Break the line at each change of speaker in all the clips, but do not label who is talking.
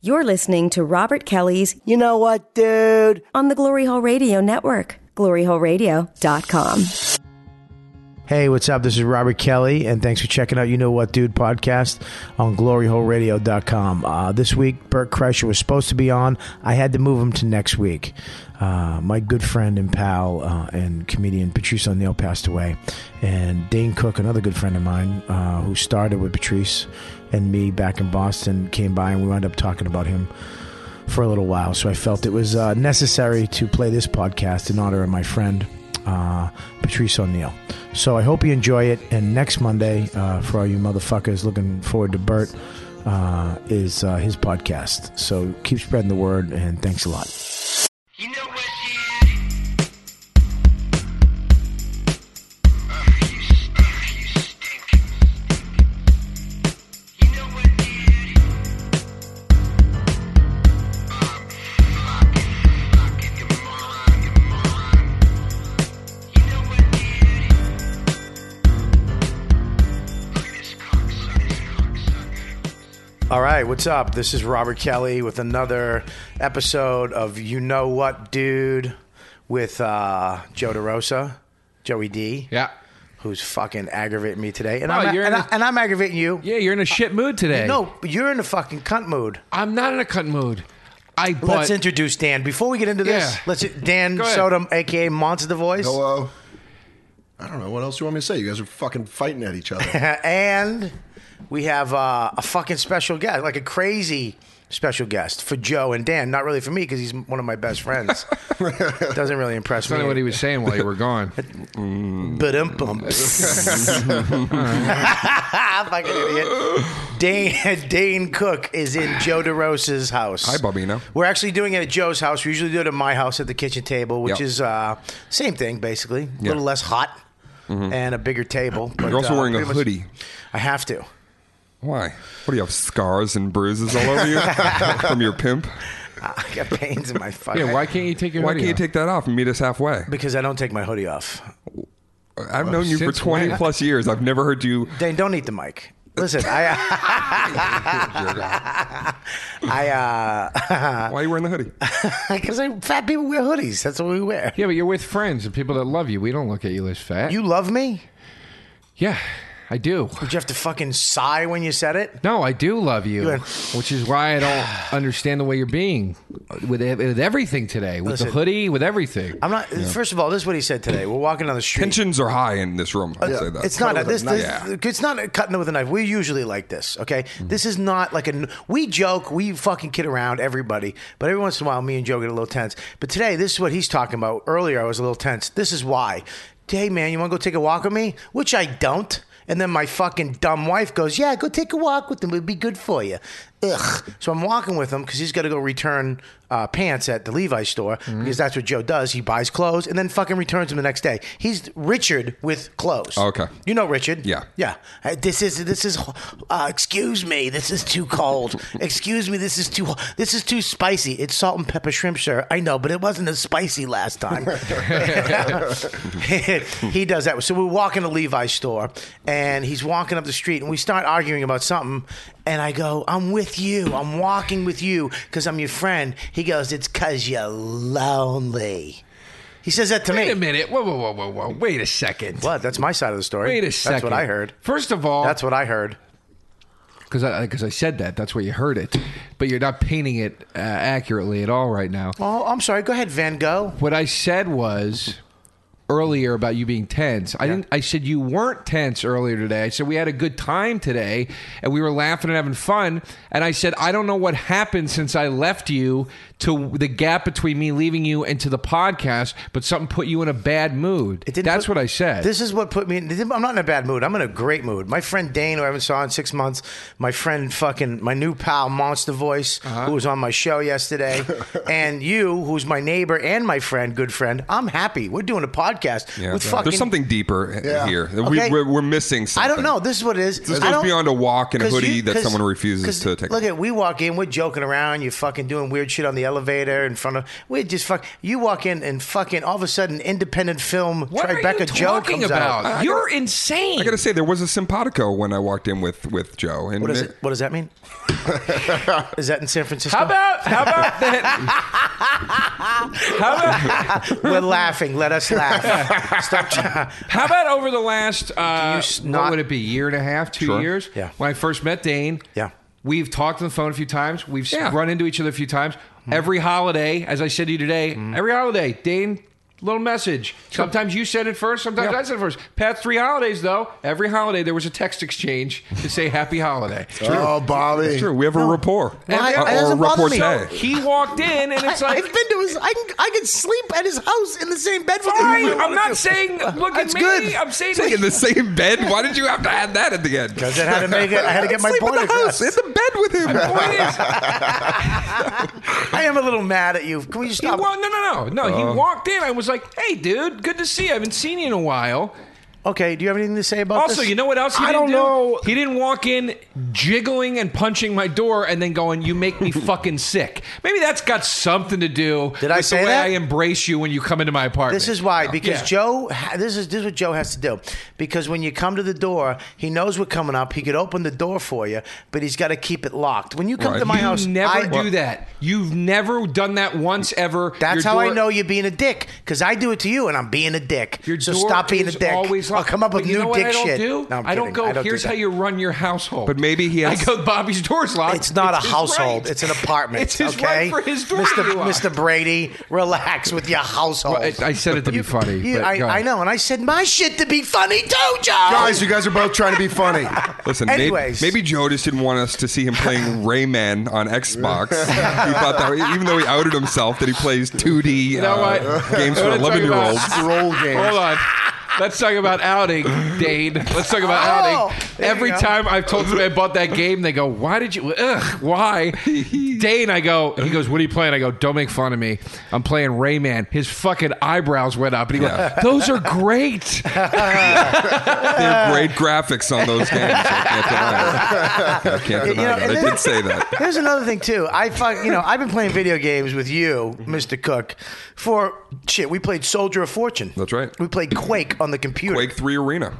You're listening to Robert Kelly's
You know what, dude?
on the Glory Hole Radio Network, gloryholeradio.com.
Hey, what's up? This is Robert Kelly, and thanks for checking out You Know What Dude podcast on gloryholeradio.com. Uh, this week, Bert Kreischer was supposed to be on. I had to move him to next week. Uh, my good friend and pal uh, and comedian Patrice O'Neill passed away, and Dane Cook, another good friend of mine, uh, who started with Patrice and me back in Boston, came by, and we wound up talking about him for a little while, so I felt it was uh, necessary to play this podcast in honor of my friend, uh, Patrice O'Neill. So I hope you enjoy it. And next Monday, uh, for all you motherfuckers looking forward to Bert, uh, is uh, his podcast. So keep spreading the word, and thanks a lot.
You know what she is? Ugh, you, s- ugh, you stink. You know what, dude? Um, fucking, fucking, you moron, you moron. You know what, dude? Look at this cocksucker, this cocksucker.
All right, what's up? This is Robert Kelly with another episode of You Know What, Dude, with uh, Joe DeRosa, Joey D.
Yeah.
who's fucking aggravating me today, and,
Wow,
I'm,
you're
and,
in
I,
a-
and I'm aggravating you.
Yeah, you're in a shit mood today.
No, you're in a fucking cunt mood.
I'm not in a cut mood. I but
let's introduce Dan before we get into this.
Yeah.
Let's Dan
Go ahead.
Sodom, aka Monster the Voice,
Hello. I don't know what else you want me to say. You guys are fucking fighting at each other.
Uh, and we have uh, a fucking special guest, like a crazy special guest for Joe and Dan. Not really for me because he's one of my best friends. Doesn't really impress
I don't know what he
me.
was saying while you were gone.
But um, fucking idiot. Dane Dane Cook is in Joe DeRosa's house.
Hi, Bobino.
We're actually doing it at Joe's house. We usually do it at my house at the kitchen table, which
Yep.
is uh, same thing basically. A
Yeah. Mm-hmm.
little less hot and a bigger table. But,
You're also
uh,
wearing a
pretty much-
hoodie.
I have to.
Why? What do you have? Scars and bruises all over you from your pimp?
I got pains in my fucking.
Yeah, why can't you take your
Why
hoodie
can't you
off?
take that off and meet us halfway?
Because I don't take my hoodie off.
I've known you for
since
20
when?
plus years. I've never heard you.
Dane, don't eat the mic. Listen, I I uh
Why are you wearing the hoodie?
because fat people wear hoodies. That's what we wear.
Yeah, but you're with friends and people that love you. We don't look at you as fat.
You love me?
yeah, I do.
Did you have to fucking sigh when you said it?
No, I do love you,
Good.
which is why I don't understand the way you're being with, ev- with everything today, with
Listen.
the hoodie, with everything.
I'm not. First of all, this is what he said today. We're walking down the street.
Tensions are high in this room. I'll say that.
Uh, It's not a,
with a
this,
knife. Hmm.
this-
Yeah.
It's not a cutting with a knife. We're usually like this. Okay, this is not like a. We joke. We fucking kid around everybody. But every once in a while, me and Joe get a little tense. But today, this is what he's talking about. Earlier, I was a little tense. This is why. Hey man, you want to go take a walk with me? Which I don't. And then my fucking dumb wife goes, "Yeah, go take a walk with him. It'd be good for you." Ugh. So I'm walking with him because he's got to go return uh, pants at the Levi's store
Hmm.
because that's what Joe does. He buys clothes and then fucking returns them the next day. He's Richard with clothes.
Okay.
You know Richard.
Yeah.
Yeah. Uh, this is this is. Uh, excuse me. This is too cold. excuse me. This is too. This is too spicy. It's salt and pepper shrimp, sir. I know, but it wasn't as spicy last time. he does that. So we walk in the Levi's store, and he's walking up the street, and we start arguing about something. And I go, "I'm with you. I'm walking with you because I'm your friend." He goes, "It's cause you're lonely." He says that to me.
Wait a minute. Whoa, whoa, whoa, whoa, whoa. Wait a second.
What? That's my side of the story.
Wait a second.
That's what I heard.
First of all,
That's what I heard.
because I because I said that. That's where you heard it, but you're not painting it uh, accurately at all right now.
Oh, I'm sorry. Go ahead, Van Gogh.
What I said was earlier about you being tense. I didn't. I said you weren't tense earlier today. I said we had a good time today and we were laughing and having fun. And I said I don't know what happened since I left you to the gap between me leaving you and to the podcast, but something put you in a bad mood.
It didn't
That's
put-
what I said.
This is what put me in. I'm not in a bad mood. I'm in a great mood. My friend Dane, who I haven't saw in six months, my friend fucking, my new pal, Monster Voice,
Uh-huh.
who was on my show yesterday, and you, who's my neighbor and my friend, good friend, I'm happy. We're doing a podcast podcast.
Yeah.
With fucking,
There's something deeper
Yeah.
here.
Okay.
We, we're, we're missing something.
I don't know. This is what it is.
This
I
goes
don't-
beyond a walk and a
'cause
hoodie that
'cause-
someone refuses
'cause
to take
Look
off.
at we walk in, we're joking around, you're fucking doing weird shit on the elevator in front of. We just fuck. You walk in and fucking all of a sudden, independent film
What are
Tribeca
you
Joe
talking
comes
about?
out.
You're insane.
I gotta say, there was a simpatico when I walked in with with Joe. And
What is
it-
it? What does that mean? is that in San Francisco?
how about how about that? how about
We're laughing. Let us laugh. Stop. try-
how about over the last uh,
s-
what
not-
would it be year and a half, two
Sure.
years?
Yeah.
When I first met Dane,
Yeah.
we've talked on the phone a few times. We've s-
Yeah.
run into each other a few times. Every holiday, as I said to you today,
Mm-hmm.
every holiday, Dane. Little message. Sometimes you said it first. Sometimes I said it first. Past three holidays, though, every holiday there was a text exchange to say "Happy Holiday."
Oh, Bobby.
It's true. We have a rapport. Uh,
Why-
Or-
it doesn't
or
bother me.
repartee.
He walked in, and it's
Oh, I,
like
have been to his. I can. I can sleep at his house in the same bed with
Fine.
him.
I'm not saying look at
That's
me.
good.
I'm saying
Like in the same bed. Why did you have to add that at the end?
Because I had to make it. I had to get my
Sleep
point
in the house,
across.
in the bed with him.
the point is,
I am a little mad at you. Can we
he
stop?
wa- no, no, no, no.
Oh.
he walked in. I was like, "Hey, dude, good to see you. I haven't seen you in a while."
Okay. Do you have anything to say about this?
Also, you know what else he
I don't
didn't do?
know.
He didn't walk in jiggling and punching my door and then going, "You make me fucking sick." Maybe that's got something to do.
Did I
with
say
the way
that?
I embrace you when you come into my apartment.
This is why because
Yeah.
Joe. ha- This is this is what Joe has to do because when you come to the door, he knows we're coming up. He could open the door for you, but he's got to keep it locked. When you come
Right.
to my
You
house,
You never
I,
do that. You've never done that once ever.
That's
Your
how I
door-
know you're being a dick because I do it to you and I'm being a dick.
Your
so
door
stop being a
is
dick.
Always
I'll
locked.
come up with
But you
new
know what
dick
I don't
shit.
Do?
No, I'm
I don't
kidding.
go.
I don't do
Here's
that.
how you run your household.
But maybe he has-
I go. Bobby's door's locked.
It's not a
his
household.
right.
It's an apartment.
It's his
okay?
right for his door.
Mr.
to be locked.
Mr. Brady, relax with your household.
Well, I, I said it to be funny.
You-
but go
I, I
ahead.
know, and I said my shit to be funny too, Joe.
Guys, you guys are both trying to be funny.
Listen, may-
Anyways.
maybe, Joe just didn't want us to see him playing Rayman on Xbox. he thought that, even though he outed himself, that he plays 2D
know
uh,
what?
games for
We're gonna talk
11 year
about-
olds.
It's role games.
Hold on. Let's talk about outing, Dane. Let's talk about
Oh,
outing.
there you
Every
go.
time I've told somebody I bought that game, they go, "Why did you? Ugh, why?" Dane, I go. He goes, "What are you playing?" I go, "Don't make fun of me. I'm playing Rayman." His fucking eyebrows went up, and he
Yeah.
goes, "Those are great."
They're great graphics on those games. I can't deny it. I can't
You
deny
know,
that.
and
I
then-
did say that.
Here's another thing too. I fuck, you know, I've been playing video games with you,
Mm-hmm.
Mr. Cook, for shit. We played Soldier of Fortune.
That's right.
We played Quake on the computer.
Quake 3 Arena.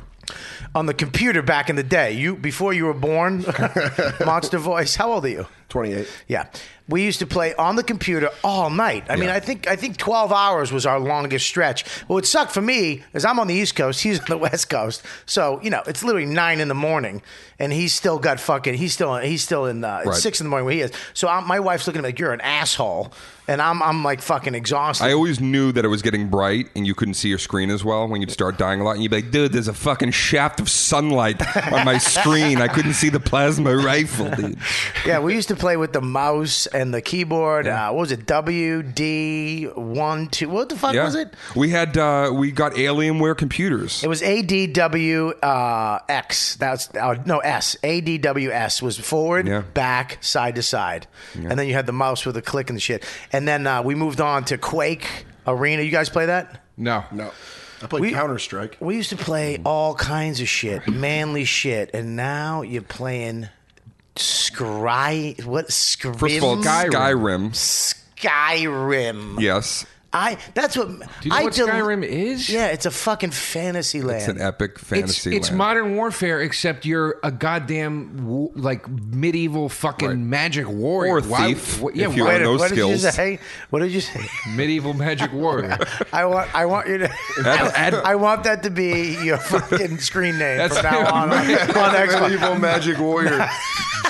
On the computer back in the day. You before you were born. Monster Voice. How old are you?
28.
Yeah. We used to play on the computer all night. I mean,
Yeah.
I think I think 12 hours was our longest stretch. Well, what sucked for me is I'm on the East Coast, he's on the West Coast. So, you know, it's literally 9 in the morning and he's still got fucking he's still he's still in uh,
Right.
6 in the morning where he is. So, I'm, my wife's looking at me like you're an asshole and I'm I'm like fucking exhausted.
I always knew that it was getting bright and you couldn't see your screen as well when you'd start dying a lot. And you'd be like, dude, there's a fucking shaft of sunlight on my screen. I couldn't see the plasma rifle, dude.
yeah, we used to play with the mouse and the keyboard. Uh, what was it? WD12. What the fuck
Yeah.
was it?
We had, uh, we got Alienware computers.
It was ADW uh, X. That's uh, no S. ADWS was forward,
Yeah.
back, side to side, and then you had the mouse with a click and shit. And then uh, we moved on to Quake Arena. You guys play that?
No,
No. I played
We-
Counter Strike.
We used to play all kinds of shit, manly shit, and now you're playing Scry. What Scrim?
First of all, Skyrim.
Skyrim.
Yes.
I. That's what. Do
you know what Skyrim is?
Yeah, it's a fucking fantasy land.
It's an epic
it's
fantasy.
it's
land.
modern warfare, except you're a goddamn w- like medieval fucking
Right.
magic warrior
Or
Why-
thief,
wh- yeah,
if you
why-
Wait,
on those
what
skills.
did you say? What did you say?
medieval magic warrior.
I want I want you to
Add- add-
I want that to be your fucking screen name
That's-
from now on on, on Xbox.
Medieval Magic Warrior,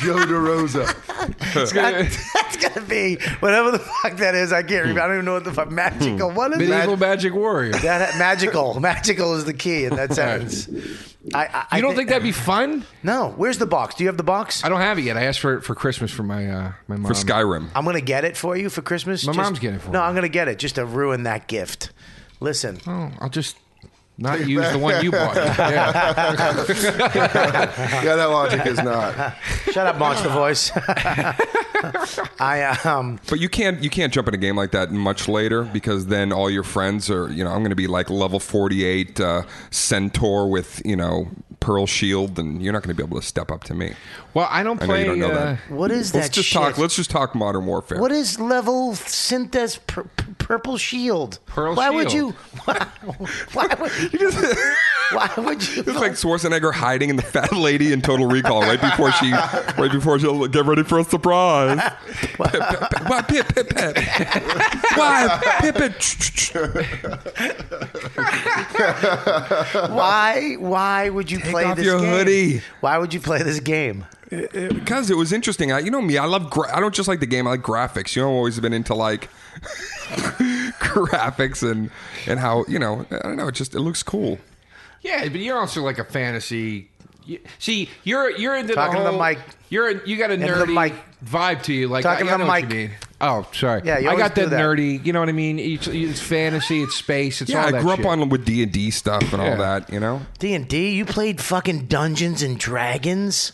Joe DeRosa.
That- that's gonna be whatever the fuck that is. I can't remember. I don't even know what the fuck magical. What is
medieval
that?
magic warrior.
That magical, magical is the key in that sentence. I, I, I
You don't think that'd be fun?
No. Where's the box? Do you have the box?
I don't have it yet. I asked for it for Christmas for my uh, my mom.
for Skyrim.
I'm gonna get it for you for Christmas.
My mom's getting it for
No,
me.
I'm gonna get it just to ruin that gift. Listen,
Oh, I'll just Not use the one you bought. Yeah.
yeah, that logic is not.
Shut up, monster voice. I um.
But you can't you can't jump in a game like that much later because then all your friends are you know I'm going to be like level 48 uh, centaur with you know pearl shield and you're not going to be able to step up to me.
Well, I don't
I know
play.
you don't know
uh,
that.
What is
Let's
that
just
shit?
talk. Let's just talk modern warfare.
What is level Synthes pur- pur- Purple Shield?
Pearl
why would you?
Shield.
Why, would you? Why would you?
It's like Schwarzenegger hiding in the fat lady in Total Recall right before she, right before she'll get ready for a surprise. Pip, pip, pip. Why, pip, pip, pip. Why, pip, pip. Ch, ch, ch.
why? Why would you play
off
this
your
game?
hoodie.
Why would you play this game?
Because it was interesting. I, you know me, I love. Gra- I don't just like the game. I like graphics. You know, I've always been into like graphics and and how you know. I don't know. It just it looks cool.
yeah, but you're also like a fantasy. you- See, you're you're into
Talking to
the
the
whole.
mic.
You're you got a
Into the
nerdy
mic.
vibe to you. Like
Talking
I,
to
I
the
know what you
mic.
mean. Oh, sorry.
Yeah, you
I
always
got
do
that,
that.
nerdy. You know what I mean? It's, it's fantasy. It's space. It's
Yeah,
all
I
that
grew up
shit.
on with D and D stuff and
Yeah.
all that. You know,
D and D. You played fucking Dungeons and Dragons.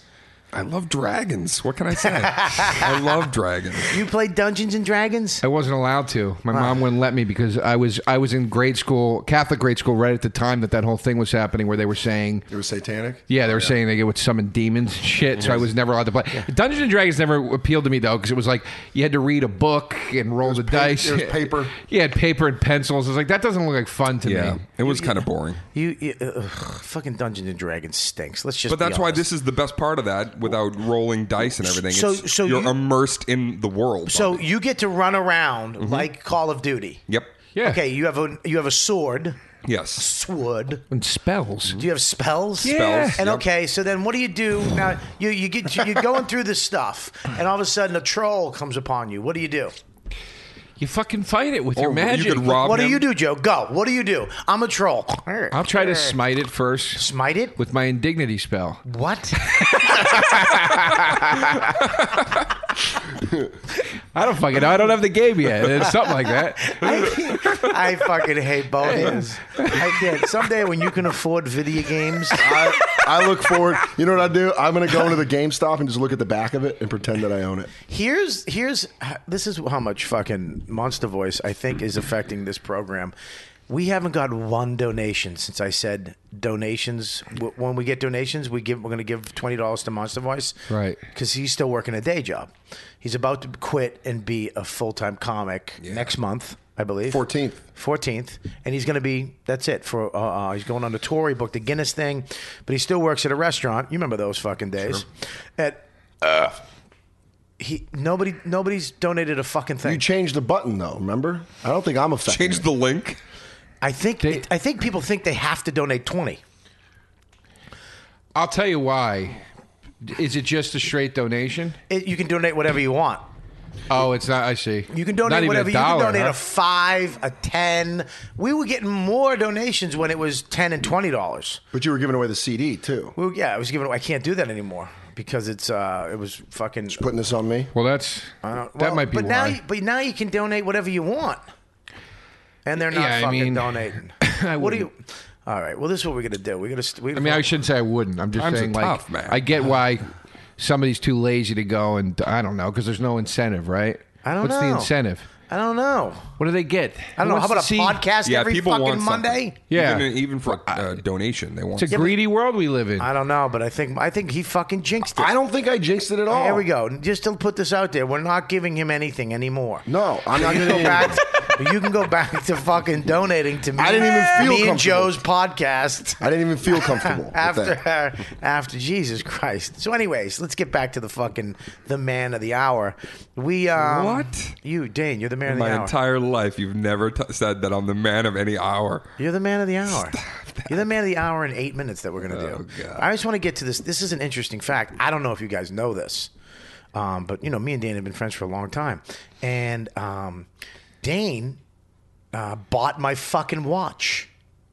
I love dragons. What can I say? I love dragons.
You played Dungeons and Dragons.
I wasn't allowed to. My mom wouldn't let me because I was I was in grade school, Catholic grade school, right at the time that that whole thing was happening, where they were saying
It was satanic.
Yeah, they were saying they would summon demons and shit, so I was never allowed to play. Dungeons and Dragons never appealed to me though, because it was like you had to read a book and roll the
pa-
dice.
there was paper.
yeah, paper and pencils. I was like, that doesn't look like fun to
Yeah,
me.
it was kind of boring.
You, you uh, ugh, fucking Dungeons and Dragons stinks. Let's just.
But
be
that's why
honest.
this is the best part of that without rolling dice and everything.
So-
it's,
so
you're
you-
immersed in the world.
So you get to run around
Mm-hmm.
like Call of Duty.
yep.
Yeah.
Okay, you have a you have a sword.
Yes.
Sword.
And spells.
Do you have spells?
Yeah.
Spells.
And
yep.
okay, so then what do you do now? You you get you're going through this stuff, and all of a sudden a troll comes upon you. What do you do?
You fucking fight it with
Or
your magic.
you could rob
What do
him.
you do, Joe? Go. What do you do? I'm a troll.
I'll try to smite it first
Smite it.
with my indignity spell.
What?
I don't fucking know. I don't have the game yet. It's something like that.
I, I fucking hate both ends. I can't. Someday when you can afford video games,
I, I look forward. You know what I do? I'm going to go into the GameStop and just look at the back of it and pretend that I own it.
Here's here's this is how much fucking Monster Voice I think is affecting this program. We haven't got one donation since I said donations. w- When we get donations, we give we're going to give twenty dollars to Monster Voice,
Right.
Because he's still working a day job. He's about to quit and be a full time comic next month, I believe.
14th.
14th and he's going to be that's it for uh, uh, he's going on the tour he booked the guinness thing but he still works at a restaurant you remember those fucking days at uh, he nobody nobody's donated a fucking
You
thing
changed the button though. Remember? I don't think I'm affected.
Change the link.
i think
They-
it- i think people think they have to donate 20
I'll tell you why. Is it just a straight donation?
it, you can donate whatever you want
Oh, it's not. I see.
you can
Not
donate
even a
whatever you
dollar,
can donate
huh?
a 5 a 10 we were getting more donations when it was 10 and 20 dollars
But you were giving away the CD too.
well, yeah i was giving away i can't do that anymore because it's uh it was fucking
Putting this on me.
Well, that's that
Well,
might be
But
why.
now, you, but now you can donate whatever you want, and they're not
Yeah, I
fucking
mean,
donating.
I
what do you?
wouldn't.
All right. Well, this is what we're gonna do. We're gonna. st- We're
I
gonna
mean, I shouldn't say I wouldn't. I'm just
Times are
saying,
tough,
like,
man.
I get why somebody's too lazy to go, and I don't know because there's no incentive, right?
I don't
What's
know.
the incentive?
I don't know.
What do they get?
I don't know. How about a
podcast?
podcast
Yeah,
every
people
fucking
want something.
Monday?
Yeah.
Even, even for a uh, donation, they want.
It's a greedy world we live in.
I don't know, but I think I think he fucking jinxed it.
I don't think I jinxed it at all.
Here we go. Just to put this out there, we're not giving him anything anymore.
No, I'm not
you
going
can
to
go back. you can go back to fucking donating to me.
I didn't even feel
me and
comfortable.
Joe's podcast.
I didn't even feel comfortable. with
after
that.
after Jesus Christ. So, anyways, let's get back to the fucking the man of the hour. We um,
What?
you Dane? You're the man of the
my
hour.
entire life, you've never t- said that I'm the man of any hour.
you're the man of the hour. You're the man of the hour in eight minutes that we're gonna do.
Oh, God.
I just want to get to this. This is an interesting fact. I don't know if you guys know this, um, but you know, me and Dane have been friends for a long time, and um, Dane uh, bought my fucking watch.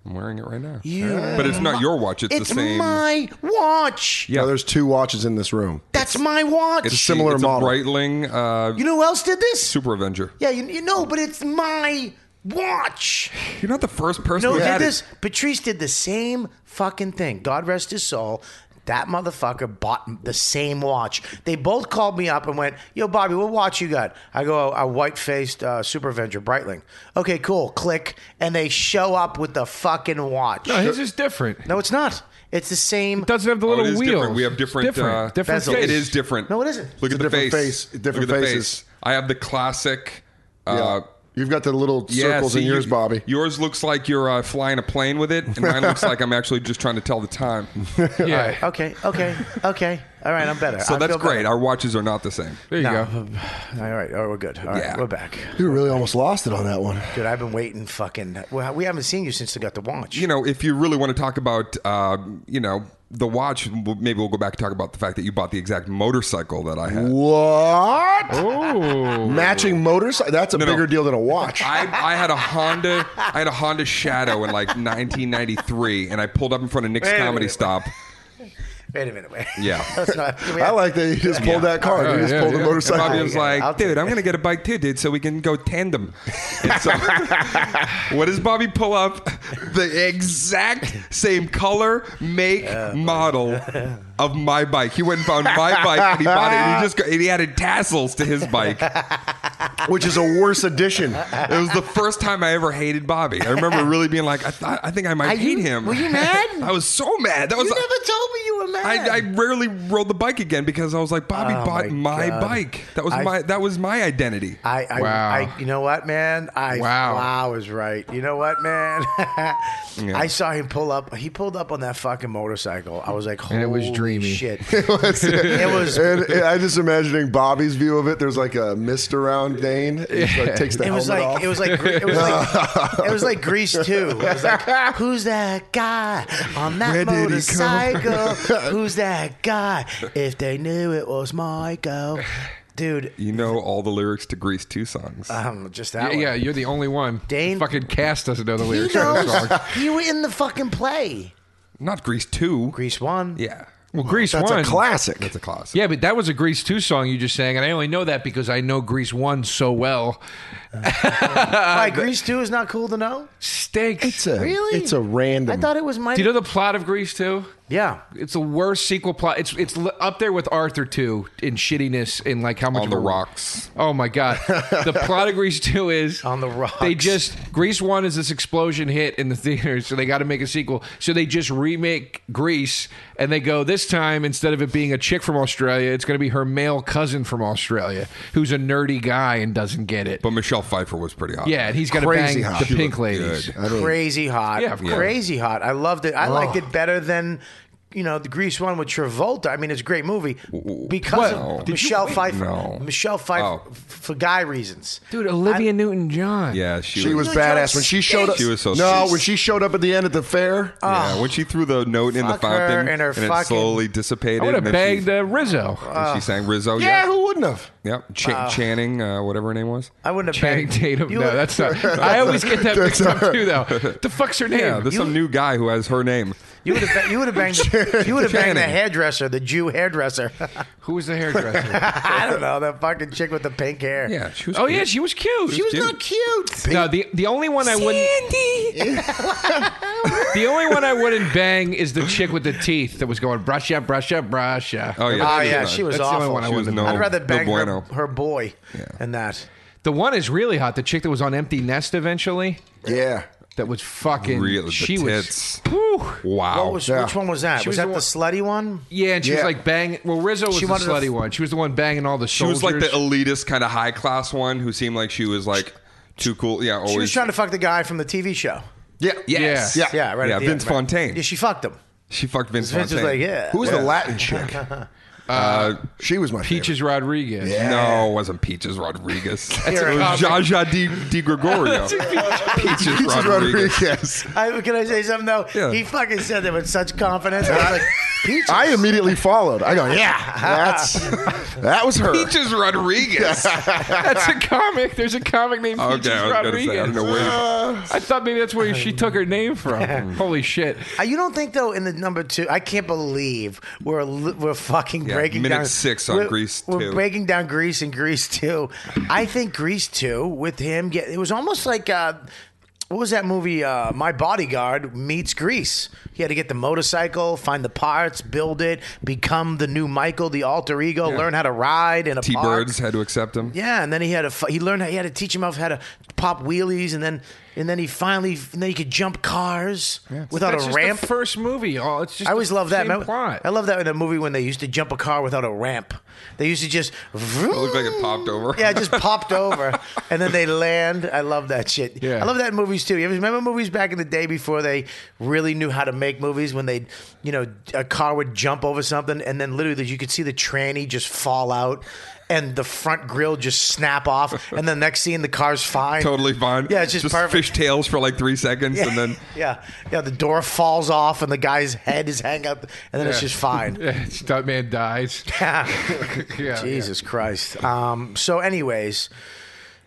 I'm wearing it right now.
You,
But it's not your watch. It's,
it's
the same.
my watch.
Yeah, there's two watches in this room.
That's my watch.
it's
similar
it's
model.
A Breitling uh,
You know who else did this?
Super Avenger.
Yeah, you, you know, but it's my Watch.
You're not the first person.
No,
to
did
add it.
this. Patrice did the same fucking thing. God rest his soul. That motherfucker bought the same watch. They both called me up and went, "Yo, Bobby, what watch you got?" I go, "A white-faced uh, Super Avenger Breitling." Okay, cool. Click, and they show up with the fucking watch.
No, his is different.
No, it's not. It's the same.
It doesn't have the
Oh,
little
it is
wheels.
different. We have different.
different,
uh,
different
Bezels.
It
face.
is different.
No, it isn't.
Look at
It's a
the
different
face.
face- different
Look at the
faces.
Face. I have the classic. Uh,
You've got the little
yeah,
circles
see,
in yours,
you-
Bobby.
Yours looks like you're uh, flying a plane with it, and mine looks like I'm actually just trying to tell the time.
Yeah.
Okay, okay, okay. All right, I'm better.
So
I
that's
feel better.
great. Our watches are not the same.
There you go.
No. All right, all right, we're good. All right,
Yeah.
we're back.
You really almost lost it on that one.
Dude, I've been waiting fucking. Well, we haven't seen you since I got the watch.
You know, if you really want to talk about, uh, you know, the watch, w- maybe we'll go back and talk about the fact that you bought the exact motorcycle that I had.
What?
Oh.
Matching motorcycle? That's a
no.
bigger deal than a watch.
I, I had a Honda. I had a Honda Shadow in like 1993, and I pulled up in front of Nick's
Wait a
Comedy
minute.
Stop.
Wait a minute. Wait.
Yeah.
That's not. can we
I
have-
like that he just pulled that car.
Yeah,
he just
yeah,
pulled
yeah.
the
And
motorcycle.
Bobby was
Yeah,
like,
I'll take
dude, I'm going to get a bike too, dude, so we can go tandem. And so, what does Bobby pull up? The exact same color, make, model of my bike. He went and found my bike and he bought it. And he just got, and he added tassels to his bike. It
which is a worse addition.
was the first time I ever hated Bobby. I remember really being like, I thought I think I might hate him.
were you mad?
I was so mad. That was
You never told me you were mad.
I, I rarely rode the bike again because I was like, Bobby
Oh,
bought
my
my,
God.
bike. That was
I-
my that was my identity.
I, I,
Wow.
I, you know what, man? I,
Wow.
wow is right. You know what, man? I saw him pull up. He pulled up on that fucking motorcycle. I was like, holy
And it was dreamy.
shit.
it
was-
And, and I'm just imagining Bobby's view of it. There's like a mist around Dane. He just, like, takes the
It
helmet
was like
off.
it was like it was like it was like Grease too. It was like who's that guy on that
Where did he come
motorcycle? Who's that guy? If they knew it was Michael, dude.
You know all the lyrics to Grease 2 songs.
Um, just
Yeah,
that.
yeah,
one.
you're the only one.
Dane-
fucking Cass doesn't know the lyrics.
He
to that
knows.
song.
you were in the fucking play.
Not Grease 2.
Grease one.
Yeah.
Well, Grease
That's
one.
a classic.
That's a classic.
Yeah, but that was a Grease 2 song you just sang, and I only know that because I know Grease 1 so well. Uh,
Why Grease two is not cool to know?
Stinks.
It's a,
Really?
It's a random.
I thought it was my.
Do you know the plot of Grease 2?
yeah.
It's the worst sequel plot. It's it's l- up there with Arthur 2 in shittiness and like how much
On
of
the
a-
rocks.
Oh my god. The plot of Grease 2 is
On the rocks.
They just Grease 1 is this explosion hit in the theater, so they got to make a sequel. So they just remake Grease and they go this time instead of it being a chick from Australia, it's going to be her male cousin from Australia who's a nerdy guy and doesn't get it.
But Michelle Pfeiffer was pretty hot.
yeah, and he's going to
Crazy
bang
hot.
the
She
pink
looked
ladies.
good.
crazy hot.
Yeah, of course.
crazy hot. I loved it. I liked it better than you know the Grease one with Travolta. I mean, it's a great movie because
Well,
of
did you
Michelle
wait?
Pfeiffer.
No.
Michelle Pfeiffer
Oh.
f- for guy reasons.
Dude, Olivia Newton-John.
Yeah, she,
she was
You know, John
badass when she showed up.
She was so
no,
sexy.
when she showed up at the end at the fair.
Yeah, when she threw the note in the
Fuck her
fountain
and her fucking-
it slowly dissipated.
I would have
and then she-
bagged uh, Rizzo.
and she sang Rizzo.
yeah,
Yeah.
who wouldn't have?
Yep. Ch- Channing, uh, whatever her name was.
I wouldn't have
Channing
been-
Tatum.
You
no,
would-
that's not. I always get that
That's
mixed up
not-
too, though. The fuck's her name?
Yeah, there's some new guy who has her name.
you would have you would have banged the- you would have banged the
Channing.
hairdresser, the Jew hairdresser.
Who was the hairdresser?
I don't know that fucking chick with the pink hair.
Yeah, she was
oh
cute.
yeah, she was cute.
she was
Dude.
not cute.
No, the the only one I wouldn't the only one I wouldn't bang is the chick with the teeth that was going brush up, brush up, brush up.
Oh, yeah.
Oh
She
yeah,
was
she was
That's the only
awful.
one I
She was wouldn't have no-
I'd rather
no
bang
bueno.
her, her boy than that.
The one is really hot. The chick that was on Empty Nest eventually.
Yeah.
That was fucking.
Really, the
she
tits.
was. Whew.
Wow.
What was,
Yeah.
Which one was that?
Oh, She
was,
was
that
the
the,
one-
slutty one?
Yeah, and she was
Yeah.
like banging. Well, Rizzo was
She
the
wanted to-
slutty one. She was the one banging all the
She
soldiers.
was like the elitist kind of high class one who seemed like she was like too cool. Yeah, always.
She was trying to fuck the guy from the TV show.
Yeah.
Yes.
Yeah.
Yeah, right.
Yeah,
at the
Vince
end, right.
Fontaine.
Yeah, she fucked him.
She fucked Vince,
Vince was
Fontaine.
like, yeah.
Who was the Latin chick? Uh, she was my
Peaches Rodriguez.
Yeah.
No, it wasn't Peaches Rodriguez. it
a
was Zsa Zsa Di, Di Gregorio. Peaches,
favorite. Peaches
Rodriguez.
Rodriguez.
I, can I say something though?
Yeah.
He fucking said that with such confidence. I was like,
I immediately followed. I go, yeah, that's that was her.
Peaches Rodriguez. that's a comic. There's a comic named
Okay,
Peaches
I was gonna
Rodriguez.
say, I don't know where
Oh,
you-
I thought maybe that's where she took her name from. Holy shit.
Uh, You don't think though in the number two? I can't believe we're li- we're fucking
Yeah,
breaking
minute
down
six on
we're-
Grease
We're
2.
breaking down Grease and Grease two. I think Grease two with him get it was almost like. Uh, what was that movie? Uh, My Bodyguard meets Grease. He had to get the motorcycle, find the parts, build it, become the new Michael, the alter ego, learn how to ride in a park.
T-Birds had to accept him.
Yeah, and then he had a fu- he learned how, he had to teach him how to pop wheelies, and then and then he finally and then he could jump cars without
That's
a
just the
ramp.
first movie. Oh, it's just
I always
the
love that.
same
man.
plot.
I love that in a movie when they used to jump a car without a ramp. They used to just
It looked like it popped over.
yeah, it just popped over, and then they land. I love that shit.
Yeah.
I love that in movies too. You ever remember movies back in the day before they really knew how to make movies when they, you know, a car would jump over something, and then literally you could see the tranny just fall out, and the front grill just snap off, and the next scene the car's fine,
Totally fine.
Yeah, it's just, perfect.
fish tails for like three seconds, and then
yeah, yeah, the door falls off, and the guy's head is hanging out, and then it's
Yeah.
just fine.
Stuntman dies. yeah,
Ah. Jesus Christ. Um, so, anyways,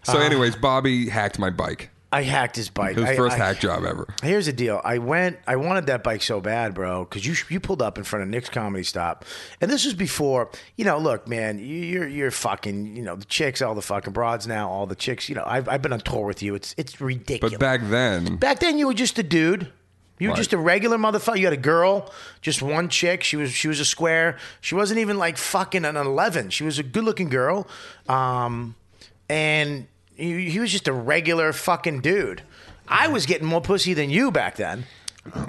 so. Anyways, Bobby hacked my bike.
I hacked his
It
bike.
was
Uh-huh. I-
first
I-
hack job ever.
Here's the deal. I went. I wanted that bike so bad, bro, because you you pulled up in front of Nick's Comedy Stop, and this was before. You know, look, man, you- you're you're fucking. You know, the chicks, all the fucking broads now, all the chicks. You know, I've I've been on tour with you. It's it's ridiculous.
But back then,
Back then, you were just a dude. You were
Right.
just a regular motherfucker. You had a girl, just one chick. She was she was a square. She wasn't even like fucking an eleven. She was a good looking girl, um, and he, he was just a regular fucking dude. I was getting more pussy than you back then,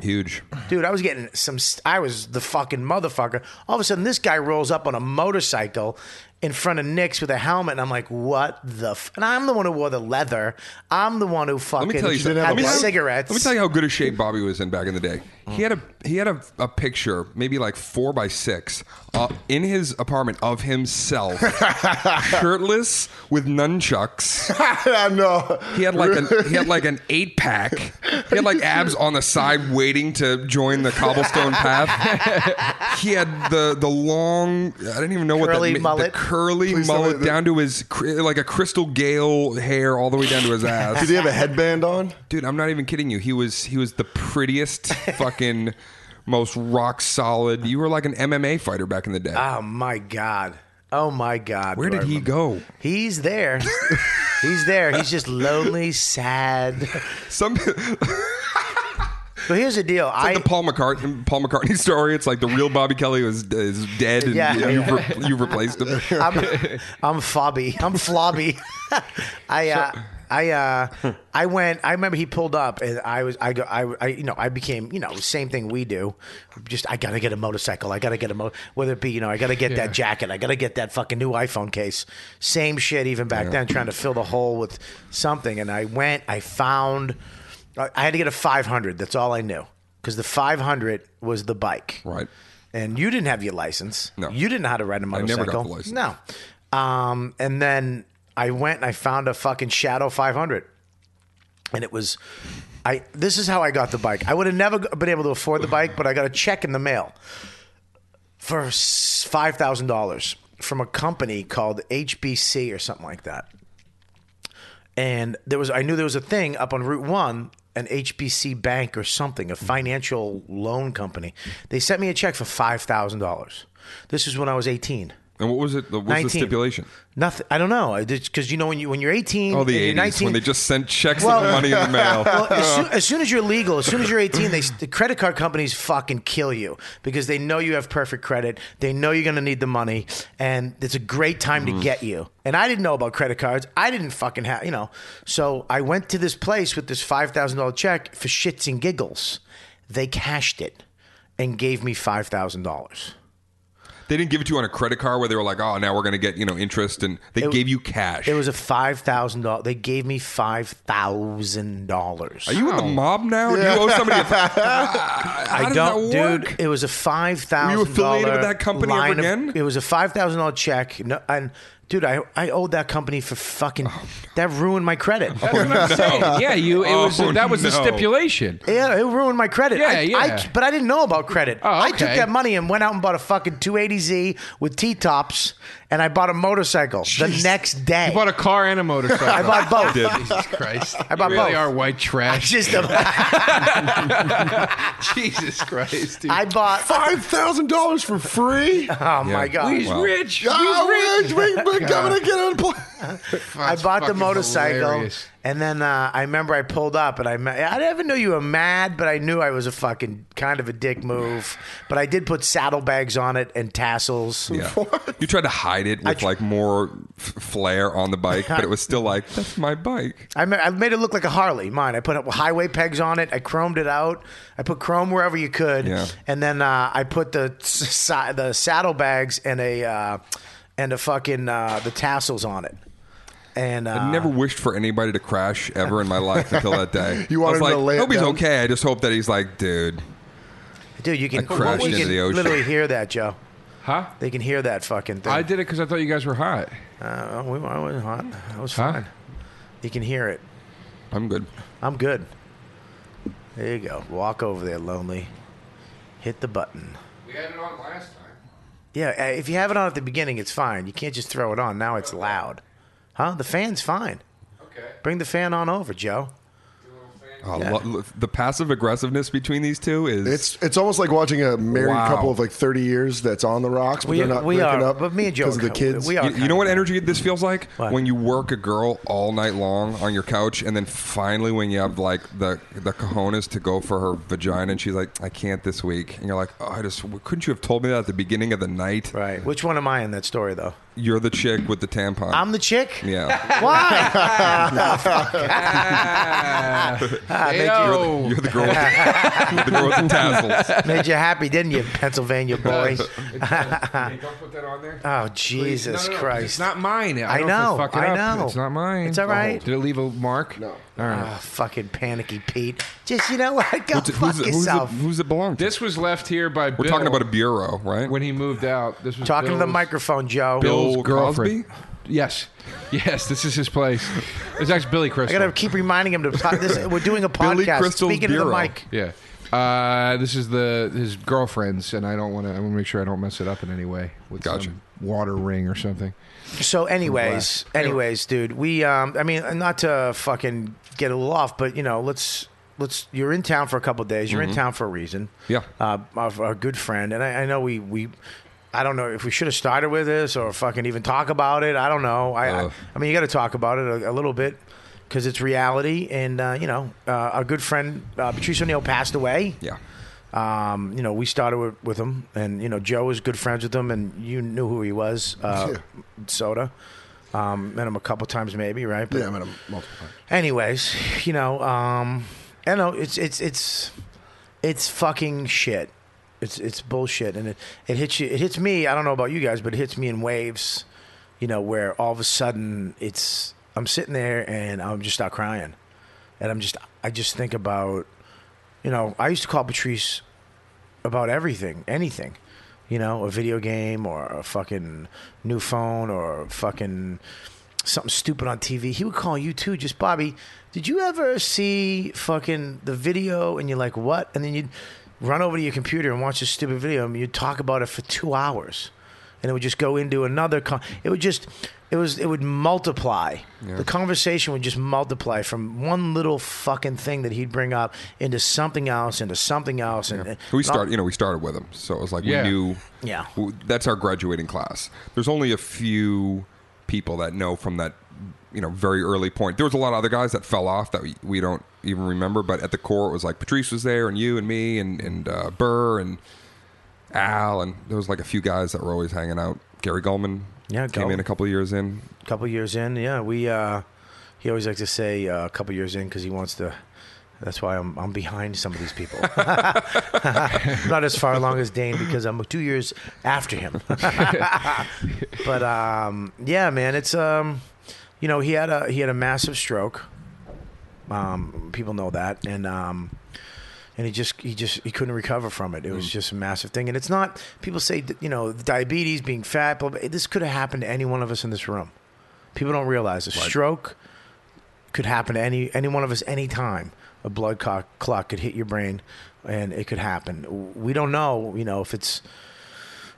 huge.
dude. I was getting some. st- I was the fucking motherfucker. All of a sudden, this guy rolls up on a motorcycle in front of Nick's with a helmet, and I'm like, "What the?" F-? And I'm the one who wore the leather. I'm the one who fucking
Let me tell you. something.
had
Let me tell you-
cigarettes.
Let me tell you how good a shape Bobby was in back in the day. He had a he had a, a picture, maybe like four by six, uh, in his apartment of himself, shirtless with nunchucks.
I know.
He had like an he had like an eight pack. He had like abs on the side, waiting to join the cobblestone path. He had the the long I didn't even know what
Curly
that meant,
mullet.
the curly
Please tell me
mullet
that-
down to his cr- like a crystal gale hair all the way down to his ass.
Did he have a headband on?
Dude, I'm not even kidding you. He was he was the prettiest fucking most rock solid. You were like an MMA fighter back in the day.
Oh my god. Oh my god.
Where
do I
did he
remember.
go?
He's there. He's there. He's just lonely, sad.
Some the
But here's the deal. I
Paul McCartney Paul McCartney story. It's like the real Bobby Kelly was is dead and
Yeah.
you've, re- you've replaced him.
I'm, I'm Fobby. I'm Flobby. I uh, I uh, I went. I remember he pulled up, and I was I go I, I you know I became you know same thing we do. Just I gotta get a motorcycle. I gotta get a mo. Whether it be you know I gotta get that jacket. I gotta get that fucking new iPhone case. Same shit even back then, trying to fill the hole with something. And I went. I found. I I had to get a 500. That's all I knew because the 500 was the bike.
Right.
And you didn't have your license.
No.
You didn't know how to ride a
never got
motorcycle.
the license.
No. Um, and then I went and I found a fucking Shadow 500. And it was, I. This is how I got the bike. I would have never been able to afford the bike, but I got a check in the mail for s- $5,000 from a company called HBC or something like that. And there was, I knew there was a thing up on Route 1, an HBC bank or something, a financial loan company. They sent me a check for $5,000. This was when I was 18.
And what was it? What was
19.
the stipulation?
Nothing. I don't know. Because you know when you when you're 18,
Oh, the
and you're
80s
19,
when they just sent checks
Well-
and money in the mail.
well, as, soon, as soon as you're legal, as soon as you're 18, they the credit card companies fucking kill you because they know you have perfect credit. They know you're going to need the money, and it's a great time to get you. And I didn't know about credit cards. I didn't fucking have, you know. So I went to this place with this five thousand dollar check for shits and giggles. They cashed it and gave me five thousand dollars.
They didn't give it to you on a credit card where they were like, "Oh, now we're going to get, you know, interest." And they gave you cash.
It was a five thousand dollar. They gave me five thousand dollars.
Are you in the mob now? Do you owe somebody a th- How
I
does
don't,
that work?
dude. It was a five thousand.
Were you affiliated with that company ever again?
it was a five thousand dollar check, no, and dude, I I owed that company for fucking that ruined my credit.
yeah, you. It was
Oh,
that was the
no.
stipulation.
Yeah, it ruined my credit.
Yeah,
I,
yeah.
I, but I didn't know about credit.
Oh,
I took
okay.
that money and went out and bought a fucking 280Z with T tops, and I bought a motorcycle the next day.
You bought a car and a motorcycle.
I bought both.
Jesus Christ!
I bought
you really
both.
are white trash.
Just a,
Jesus Christ, dude.
I bought.
Five thousand dollars for free.
Oh my god!
He's rich. He's
Oh,
rich.
Rich, we, we're coming to get on. pla-
I bought the
fucking
motorcycle,
hilarious.
and then uh, I remember I pulled up, and I ma- I never knew you were mad, but I knew I was a fucking kind of a dick move. But I did put saddlebags on it and tassels.
Yeah. You tried to hide it with
tr-
like more f- flair on the bike, but it was still like that's my bike.
I ma- I made it look like a Harley. Mine. I put highway pegs on it. I chromed it out. I put chrome wherever you could.
Yeah.
And then uh, I put the s- si- the saddlebags and a uh, and a fucking uh, the tassels on it. And uh,
I never wished for anybody to crash ever in my life until that day.
You
I
wanted
was like,
him to lay it
hope he's
down?
okay. I just hope that he's like, dude.
dude, you can,
I crashed
you
into
can
the ocean.
literally hear that, Joe.
Huh?
They can hear that fucking thing.
I did it because I thought you guys were hot.
Uh, we, I wasn't hot. I was
Huh?
fine. You can hear it.
I'm good.
I'm good. There you go. Walk over there, lonely. Hit the button.
We had it on last time.
Yeah, uh, if you have it on at the beginning, it's fine. You can't just throw it on. Now it's loud. Huh? The fan's fine.
Okay.
Bring the fan on over, Joe.
Oh, lo- lo- the passive aggressiveness between these two is
It's it's almost like watching a married
Wow.
couple of like thirty years that's on the rocks, but
We-
they're not
we
breaking
are,
up.
but me and Joe
because of the
are-
kids.
we are-
You, you know what energy this feels like
What?
when you work a girl all night long on your couch, and then finally when you have like the the cojones to go for her vagina, and she's like, "I can't this week," and you're like, "Oh, I just couldn't you have told me that at the beginning of the night?"
Right. Which one am I in that story, though?
You're the chick with the tampon.
I'm the chick?
yeah,
Why? Ah,
Yo.
you're the girl. With the, the girl with the tassels.
Made you happy, didn't you, Pennsylvania boy?
Hey, don't put that on there.
Oh,
Please. No,
Jesus
no, no,
Christ.
It's not mine. I,
I
don't
know,
Fuck it
I
up.
know.
It's not mine. Oh.
It's all right.
Did it leave a mark?
No.
All right.
Oh, fucking panicky Pete. Just, you know what? Go
Who's it-
fuck
who's, it- who's, it,
yourself.
who's it belong to?
This was left here by
We're talking about a bureau, right?
when he moved out. This was
Talking to the
Bill's-
microphone, Joe.
Bill's
Bill
girlfriend.
Cosby?
Yes, yes. This is his place. It's actually Billy
I
Crystal.
gotta keep reminding him to. This, we're doing a
Billy
podcast.
Crystal's
Speaking of the
Bureau.
mic,
Yeah. Uh, this is the his girlfriend's, and I don't want to. I want to make sure I don't mess it up in any way with
Gotcha.
some water ring or something.
So, anyways, anyways, dude, we, um, I mean, not to fucking get a little off, but you know, let's let's. You're in town for a couple days. You're
Mm-hmm.
in town for a reason.
Yeah.
uh, our, our good friend, and I, I know we we. I don't know if we should have started with this or fucking even talk about it. I don't know. I, I,
Ugh.
I mean, you got to talk about it a, a little bit because it's reality. And, uh, you know, uh, our good friend uh, Patrice O'Neill passed away.
Yeah.
Um, you know, we started with, with him, and you know, Joe was good friends with him, and you knew who he was. Uh, Soda, um, met him a couple times, maybe, right? But
yeah, I'm at a multiple. times.
anyways, you know, um, I know it's it's it's it's fucking shit. It's it's bullshit, and it, it hits you. It hits me. I don't know about you guys, but it hits me in waves. You know, where all of a sudden it's I'm sitting there and I'm just start crying, and I'm just I just think about, you know, I used to call Patrice about everything, anything. You know, a video game or a fucking new phone or fucking something stupid on TV. He would call you too, just Bobby, did you ever see fucking the video? And you're like, what? And then you'd run over to your computer and watch this stupid video and you'd talk about it for two hours. And it would just go into another. Con- it would just, it was, it would multiply. The conversation would just multiply from one little fucking thing that he'd bring up into something else, into something else, and,
We
and all-
start, you know, we started with them, so it was like
Yeah.
we knew.
Yeah.
w- that's our graduating class. There's only a few people that know from that, you know, very early point. There was a lot of other guys that fell off that we, we don't even remember, but at the core, it was like Patrice was there, and you, and me, and and uh, Burr, and Al, and there was like a few guys that were always hanging out. Gary Goldman,
Yeah,
came
Goldman.
in a couple of years in.
couple years in. Yeah, we. Uh, he always likes to say uh, a couple years in because he wants to. That's why I'm I'm behind some of these people. Not as far along as Dane because I'm two years after him. but um, yeah, man, it's um, you know, he had a he had a massive stroke. Um, people know that, and um, and he just he just he couldn't recover from it. It was just a massive thing, and it's not. People say you know diabetes, being fat, blah, blah, this could have happened to any one of us in this room. People don't realize a stroke could happen to any any one of us any time. A blood clock, clock could hit your brain, and it could happen. We don't know, you know, if it's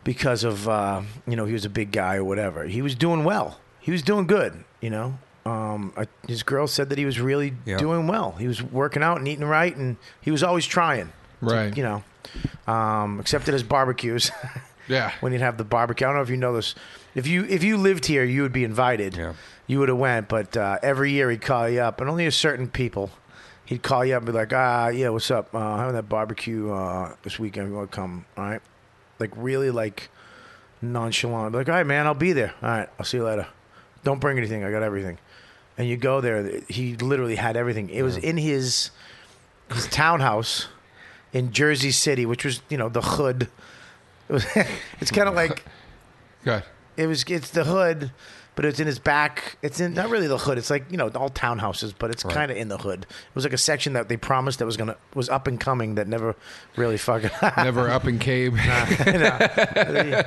because of uh, you know he was a big guy or whatever. He was doing well. He was doing good. You know, um, I, his girl said that he was really
Yeah.
doing well. He was working out and eating right, and he was always trying. to,
Right.
you know, um, except at his barbecues.
Yeah.
When you'd have the barbecue, I don't know if you know this. If you if you lived here, you would be invited.
Yeah.
You would have went, but uh, every year he'd call you up, and only a certain people. He'd call you up and be like, ah, yeah, what's up? Uh, having that barbecue uh, this weekend. You want to come? All right. Like really, like nonchalant. Be like, all right, man, I'll be there. All right, I'll see you later. Don't bring anything. I got everything. And you go there. He literally had everything. It was in his his townhouse in Jersey City, which was you know the hood. It was, it's kind of like
Good.
it was. It's the hood, but it's in his back. It's in not really the hood. It's like you know all townhouses, but it's kind of in the hood. It was like a section that they promised that was gonna was up and coming that never really fucking.
Never up in cave.
yeah,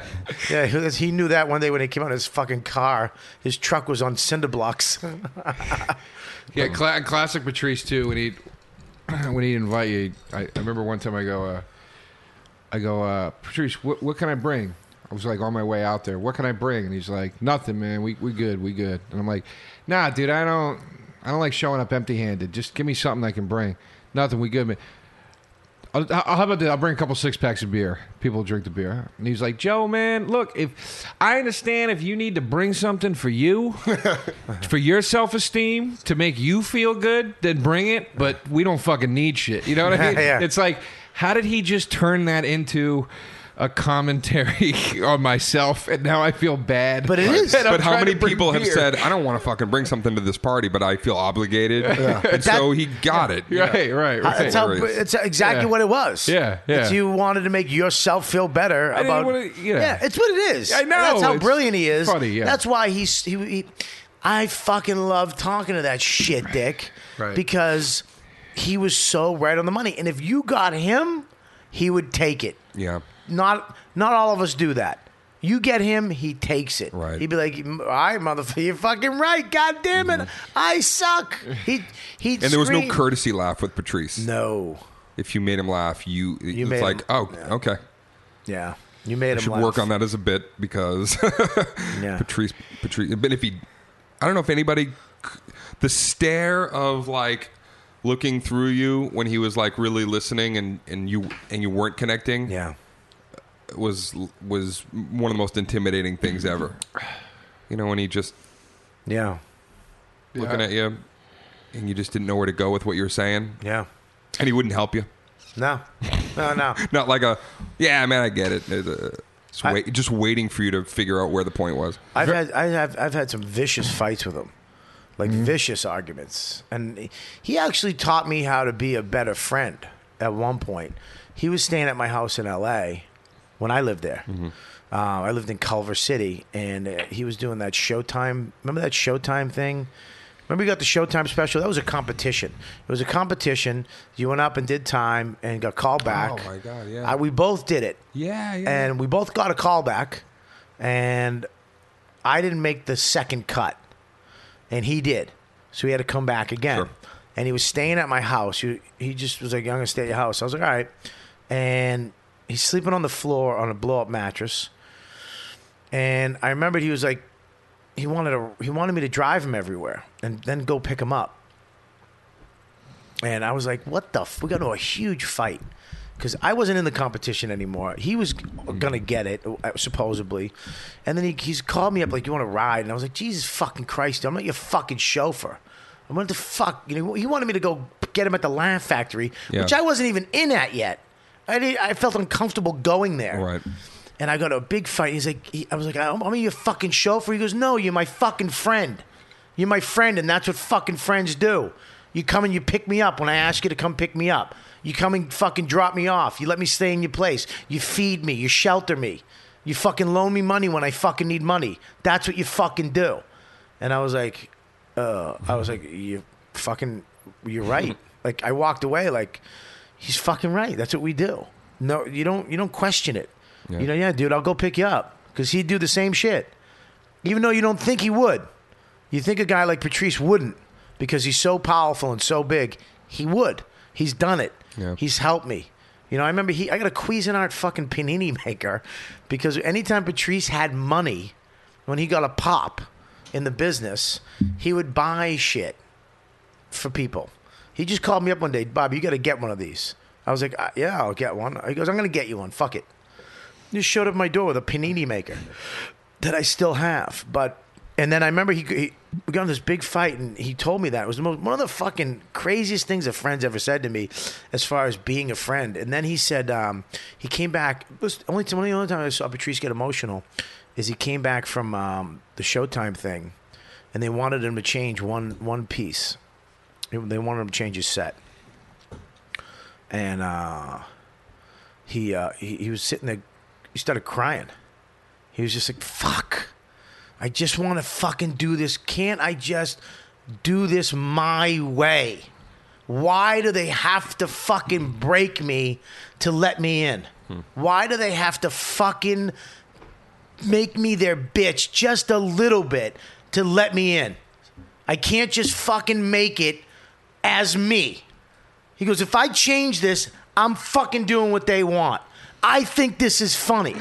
yeah, he was- he knew that one day when he came out in his fucking car, his truck was on cinder blocks.
Yeah, cla- classic Patrice too. When he when he would invite you, I, I remember one time I go, uh, I go, uh, Patrice, what, what can I bring? I was like on my way out there. What can I bring? And he's like, nothing, man. We we good, we good. And I'm like, nah, dude, I don't I don't like showing up empty handed. Just give me something I can bring. Nothing, we good, man. I'll, I'll, how about that? I'll bring a couple six packs of beer. People drink the beer. And he's like, Joe, man, look, if I understand if you need to bring something for you, for your self esteem, to make you feel good, then bring it. But we don't fucking need shit. You know what I mean?
Yeah.
It's like, how did he just turn that into a commentary on myself? And now I feel bad.
But it is.
that I'm
But how
trying
many
to bring
people have
beer.
said, "I don't want to fucking bring something to this party, but I feel obligated," and
That-
so he got it.
Right, right, right.
That's how,
Hilarious.
it's exactly
Yeah.
what it was.
Yeah, yeah.
It's you wanted to make yourself feel better
didn't
about.
wanna- yeah.
it's what it is.
I know,
That's how
it's
brilliant he is.
funny, yeah.
That's why he's he. he I fucking love talking to that shit, Dick.
Right.
Because he was so right on the money, and if you got him, he would take it.
Yeah.
Not not all of us do that. You get him, he takes it.
Right.
He'd be like, "All right, motherfucker, you're fucking right. God damn it,
Mm-hmm.
I suck." He he.
And there was no courtesy laugh with Patrice.
No.
If you made him laugh, you, it's
made
like,
him-
oh, okay.
Yeah. You made him
Should
laugh.
work on that as a bit because
Yeah.
Patrice, Patrice. But if he, I don't know if anybody, c- the stare of like looking through you when he was like really listening and and you and you weren't connecting.
Yeah.
was was one of the most intimidating things ever. You know, when he just
Yeah.
looking at you and you just didn't know where to go with what you were saying,
Yeah.
and he wouldn't help you.
No. No, no.
Not like a, yeah, man, I get it. Uh, Just, wait, just waiting for you to figure out where the point was.
I've had I have I've had some vicious fights with him. Like vicious arguments. And he actually taught me how to be a better friend at one point. He was staying at my house in LA when I lived there. Uh, I lived in Culver City and uh, he was doing that Showtime. Remember that Showtime thing? Remember you got the Showtime special? That was a competition. It was a competition. You went up and did time and got called back.
Oh my God, yeah.
I, we both did it.
Yeah,
and we both got a call back and i didn't make the second cut and he did so he had to come back again
Sure.
and he was staying at my house he, he just was like i'm gonna stay at your house i was like all right and he's sleeping on the floor on a blow-up mattress and i remembered he was like he wanted to he wanted me to drive him everywhere and then go pick him up and I was like, "What the? F-? We got into a huge fight because I wasn't in the competition anymore. He was gonna get it uh, supposedly, and then he, he's called me up like, "You want to ride?" And I was like, "Jesus fucking Christ, I'm not your fucking chauffeur." I wanted to fuck. You know, he wanted me to go get him at the Laugh Factory,
Yeah.
which I wasn't even in at yet. I did, I felt uncomfortable going there.
Right.
And I got into a big fight. He's like, he, I was like, I'm, I'm your fucking chauffeur. He goes, No, you're my fucking friend. You're my friend, and that's what fucking friends do. You come and you pick me up when I ask you to come pick me up. You come and fucking drop me off. You let me stay in your place. You feed me. You shelter me. You fucking loan me money when I fucking need money. That's what you fucking do. And I was like, uh, I was like, you fucking, you're right. Like I walked away like, He's fucking right. That's what we do. No, you don't. You don't question it. You know, yeah, dude, I'll go pick you up because he'd do the same shit, even though you don't think he would. You think a guy like Patrice wouldn't because he's so powerful and so big. He would. He's done it.
Yeah.
He's helped me. You know, I remember he. I got a Cuisinart fucking panini maker because anytime Patrice had money, when he got a pop in the business, he would buy shit for people. He just called me up one day, Bob, you got to get one of these. I was like, "Uh, yeah, I'll get one. He goes, I'm going to get you one. Fuck it. He just showed up at my door with a panini maker that I still have. But and then I remember he, he we got in this big fight, and he told me that it was the most one of the fucking craziest things a friend's ever said to me, as far as being a friend. And then he said um, he came back. It was the only one of the only time I saw Patrice get emotional is he came back from um, the Showtime thing, and they wanted him to change one one piece. They they wanted him to change his set, and uh, he, uh, he he was sitting there. He started crying. He was just like, fuck. I just want to fucking do this. Can't I just do this my way? Why do they have to fucking break me to let me in? Why do they have to fucking make me their bitch just a little bit to let me in? I can't just fucking make it as me. He goes, if I change this, I'm fucking doing what they want. I think this is funny.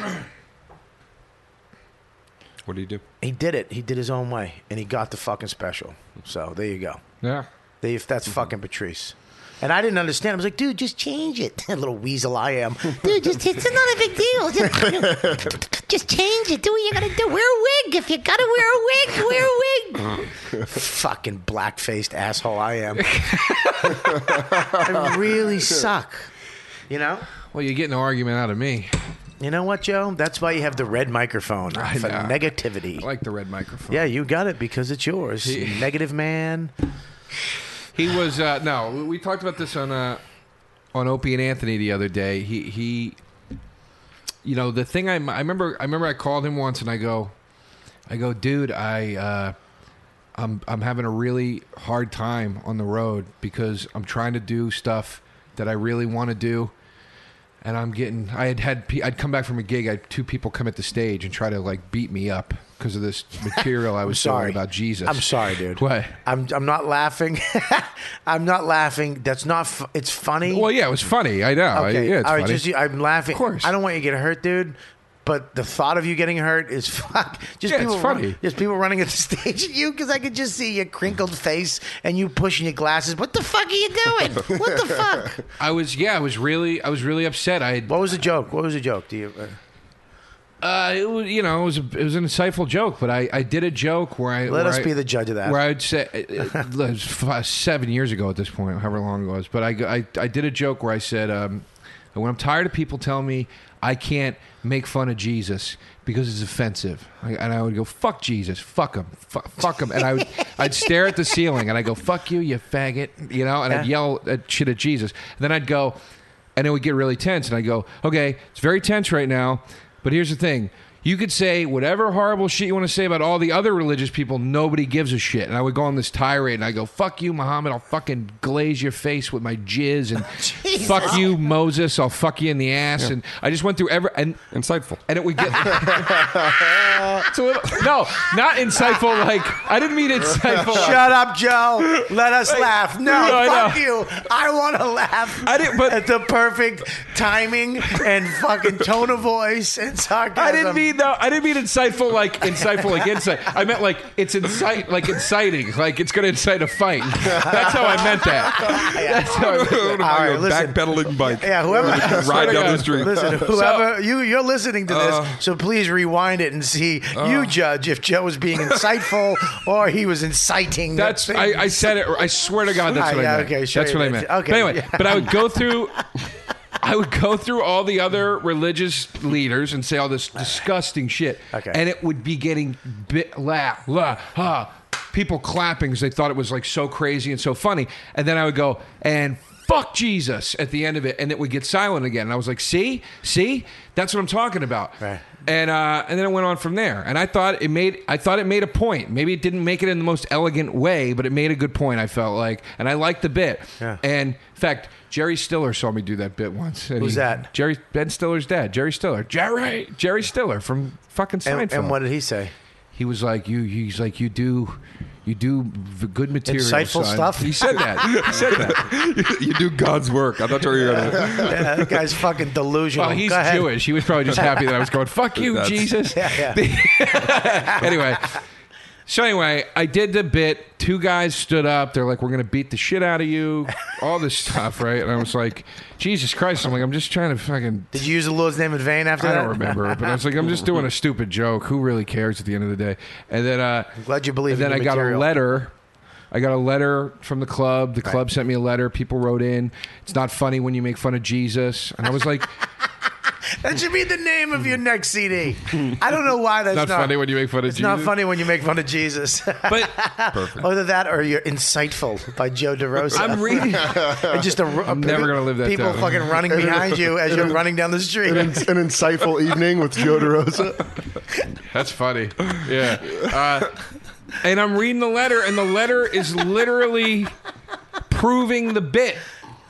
What do you do?
He did it. He did his own way, and he got the fucking special. So there you go.
Yeah.
They, if
Mm-hmm.
that's fucking Patrice. And I didn't understand. I was like, dude, just change it. little weasel I am.
Dude, just it's not a big deal. Just, just change it. Do what you gotta do. Wear a wig. If you gotta wear a wig, wear a wig.
fucking black faced asshole I am. I really suck. You know?
Well, you're getting an argument out of me.
You know what, Joe? That's why you have the red microphone
I
for
know.
negativity.
I like the red microphone.
yeah, you got it because it's yours. Negative man.
He was uh, no. we- We talked about this on uh, on Opie and Anthony the other day. He he, you know the thing I, I remember I remember I called him once and I go, I go, dude, I uh, I'm I'm having a really hard time on the road because I'm trying to do stuff that I really want to do. And I'm getting. I had had. pe- I'd come back from a gig. I had two people come at the stage and try to like beat me up because of this material I was
sorry
doing about Jesus.
I'm sorry, dude.
What?
I'm I'm not laughing. I'm not laughing. That's not. F- it's funny.
Well, yeah, it was funny. I know. I-
Okay.
yeah, it's
All right.
funny.
Just you- I'm laughing.
Of course.
I don't want you to get hurt, dude. But the thought of you getting hurt is fuck. Just
Yeah, it's
people
funny.
run- just people running at the stage at you because I could just see your crinkled face and you pushing your glasses. What the fuck are you doing? What the fuck?
I was yeah, I was really I was really upset. I had
What was the joke? What was the joke? Do you? Uh,
uh, it was, you know it was a, it was an insightful joke, but I, I did a joke where I
Let
where
us
I-
be the judge of that.
Where I'd say it it was five, seven years ago at this point, however long it was, but I go- I, I did a joke where I said um, when I'm tired of people telling me I can't make fun of Jesus because it's offensive, I, and I would go fuck Jesus, fuck him, fuck, fuck him, and I would I'd stare at the ceiling and I go fuck you, you faggot, you know, and I'd
Yeah.
yell at shit at Jesus, and then I'd go. and it would get really tense. And I go, okay, it's very tense right now, but here's the thing. You could say whatever horrible shit you want to say about all the other religious people. Nobody gives a shit. And I would go on this tirade and I go, fuck you, Muhammad. I'll fucking glaze your face with my jizz. And fuck you, Moses. I'll fuck you in the ass. And I just went through every. And
Insightful.
and it would get it's a little no, not insightful. Like I didn't mean insightful. like-
Shut up, Joe. Let us laugh. No,
I know.
fuck you. I want to laugh.
I didn't- but-
at the perfect timing and fucking tone of voice and sarcasm.
I didn't mean no. I didn't mean insightful like insightful like insight. I meant like it's incite like inciting like it's going to incite a fight. That's how I meant that. That's how I meant
I don't
that.
know how
All
you're
right, listen.
backpedaling bike.
Ah, Yeah, whoever.
Ride down the
God.
street.
Listen, whoever you you're listening to this,
Uh.
so please rewind it and see
Uh.
you judge if Joe was being insightful or he was inciting. the
That's
thing.
I, I said it. I swear to God, that's
Ah,
what
yeah,
I meant.
okay, sure
that's
you
what I
did.
meant.
Okay,
But anyway,
yeah.
but I would go through. I would go through all the other religious leaders and say all this disgusting shit,
Okay.
and it would be getting bit la la ha. People clapping because they thought it was like so crazy and so funny, and then I would go and fuck Jesus at the end of it, and it would get silent again. And I was like, "See, see, that's what I'm talking about."
Right.
and uh, and then it went on from there. And I thought it made I thought it made a point. Maybe it didn't make it in the most elegant way, but it made a good point. I felt like, and I liked the bit.
Yeah.
And in fact, Jerry Stiller saw me do that bit once. and
Who's
he-
that?
Jerry Ben Stiller's dad, Jerry Stiller. Jerry Jerry Stiller from fucking Seinfeld.
And, and what did he say?
he was like you. He's like you do. You do v- good material,
Insightful
son."
stuff?
He said that. He said that.
you do God's work. I thought you were gonna.
Yeah, that guy's fucking delusional.
Well, he's
Oh, Go ahead.
Jewish. He was probably just happy that I was going, "Fuck you,
That's-
Jesus."
Yeah,
anyway. So anyway, I did the bit. Two guys stood up. They're like, "We're gonna beat the shit out of you," all this stuff, right? And I was like, "Jesus Christ!" I'm like, "I'm just trying to fucking."
Did you use the Lord's name in vain after
I
that?
don't remember, but I was like, "I'm just doing a stupid joke. Who really cares at the end of the day?" And then, uh,
glad you believe
And then
in
I
your
got
material.
a letter. I got a letter from the club. The club sent me a letter. People wrote in. It's not funny when you make fun of Jesus, and I was like,
That should be the name of your next CD. I don't know why that's
"Not
not,
funny when you make fun of
It's
Jesus."
not funny when you make fun of Jesus.
But
Either that or you're insightful by Joe DeRosa.
I'm reading.
And just a, a-
never gonna live that
People
down.
fucking running behind you as you're running down the street.
an insightful evening with Joe DeRosa.
That's funny. Yeah. Uh, and I'm reading the letter, and the letter is literally proving the bit.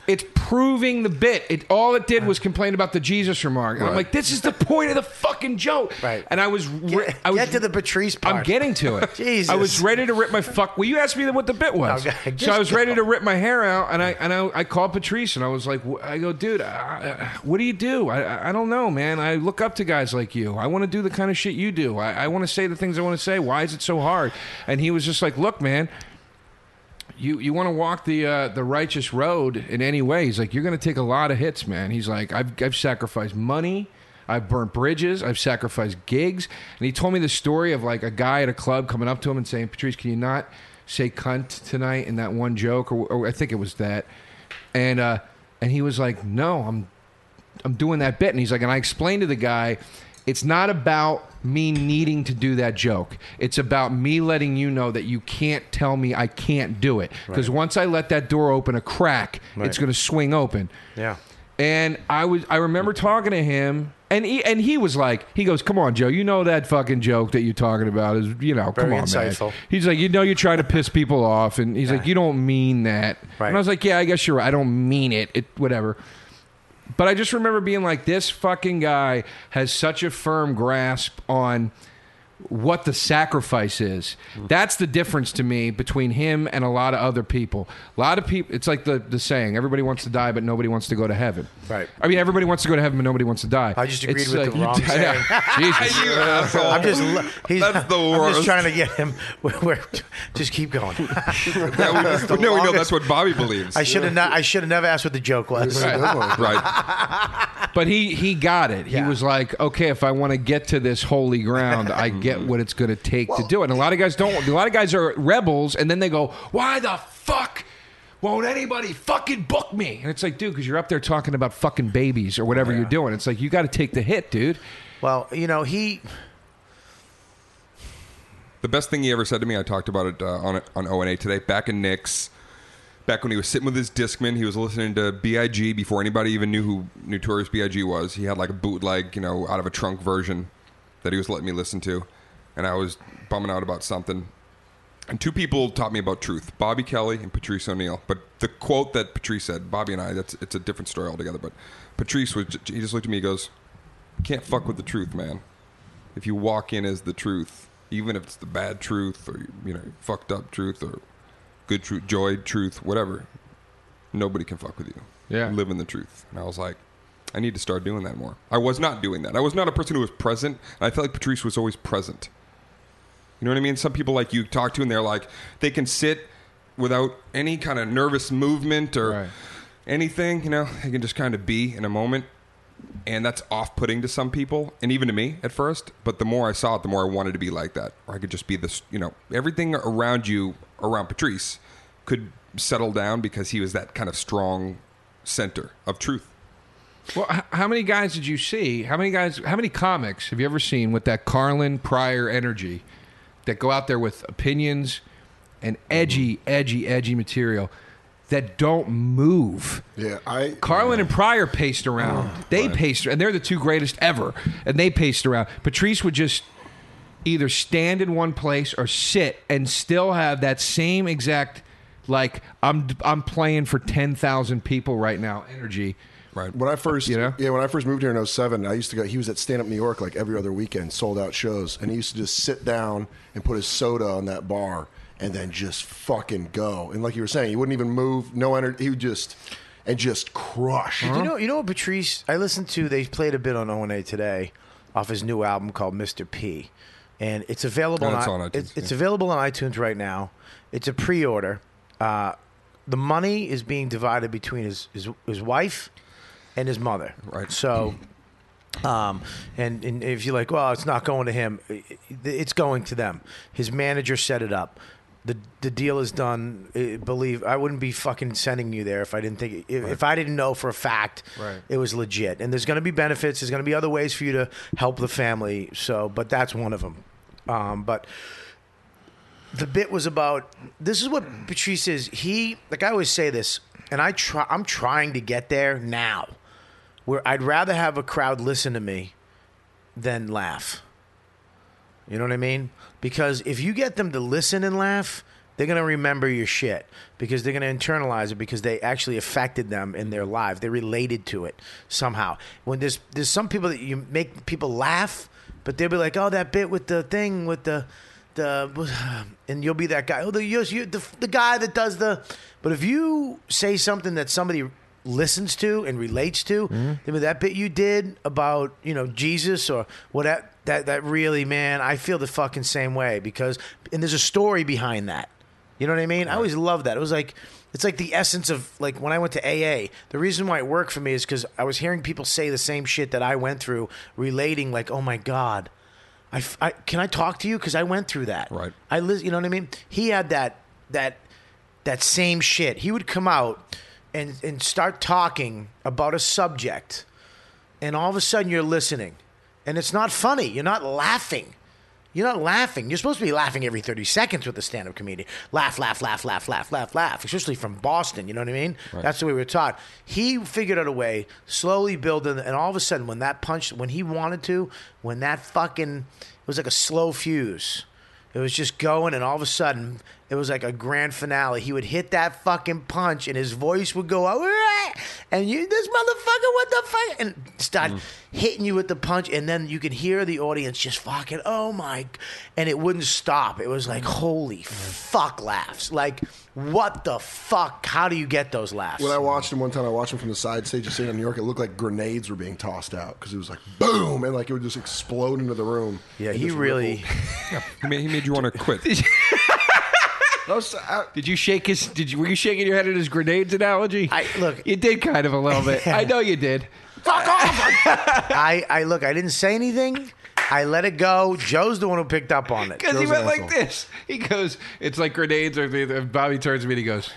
It's proving the bit. It all it did was complain about the Jesus remark. And I'm
Right.
like, this is the point of the fucking joke.
Right.
And I was, re-
Get,
I was
get to the Patrice part.
I'm getting to it.
Jesus.
I was ready to rip my fuck. Well, you asked me what the bit was,
No, God,
so I was
just
ready to rip my hair out, and I and I, I called Patrice, and I was like, wh- I go, dude, I, I- what do you do? I- I I don't know, man. I look up to guys like you. I want to do the kind of shit you do. I, I want to say the things I want to say. Why is it so hard? And he was just like, look, man. You, you want to walk the uh, the righteous road in any way? He's like, you're going to take a lot of hits, man. He's like, I've, I've sacrificed money. I've burnt bridges. I've sacrificed gigs. And he told me the story of like a guy at a club coming up to him and saying, Patrice, can you not say cunt tonight in that one joke? Or, or I think it was that. And, uh, and he was like, no, I'm, I'm doing that bit. And he's like, and I explained to the guy, it's not about me needing to do that joke. It's about me letting you know that you can't tell me I can't do it. Because once I let that door open a crack, it's going to swing open.
Yeah.
And I was I remember talking to him and he, and he was like he goes, "Come on, Joe, you know that fucking joke that you're talking about is, you know, come
Very
on,
insightful.
man." He's like, "You know you're trying to piss people off." And he's like, "You don't mean that."
Right.
And I was like, "Yeah, I guess you're right. I don't mean it. It whatever." But I just remember being like, this fucking guy has such a firm grasp on what the sacrifice is.
Mm.
That's the difference to me between him and a lot of other people. A lot of people, it's like the, the saying everybody wants to die, but nobody wants to go to heaven.
Right.
I mean, everybody wants to go to heaven, but nobody wants to die.
I just agreed
It's
with
like-
the wrong
I know. Jesus.
You asshole.
I'm just. lo- He's,
That's the
I'm
worst.
just trying to get him. We're, we're- just keep going.
Now we,
the
now we know
longest-
that's what Bobby believes.
I should have not. I should have never asked what the joke was.
right.
But he he got it.
Yeah.
He was like, okay, if I want to get to this holy ground, I get what it's going to take to do it. And a lot of guys don't. A lot of guys are rebels, and then they go, why the fuck? Won't anybody fucking book me? And it's like, dude, because you're up there talking about fucking babies or whatever you're doing. It's like you got to take the hit, dude.
Well, you know, he
The best thing he ever said to me, I talked about it uh, on on ONA today. Back in Nick's, back when he was sitting with his Discman, he was listening to B.I.G. before anybody even knew who Notorious B.I.G. was. He had like a bootleg, you know, out of a trunk version that he was letting me listen to, and I was bumming out about something. And two people taught me about truth: Bobby Kelly and Patrice O'Neill. But the quote that Patrice said, Bobby and I—that's it's a different story altogether. But Patrice was—he just looked at me. He goes, "You "Can't fuck with the truth, man. If you walk in as the truth, even if it's the bad truth or you know fucked up truth or good truth, joy truth, whatever, nobody can fuck with you.
Yeah.
live in the truth." And I was like. I need to start doing that more. I was not doing that. I was not a person who was present. And I felt like Patrice was always present. You know what I mean? Some people like you talk to, and they're like, they can sit without any kind of nervous movement or
Right.
anything. You know, they can just kind of be in a moment, and that's off-putting to some people, and even to me at first. But the more I saw it, the more I wanted to be like that, or I could just be this. You know, everything around you, around Patrice, could settle down because he was that kind of strong center of truth.
Well, h- how many guys did you see? How many guys? How many comics have you ever seen with that Carlin Pryor energy that go out there with opinions and edgy, edgy, edgy material? that don't move.
Yeah, I- Oh,
Carlin and Pryor paced around. they paced, and they're the two greatest ever. And they paced around. Patrice would just either stand in one place or sit and still have that same exact like I'm I'm playing for ten thousand people right now energy.
Right.
When I first,
You know?
yeah, when I first moved here in 07, I used to go. He was at Stand Up New York like every other weekend, sold out shows, and he used to just sit down and put his soda on that bar, and then just fucking go. And like you were saying, he wouldn't even move, no energy. He would just and just crush.
Uh-huh.
You know, you know what, Patrice? I listened to. They played a bit on O&A today, off his new album called Mr. P, and it's available.
Oh, it's
on,
on iTunes,
It's, it's
yeah.
available on iTunes right now. It's a pre-order. Uh, the money is being divided between his his, his wife and his mother.
Right.
So. Um, and, and if you're like, well, it's not going to him, i- i- it's going to them. His manager set it up. The, the deal is done. I believe I wouldn't be fucking sending you there if I didn't think if, if I didn't know for a fact
Right.
it was legit. And there's going to be benefits. There's going to be other ways for you to help the family. So, but that's one of them. Um, but the bit was about this is what Patrice is. He like I always say this, and I try. I'm trying to get there now, where I'd rather have a crowd listen to me than laugh. You know what I mean? Because if you get them to listen and laugh, they're gonna remember your shit because they're gonna internalize it because they actually affected them in their life. They related to it somehow. When there's there's some people that you make people laugh, but they'll be like, "Oh, that bit with the thing with the the," and you'll be that guy. Oh, the you, you- the the guy that does the. But if you say something that somebody listens to and relates to, then that bit you did about you know Jesus or whatever that that really man i feel the fucking same way because and there's a story behind that you know what i mean i always love that it was like it's like the essence of like when i went to aa the reason why it worked for me is because i was hearing people say the same shit that i went through relating like oh my god i, f- I- can i talk to you because i went through that
Right.
i li- you know what i mean he had that that that same shit he would come out and and start talking about a subject and all of a sudden you're listening and it's not funny you're not laughing you're not laughing you're supposed to be laughing every 30 seconds with a stand-up comedian laugh laugh laugh laugh laugh laugh laugh especially from boston you know what i mean that's the way we were taught he figured out a way slowly building and all of a sudden when that punch when he wanted to when that fucking it was like a slow fuse it was just going, and all of a sudden, it was like a grand finale. He would hit that fucking punch, and his voice would go out, "Rah!" and you, this motherfucker, what the fuck, and start hitting you with the punch, and then you could hear the audience just fucking, oh my, g-" and it wouldn't stop. It was like, holy fuck, laughs. Like, what the fuck? How do you get those laughs?
When I watched him one time, I watched him from the side stage of Stand Up New York. It looked like grenades were being tossed out because it was like boom, and like it would just explode into the room.
yeah,
and
he
just
really.
ripple.
He made, he made you want to quit.
No, so I-
Did you shake his? Did you were you shaking your head at his grenades analogy?
I- look-
you did kind of a little bit. I know you did.
I, I look. I didn't say anything. I let it go. Joe's the one who picked up on it.
Because he
Joe's
went
an
like
asshole.
this. He goes, "It's like grenades." Or the- the- Bobby turns to me and he goes,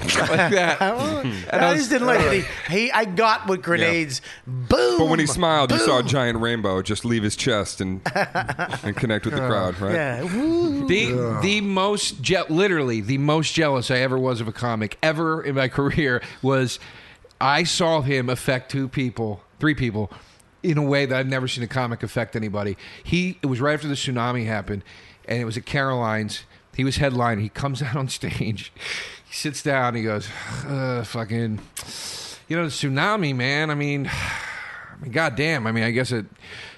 like that.
And Oh, I just didn't like that he, he. I got with grenades. Boom.
But when he smiled, you saw a giant rainbow just leave his chest and and connect with the crowd, right?
Yeah. Woo.
The the most je- literally the most jealous I ever was of a comic ever in my career was I saw him affect two people, three people, in a way that I've never seen a comic affect anybody. He it was right after the tsunami happened, and it was at Caroline's. He was headliner. He comes out on stage, he sits down, he goes, uh, "Fucking, you know, the tsunami, man. I mean." I mean, goddamn. I mean, I guess I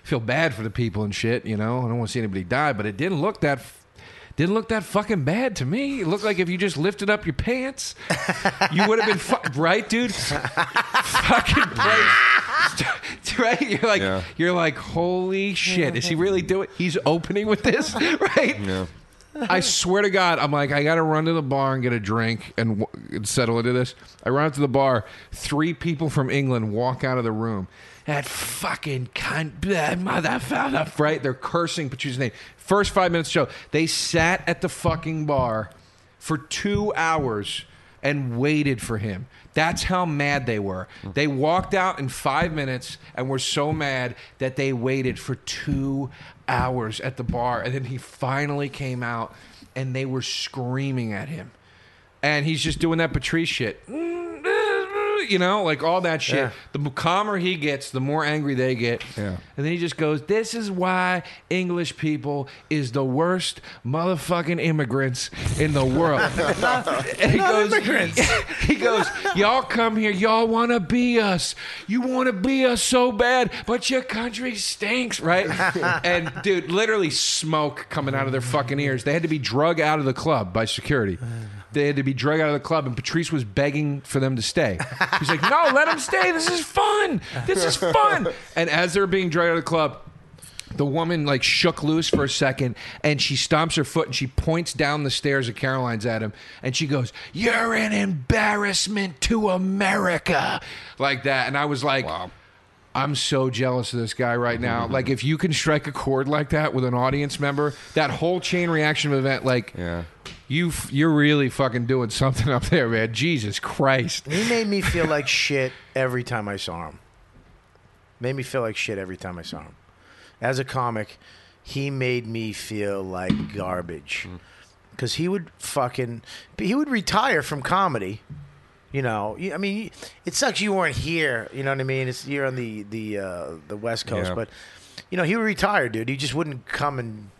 feel bad for the people and shit. You know, I don't want to see anybody die, but it didn't look that didn't look that fucking bad to me. It looked like if you just lifted up your pants, you would have been fu- right, dude. fucking place. right? You're like
Yeah.
you're like, holy shit! Is he really doing? He's opening with this, right?
Yeah.
I swear to God, I'm like, I gotta run to the bar and get a drink and, w- and settle into this. I run out to the bar. Three people from England walk out of the room. That fucking cunt, that motherfucker, right? They're cursing Patricia's name. First five minutes of the show, they sat at the fucking bar for two hours and waited for him. That's how mad they were. They walked out in five minutes and were so mad that they waited for two hours at the bar. And then he finally came out and they were screaming at him. and he's just doing that Patrice shit. Mm, You know, like all that shit. The calmer he gets, the more angry they get.
Yeah.
And then he just goes, "This is why English people is the worst motherfucking immigrants in the world." and he goes, He goes, "Y'all come here, y'all want to be us. You want to be us so bad, but your country stinks, right?" and dude, literally smoke coming out of their fucking ears. They had to be drug out of the club by security. They had to be drug out of the club, and Patrice was begging for them to stay. He's like, "No, let them stay. This is fun. This is fun." And as they're being drugged out of the club, the woman like shook loose for a second and she stomps her foot and she points down the stairs at Caroline's at him and she goes, You're an embarrassment to America. Like that. And I was like, I'm so jealous of this guy right now. Like, if you can strike a chord like that with an audience member, that whole chain reaction event, like,
Yeah.
you f- you're really fucking doing something up there, man. Jesus Christ.
He made me feel like shit every time I saw him. Made me feel like shit every time I saw him. As a comic, he made me feel like garbage.
Mm.
Because he would fucking. But he would retire from comedy. You know, You- I mean, it sucks you weren't here. You know what I mean? It's you're on the the uh, the West Coast,
Yeah.
but you know he would retire, dude. He just wouldn't come and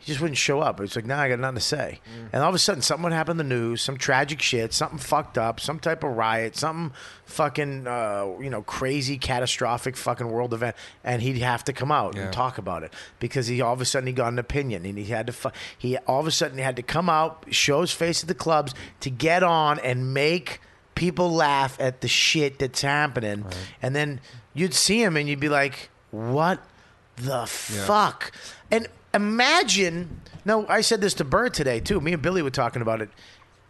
he just wouldn't show up. It's like now I got nothing to say,
Mm.
and all of a sudden something would happen in the news, some tragic shit, something fucked up, some type of riot, something fucking uh, you know crazy catastrophic fucking world event, and he'd have to come out
Yeah.
and talk about it because he all of a sudden he got an opinion and he had to fu- he all of a sudden he had to come out, show his face at the clubs to get on and make people laugh at the shit that's happening and then you'd see him and you'd be like what the fuck and imagine no i said this to Burr today too me and billy were talking about it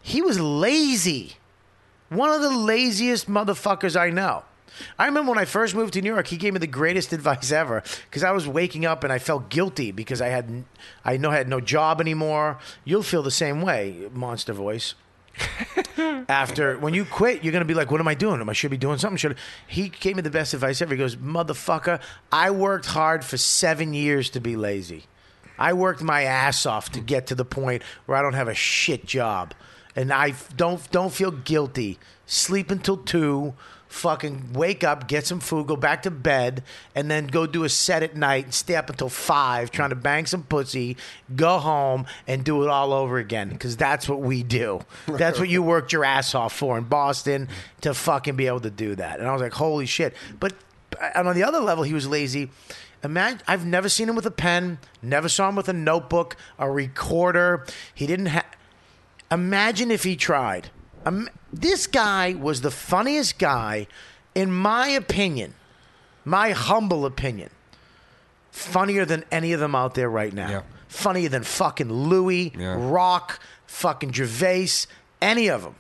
he was lazy one of the laziest motherfuckers I know. I remember when I first moved to New York, he gave me the greatest advice ever because I was waking up and I felt guilty because I had, I know I had no job anymore. You'll feel the same way, monster voice. After when you quit, you're gonna be like, "What am I doing? Am I should be doing something?" Should I-" he gave me the best advice ever? He goes, "Motherfucker, I worked hard for seven years to be lazy. I worked my ass off to get to the point where I don't have a shit job, and I f- don't don't feel guilty. Sleep until two, fucking wake up, get some food, go back to bed, and then go do a set at night and stay up until five trying to bang some pussy, go home and do it all over again because that's what we do. That's what you worked your ass off for in Boston to fucking be able to do that. And I was like, holy shit! But and on the other level, he was lazy. Imagine I've never seen him with a pen, never saw him with a notebook, a recorder. He didn't have. Imagine if he tried. Um, this guy was the funniest guy, in my opinion, my humble opinion. Funnier than any of them out there right now.
Yeah.
Funnier than fucking Louis,
Yeah.
Rock, fucking Gervais, any of them.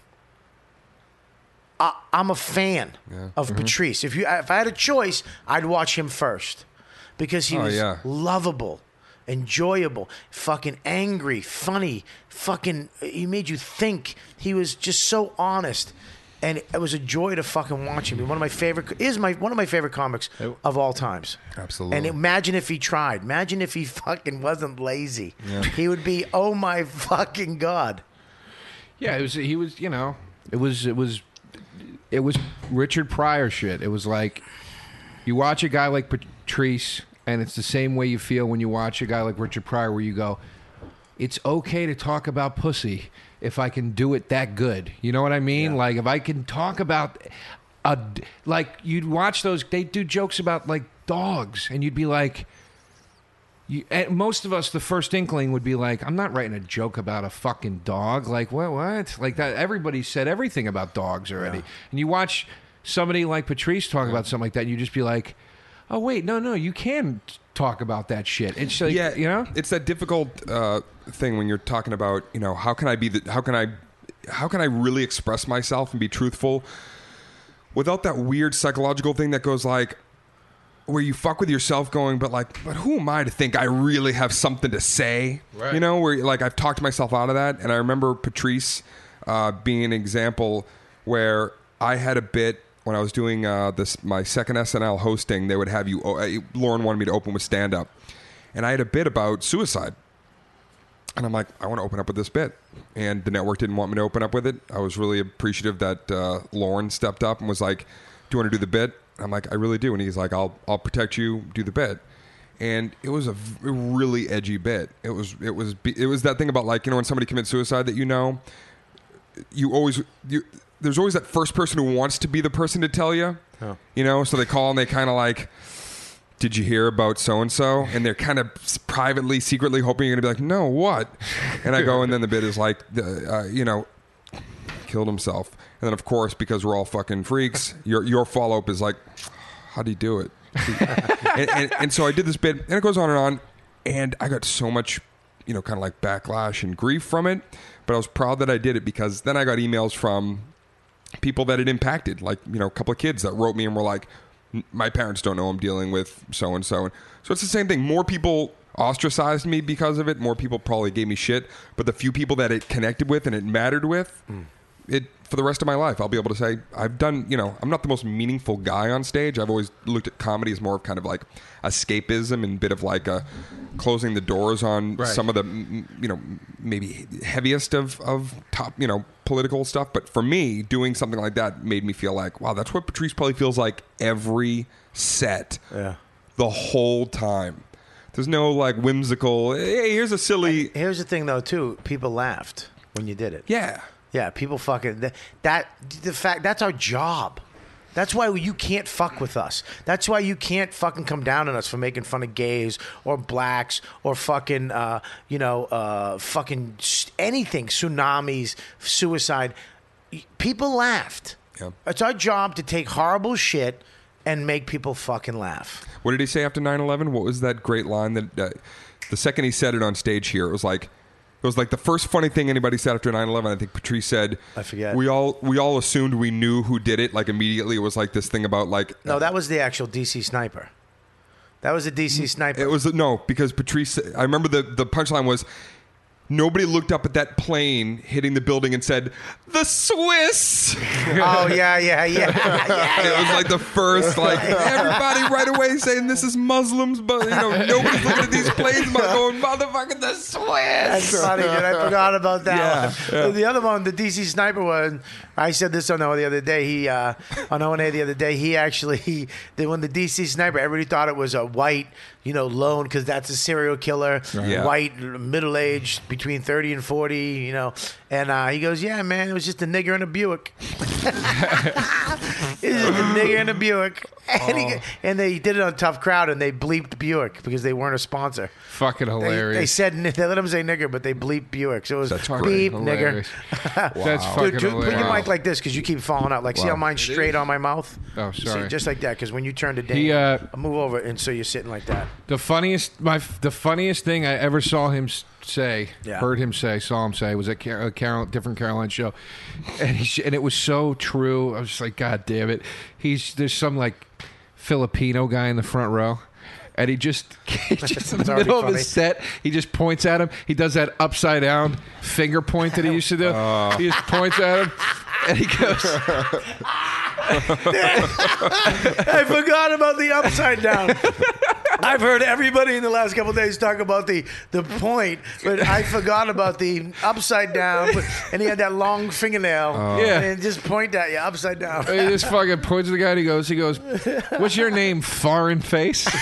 I, I'm a fan of
Mm-hmm.
Patrice. If you, if I had a choice, I'd watch him first because he
Oh,
was
yeah.
lovable, enjoyable, fucking angry, funny, fucking. He made you think. He was just so honest, and it was a joy to fucking watch him. One of my favorite is my one of my favorite comics of all times.
Absolutely.
And imagine if he tried. Imagine if he fucking wasn't lazy. He would be. Oh my fucking god.
Yeah, it was. He was. You know, it was. It was. It was Richard Pryor shit. It was like you watch a guy like Patrice, and it's the same way you feel when you watch a guy like Richard Pryor, where you go, "It's okay to talk about pussy if I can do it that good." You know what I mean? Like if I can talk about a like you'd watch those. They do jokes about like dogs, and you'd be like. You, and most of us, the first inkling would be like, "I'm not writing a joke about a fucking dog." Like, what? What? Like that? Everybody said everything about dogs already. And you watch somebody like Patrice talk about something like that, and you just be like, "Oh wait, no, no, you can t- talk about that shit." It's like,
yeah,
you know,
it's that difficult uh, thing when you're talking about, you know, how can I be the, how can I, how can I really express myself and be truthful without that weird psychological thing that goes like, where you fuck with yourself going, but like, but who am I to think I really have something to say?
Right.
You know, where like I've talked myself out of that. And I remember Patrice uh, being an example where I had a bit when I was doing uh, this my second SNL hosting. They would have oh, you. Uh, Lauren wanted me to open with stand up, and I had a bit about suicide And I'm like, I want to open up with this bit. And the network didn't want me to open up with it. I was really appreciative that uh, Lauren stepped up and was like, Do you want to do the bit? I'm like, I really do. And he's like, I'll, I'll protect you, do the bit. And it was a v- really edgy bit. It was, it was, be- it was that thing about like, you know, when somebody commits suicide that you know, you always you there's always that first person who wants to be the person to tell you. You know, so they call and they kind of like, "Did you hear about so and so?" And they're kind of privately, secretly hoping you're gonna be like, "No, what?" And I go, and then the bit is like, uh, uh, you know, killed himself. And then of course, because we're all fucking freaks, your your follow up is like, "How do you do it?" and, and, and so I did this bit, and it goes on and on, and I got so much, you know, kind of like backlash and grief from it. But I was proud that I did it because then I got emails from people that it impacted, like you know, a couple of kids that wrote me and were like, "N- "My parents don't know I'm dealing with so and so," and so it's the same thing. More people ostracized me because of it. More people probably gave me shit, but the few people that it connected with and it mattered with. It for the rest of my life, I'll be able to say I've done. You know, I'm not the most meaningful guy on stage. I've always looked at comedy as more of kind of like escapism and bit of like a closing the doors on some of the m- m- you know maybe heaviest of of top you know political stuff. But for me, doing something like that made me feel like, wow, that's what Patrice probably feels like every set.
Yeah.
The whole time. There's no like whimsical, hey, here's a silly.
Here's the thing, though, too. People laughed when you did it.
Yeah.
Yeah, people fucking that, that the fact that's our job. That's why you can't fuck with us. That's why you can't fucking come down on us for making fun of gays or blacks or fucking uh, you know uh, fucking s- anything, tsunamis, suicide. People laughed.
Yeah.
It's our job to take horrible shit and make people fucking laugh.
What did he say after 9/11? What was that great line that uh, the second he said it on stage here, it was like it was like the first funny thing anybody said after 9/11. I think Patrice said,
I forget.
We all we all assumed we knew who did it. Like immediately, it was like this thing about like
No, that was the actual DC sniper. That was the DC sniper.
Mm. It was no because Patrice. I remember the the punchline was nobody looked up at that plane hitting the building and said the Swiss.
oh yeah, yeah, yeah.
it was like the first like everybody right away saying this is Muslims, but you know nobody's looking at these planes, but going motherfucking the Swiss.
That's funny, dude. I forgot about that
Yeah,
one. The other one, the DC sniper one. I said this on O the other day. He uh, on O and A the other day. He actually he the when the DC sniper. Everybody thought it was a white, you know, lone because that's a serial killer,
Yeah.
white, middle aged, between thirty and forty, you know. And uh, he goes, "Yeah, man, it was just a nigger in a Buick." It was just a nigger in a Buick, and,
Oh.
he, and they did it on Tough Crowd, and they bleeped Buick because they weren't a sponsor.
Fucking
They- They,
hilarious.
said ni- they let him say nigger, but they bleep Buick. So it was
That's
Fucking
beep
hilarious.
nigger.
That's fucking
Dude, dude, put your
hilarious.
mic like this because you keep falling out. Like, see how mine's straight on my mouth?
Oh,
See,
sorry.
just like that, because when you turn to Dane,
He, uh,
move over, and so you're sitting like that.
The funniest, my the funniest thing I ever saw him s- say,
Yeah.
heard him say, saw him say was at Car- a Carol, different Caroline show, and he, sh- and it was so true. I was just like, God damn it! He's there's some like Filipino guy in the front row. And he just, he's just in
It's
the
already
middle of
funny.
his set, he just points at him. He does that upside down finger point that he used to do. He
Oh.
just points at him, and he goes,
I forgot about the upside down. I've heard everybody in the last couple of days talk about the the point, but I forgot about the upside down. But, and he had that long fingernail,
Oh. Yeah.
and just point at you upside down.
He just fucking points at the guy and he goes, he goes, What's your name, foreign face?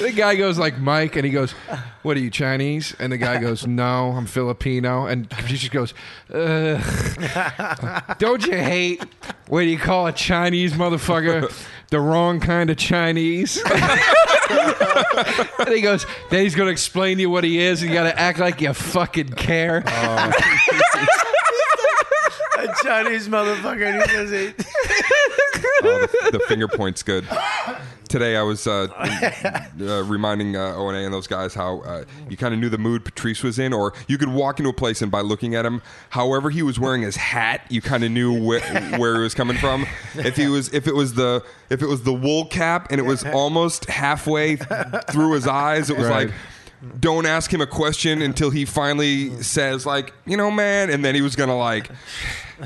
the guy goes like Mike and he goes, What are you, Chinese? And the guy goes, No, I'm Filipino. And she just goes, Ugh. Don't you hate when you call a Chinese motherfucker the wrong kind of Chinese? and he goes, Then he's gonna explain to you what he is, and you gotta act like you fucking care.
A Chinese motherfucker. And he does it.
Oh, the, the finger point's good. Today I was uh, uh, reminding uh, O and A and those guys how uh, you kind of knew the mood Patrice was in, or you could walk into a place and by looking at him, however he was wearing his hat, you kind of knew where, where he was coming from. If he was, if it was the, if it was the wool cap and it was almost halfway through his eyes, it was
Right.
like. don't ask him a question until he finally says like, you know, man, and then he was gonna like,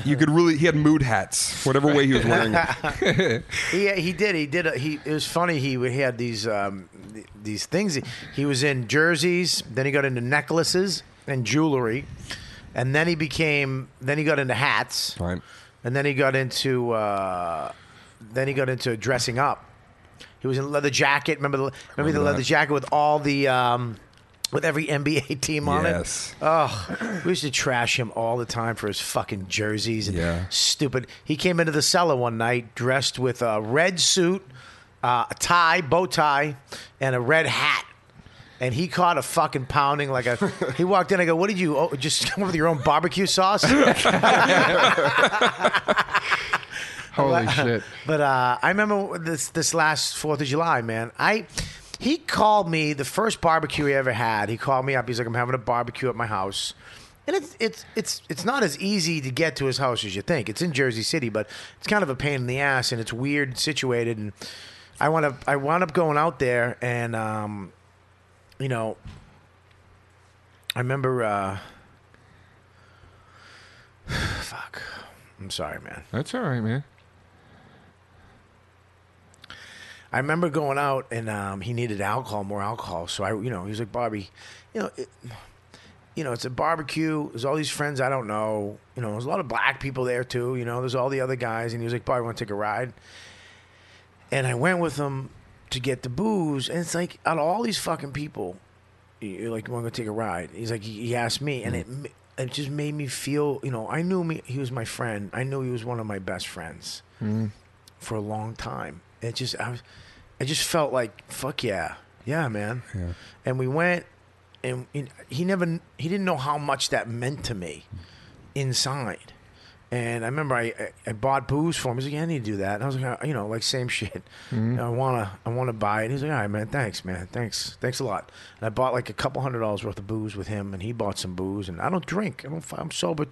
you could really. He had mood hats, whatever way he was wearing. it.
He he did he did a, he it was funny he would- he had these um, th- these things he, was in jerseys then he got into necklaces and jewelry and then he became then he got into hats
Right.
and then he got into uh, then he got into dressing up he was in leather jacket remember the remember, the
Remember
leather
that.
jacket with all the um, with every NBA team on
Yes.
it oh we used to trash him all the time for his fucking jerseys and
Yeah.
stupid. He came into the cellar one night dressed with a red suit, uh, a tie, bow tie, and a red hat. And he caught a fucking pounding like a. He walked in. I go, "What did you oh, just come up with your own barbecue sauce?"
Holy shit.
But uh, I remember this this last Fourth of July, man. I he called me the first barbecue he ever had. He called me up. He's like, "I'm having a barbecue at my house." And it's it's it's it's not as easy to get to his house as you think. It's in Jersey City, but it's kind of a pain in the ass, and it's weird situated. And I wound up I wound up going out there, and um, you know, I remember. Uh, fuck, I'm sorry, man.
That's all right, man.
I remember going out and um, he needed alcohol, more alcohol. So I, you know, he was like, Bobby, you know, it, you know, it's a barbecue. There's all these friends I don't know. You know, there's a lot of black people there too. You know, there's all the other guys. And he was like, Bobby, want to take a ride? And I went with him to get the booze. And it's like, out of all these fucking people, you're like, want to go take a ride? He's like, he asked me, and it ma- it just made me feel, you know, I knew me. He was my friend. I knew he was one of my best friends for a long time. It just I was, I just felt like fuck yeah, yeah, man. And we went, and and he never he didn't know how much that meant to me inside. And I remember I, I, I bought booze for him. He's like, yeah, I need to do that. And I was like, "Uh, you know, like same shit.
Mm-hmm.
I wanna I wanna buy it. He's like, all right, man, thanks, man, thanks, thanks a lot. And I bought like a couple hundred dollars worth of booze with him, and he bought some booze. And I don't drink. I don't. f- I'm sober.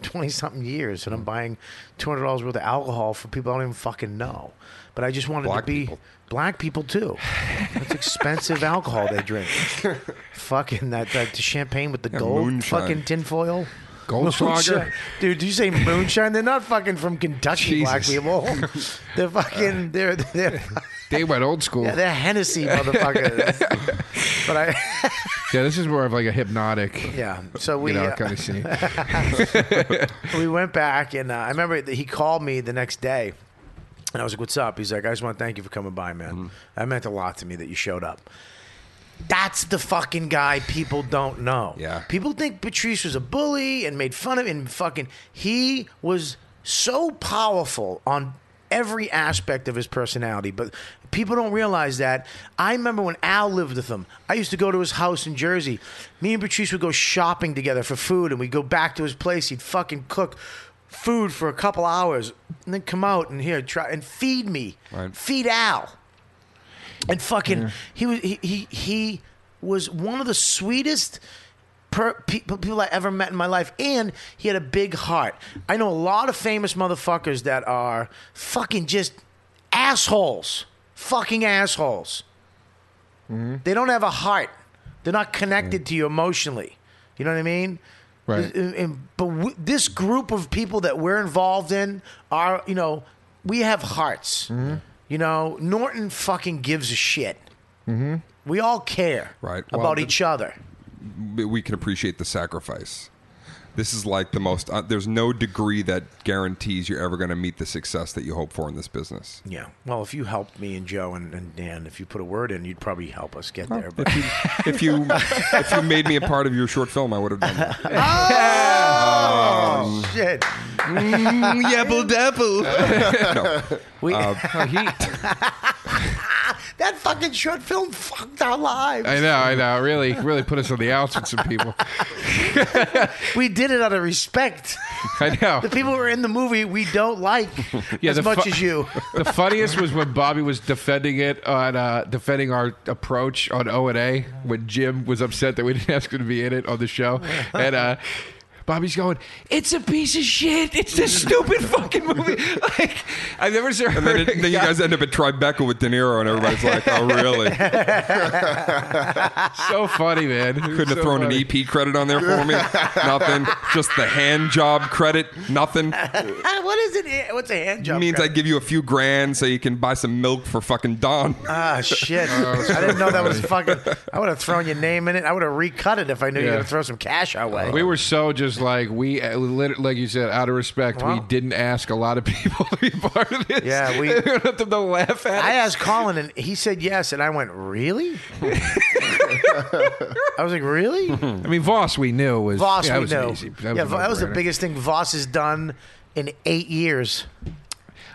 20 something years
Mm-hmm.
and I'm buying $200 worth of alcohol for people I don't even fucking know. But I just wanted
Black
to be
people.
black people too. That's expensive alcohol they drink. fucking that, that champagne with the gold
moonshine.
fucking tinfoil.
Goldschlager.
Moonshine. Dude, do you say moonshine? They're not fucking from Kentucky, black
Jesus. Uh.
people. They're fucking, they're, they're,
They went old school.
yeah,
Yeah,
they're Hennessy motherfuckers. but I,
this is more of like a hypnotic,
yeah. So we,
you know,
uh,
kind of scene.
we went back, and uh, I remember that he called me the next day, and I was like, "What's up?" He's like, "I just want to thank you for coming by,
Mm-hmm.
man. That meant a lot to me that you showed up." That's the fucking guy people don't know.
Yeah.
people think Patrice was a bully and made fun of him. And fucking, he was so powerful on every aspect of his personality, but. People don't realize that. I remember when Al lived with him. I used to go to his house in Jersey. Me and Patrice would go shopping together for food, and we'd go back to his place. He'd fucking cook food for a couple hours, and then come out and here try and feed me,
Right.
feed Al, and fucking he was he, he he was one of the sweetest per, pe- people I ever met in my life, and he had a big heart. I know a lot of famous motherfuckers that are fucking just assholes, fucking assholes. They don't have a heart. They're not connected to you emotionally. You know what I mean?
Right.
And- and- but w- this group of people that we're involved in are, you know, we have hearts. You know, Norton fucking gives a shit. Mm-hmm. We all care
Right.
about
Well, the-
each other.
we can appreciate the sacrifice. This is like the most. Uh, there's no degree that guarantees you're ever going to meet the success that you hope for in this business.
Yeah. Well, if you helped me and Joe and, and Dan, if you put a word in, you'd probably help us get there. But
If you if you made me a part of your short film, I would have done that.
Oh, shit.
Yabble dabble. no,
We,
Oh, he, I
that fucking short film fucked our lives.
know, I know. Really, really put us on the outs with some people.
we did it out of respect.
I know.
the people who are in the movie we don't like
Yeah,
as
the
much
fu-
as you.
The funniest was when Bobby was defending it on uh, defending our approach on O and A when Jim was upset that we didn't ask him to be in it on the show, and uh, Bobby's going, "It's a piece of shit. It's this stupid fucking movie." Like I've never heard.
And then, it, then
a
you
guy-
guys end up at Tribeca with De Niro, and everybody's like, "Oh, really? Couldn't
so funny, man. Couldn't
have thrown an EP credit on there for me? Nothing. Just the hand job credit. Nothing.
Ah, what is it? What's a hand job?
means I
crap?
give you a few grand so you can buy some milk for fucking Don.
Ah, shit.
Oh,
I didn't know that was fucking. I would have thrown your name in it. I would have recut it if I knew you were
Yeah.
going to throw some cash our way.
We were so just like we, uh, lit- like you said, out of respect,
Wow.
we didn't ask a lot of people to be part of this.
Yeah, we-
we let them to laugh at.
I
it.
asked Colin and he said yes, and I went, Really? I was like, Really?
I mean, Voss, we knew was
Hmm. Voss,
Hmm. yeah, that
we
was
know.
an easy-
yeah, Vo- that was the
no-brainer.
biggest thing Voss has done in eight years.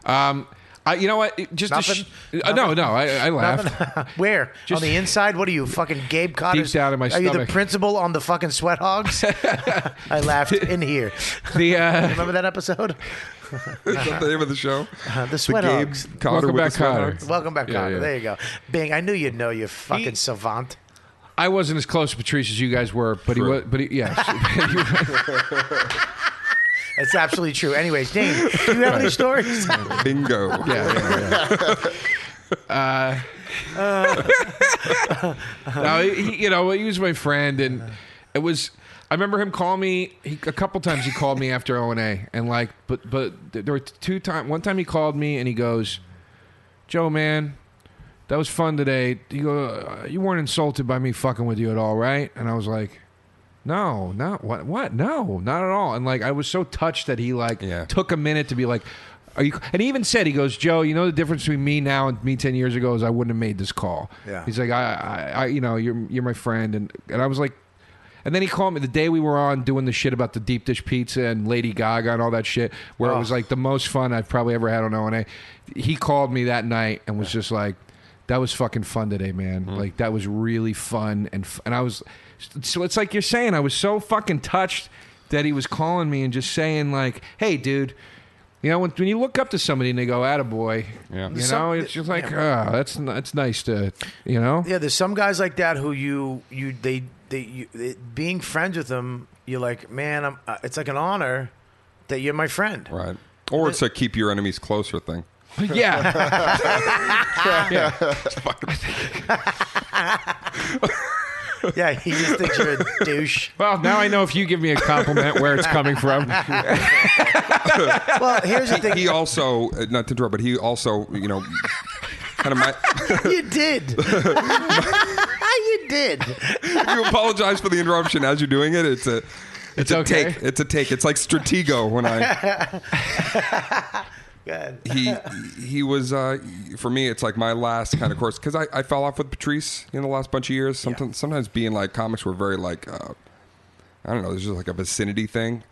Um, I, you know what? It- Just to
Nothing?
uh, no, no, I, I laughed.
Where?
Just-
on the inside? What are you, fucking Gabe Cotter?
down in my
Are you the
stomach.
principal on the fucking Sweat Hogs? I laughed in here.
The uh,
Remember that episode? Uh,
Is that the name of the show?
the Sweat
Gabe
Hogs.
Cotter
Welcome
with the
back,
Sweat
Cotter.
Hogs?
Welcome back,
Yeah,
Connor.
yeah.
There you go. Bing, I knew you'd know you fucking
He-
savant.
I wasn't as close to Patricius as you guys were, but
True.
he was. But he, yes,
That's absolutely true. Anyways, Dane, do you have any stories?
Bingo.
Yeah, yeah, yeah. Uh, no, he, you know, he was my friend, and it was. I remember him call me he, a couple times. He called me after O and A, and like, but but there were two times. One time he called me, and he goes, "Joe, man, that was fun today. You go, uh, you weren't insulted by me fucking with you at all, right?" And I was like. No, not what what? No, not at all. And like I was so touched that he like
Yeah.
took a minute to be like, Are you and he even said, he goes, Joe, you know the difference between me now and me ten years ago is I wouldn't have made this call.
Yeah.
He's like, I, I, I you know, you're you're my friend and and I was like and then he called me the day we were on doing the shit about the deep dish pizza and Lady Gaga and all that shit, where it was like the most fun I've probably ever had on ONA. He called me that night and was just like, "That was fucking fun today, man. Like that was really fun." And f- and I was, so it's like you're saying, I was so fucking touched that he was calling me and just saying like, "Hey, dude." You know, when, when you look up to somebody and they go, attaboy,
Yeah.
you
Some-
know, it's just like, ah, that's, n- that's nice to, you know?
yeah, there's some guys like that who you you they they, you, they being friends with them. You're like, man, I'm, uh, it's like an honor that you're my friend.
Right. Or it's a keep your enemies closer thing.
yeah. yeah.
Yeah, he just thinks you're a douche.
Well, now I know if you give me a compliment where it's coming from.
Well, here's the thing.
He also, uh, not to interrupt, but he also, you know, kind of my.
you did. you did.
you apologize for the interruption as you're doing it. It's a. It's,
It's
a
okay.
take. It's a take. It's like Stratego when I
Good.
he he was uh, for me. It's like my last kind of course because I, I fell off with Patrice in the last bunch of years. Sometimes sometimes being like comics were very like uh, I don't know. There's just like a vicinity thing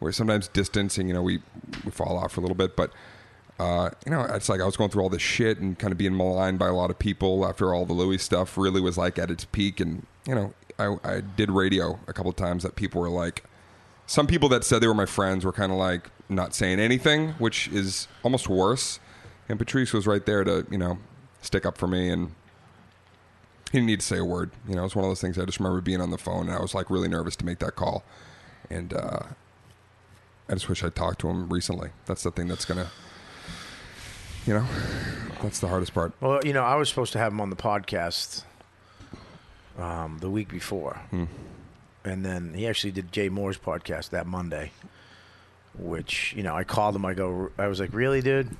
where sometimes distance and you know we we fall off for a little bit, but uh, you know it's like I was going through all this shit and kind of being maligned by a lot of people after all the Louis stuff really was like at its peak, and you know I I did radio a couple times that people were like. Some people that said they were my friends were kind of like not saying anything, which is almost worse. And Patrice was right there to, you know, stick up for me and he didn't need to say a word. You know, it was one of those things I just remember being on the phone and I was like really nervous to make that call. And uh, I just wish I talked to him recently. That's the thing that's going to, you know, that's the hardest part.
Well, you know, I was supposed to have him on the podcast um, the week before, and then he actually did Jay Moore's podcast that Monday. Which you know, I called him. I go, I was like, really, dude. Are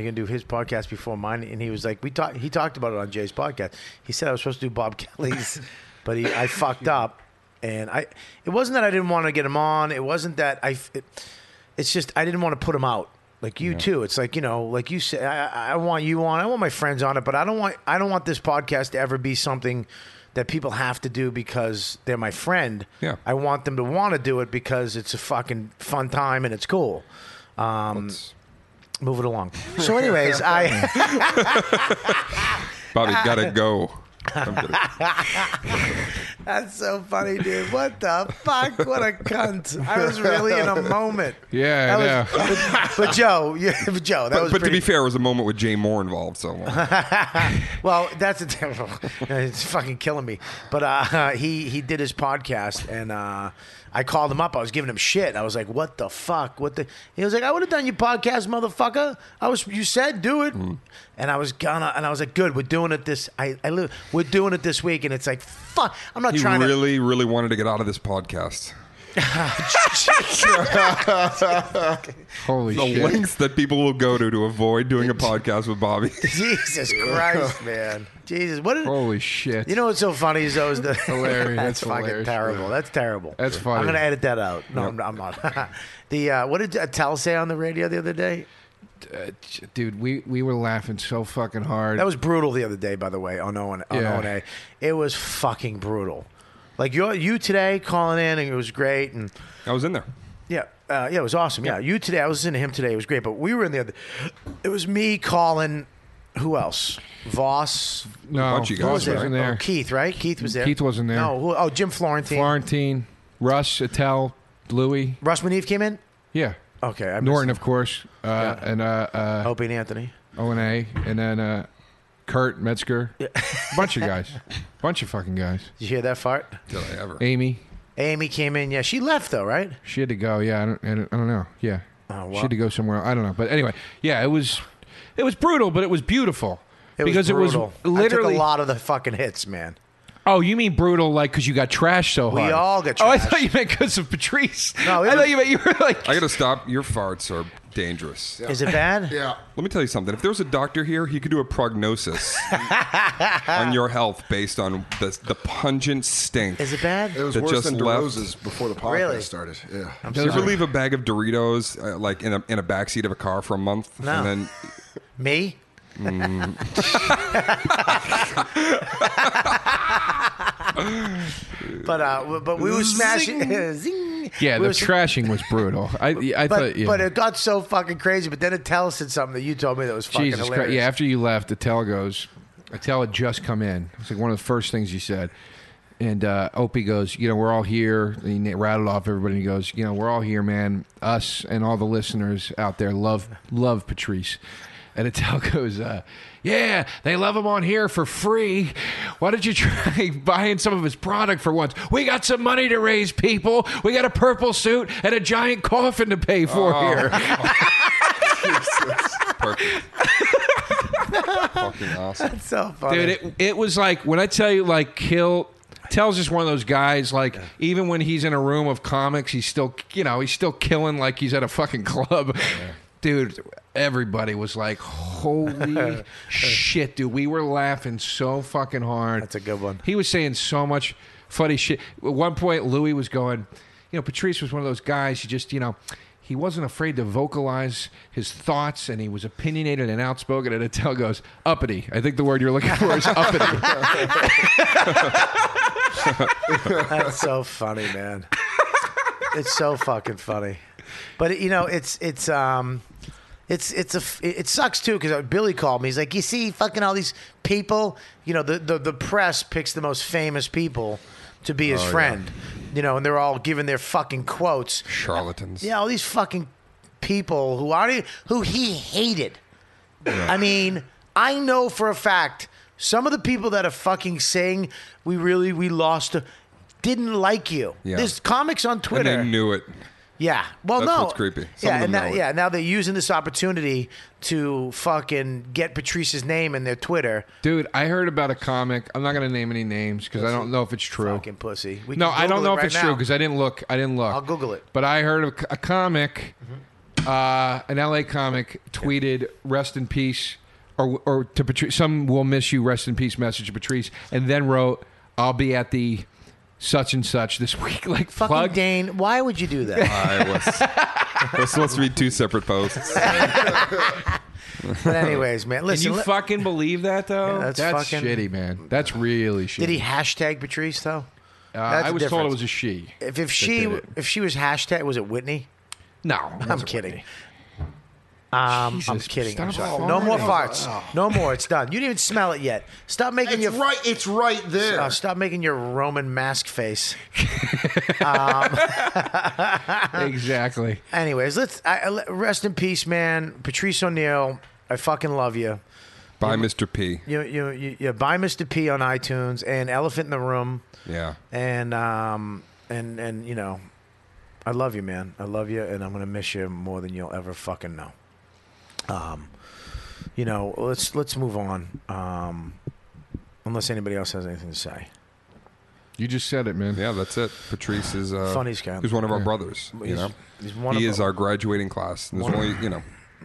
you gonna do his podcast before mine? And he was like, "We talked. He talked about it on Jay's podcast. He said I was supposed to do Bob Kelly's, but he, I fucked up. And I, it wasn't that I didn't want to get him on. It wasn't that I. f- It, it's just I didn't want to put him out. Like you too. It's like you know, like you said, I, I want you on. I want my friends on it, but I don't want. I don't want this podcast to ever be something that people have to do because they're my friend.
Yeah.
I want them to want to do it because it's a fucking fun time and it's cool. Um,
It's-
move it along. So, anyways, I.
Bobby,
Uh,
gotta go. I'm kidding.
That's so funny, dude. What the fuck? What a cunt. I was really in a moment.
Yeah, I
That was- but, but Joe, yeah, but Joe, that
But,
was
but to
pretty,
be fair, it was a moment with Jay Moore involved. So
Well, that's a terrible. It's fucking killing me. But uh, he he did his podcast, and uh, I called him up. I was giving him shit. and I was like, "What the fuck? What the?" He was like, "I would have done your podcast, motherfucker. I was. You said do it,
Hmm.
and I was gonna. And I was like, "Good, we're doing it this. I, I li- we're doing it this week." And it's like, "Fuck, I'm not
He
trying to."
really, really wanted to get out of this podcast.
Holy
The
shit!
lengths that people will go to to avoid doing a podcast with Bobby.
Jesus Christ, man. Jesus, what? Did,
Holy shit!
You know what's so funny is those the
Hilarious.
that's
That's
fucking
hilarious.
terrible. That's terrible.
That's funny.
I'm gonna edit that out. No, I'm, I'm not. the uh, what did Tal say on the radio the other day?
Uh, dude, we we were laughing so fucking hard.
That was brutal the other day, by the way, on O and on
Yeah.
O and A. It was fucking brutal. Like you, you today calling in, and it was great, and
I was in there.
yeah, uh, yeah, it was awesome. Yeah. you today. I was listening to him today. It was great, but we were in the other. It was me, Colin. Who else? Voss.
no,
bunch of you
Ross
guys,
was there?
wasn't there.
Oh, Keith, right? Keith was there.
Keith wasn't there.
No. Who, oh, Jim Florentine.
Florentine, Russ, Attell, Louis.
Russ Maneve came in.
Yeah.
Okay, I missed-
Norton, of course, uh, and uh, uh,
Opie and Anthony.
O and A, and then uh, Kurt Metzger, bunch of guys, bunch of fucking guys.
Did you hear that fart?
Did I ever?
Amy,
Amy came in. Yeah, she left though, right?
she had to go. Yeah, I don't, I don't, I don't know. Yeah,
Oh, wow.
she had to go somewhere. else. I don't know. But anyway, yeah, it was, it was brutal, but it was beautiful
It was
because it
brutal.
was
I
literally.
took a lot of the fucking hits, man.
Oh, you mean brutal? Like because you got trashed so
We
hard?
all got
Oh, I
trashed.
thought you meant because of Patrice.
No, it was-
I thought you meant you were like.
I gotta stop. Your farts are dangerous.
Is it bad?
Yeah.
Let me tell you something. If there was a doctor here, he could do a prognosis on your health based on the, the pungent stink.
Is it bad?
It was
That
worse
just
than
left.
DeRosa's before the podcast
Really?
started. Yeah.
Did you ever leave a bag of Doritos uh, like in a in a backseat of a car for a month?
No.
And then
Me? but uh, w- but we were smashing. Zing.
yeah,
we
the
were sm-
trashing was brutal. I, I
But
thought. Yeah.
but it got so fucking crazy. But then Attell said something that you told me that was fucking
Jesus
hilarious.
Christ! Yeah, after you left, Attell goes. Attell had just come in. It's like one of the first things you said. And uh, Opie goes, you know, we're all here. And he rattled off everybody. And he goes, you know, we're all here, man. Us and all the listeners out there love love Patrice. And Attell goes, uh, yeah, they love him on here for free. Why don't you try buying some of his product for once? We got some money to raise, people. We got a purple suit and a giant coffin to pay for
Oh.
here.
perfect. Fucking awesome.
so funny.
dude. It, it was like when I tell you, like, kill. Tells just one of those guys, like even when he's in a room of comics, he's still, you know, he's still killing like he's at a fucking club, dude. Everybody was like, "Holy shit, dude!" We were laughing so fucking hard.
That's a good one.
He was saying so much funny shit. At one point, Louis was going, you know, Patrice was one of those guys who just, you know, he wasn't afraid to vocalize his thoughts and he was opinionated and outspoken. And Attell goes, uppity. I think the word you're looking for is uppity.
That's so funny, man. It's so fucking funny. But you know, it's it's um it's it's a f- it sucks too because Billy called me. He's like, you see, fucking all these people. You know, the the, the press picks the most famous people to be his friend. You know, and they're all giving their fucking quotes.
Charlatans.
Yeah, all these fucking people who are not who he hated. I mean, I know for a fact some of the people that are fucking saying we really we lost didn't like you.
Yeah.
There's comics on
And
Twitter.
they knew it.
Yeah. Well,
That's
no.
what's creepy. Some of
yeah,
them
and
know
now,
it.
yeah. Now they're using this opportunity to fucking get Patrice's name in their Twitter.
Dude, I heard about a comic. I'm not going to name any names because I don't know if it's true.
Fucking pussy. We
No,
can
I don't
Google
know
it
if
right
it's
now.
true because I didn't look. I didn't look.
I'll Google it. Mm-hmm.
But I heard a, a comic, uh, an LA comic, tweeted "Rest in peace," or or to Patrice, "Some will miss you." Rest in peace message to Patrice, and then wrote, "I'll be at the such and such this week." Like
fucking
plug.
Dane. Why would you do that?
I was. This must be two separate posts.
but anyways, man.
Can
Listen.
you
li-
fucking believe that though?
Yeah, that's fucking-
shitty, man. That's really shitty.
did he hashtag Patrice though?
Uh,
That's
I
a
was told it
difference.
was a she.
If, if she
did it.
if she was hashtag was it Whitney?
No,
I'm kidding. Um, I'm
Jesus,
kidding. I'm
stop
sorry. No more
farting.
farts. No more. It's done. You didn't even smell it yet. Stop making
It's
your
right. It's right there.
uh, stop making your Roman mask face.
exactly.
Anyways, let's I, I- rest in peace, man. Patrice O'Neill, I fucking love you.
By Mr. P.
You you you, you buy Mr. P on iTunes and Elephant in the Room
Yeah.
and um and and you know I love you, man. I love you, and I'm gonna miss you more than you'll ever fucking know. Um, you know, let's let's move on. Um, unless anybody else has anything to say.
You just said it, man.
Yeah, that's it. Patrice is uh,
Funny's guy.
He's one of our brothers. You
He's-
know,
he's one
he
of
is
our-
our graduating class. And there's
One of-
only you know.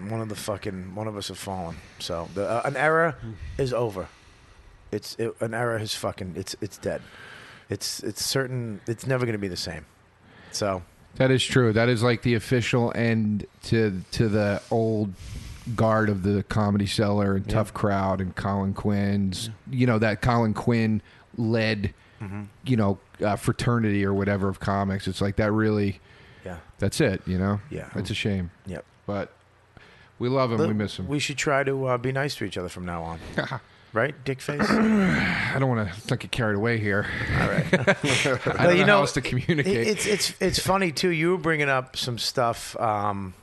One of the fucking one of us have fallen. So the, uh, an era is over. It's it, an era is fucking. It's it's dead. It's it's certain. It's never gonna be the same. So
That is true. That is like the official end to to the old guard of the comedy cellar and tough crowd and Colin Quinn's you know that Colin Quinn led you know uh, fraternity or whatever of comics. It's like that really
yeah,
that's it, you know.
Yeah.
It's a shame.
yep.
But we love him. we miss him.
We should try to uh, be nice to each other from now on. right, dick face.
I don't want to get carried away here. All right. I
Well,
don't
you
know,
know,
how else to communicate.
It- It's it's it's funny too. You were bringing up some stuff um,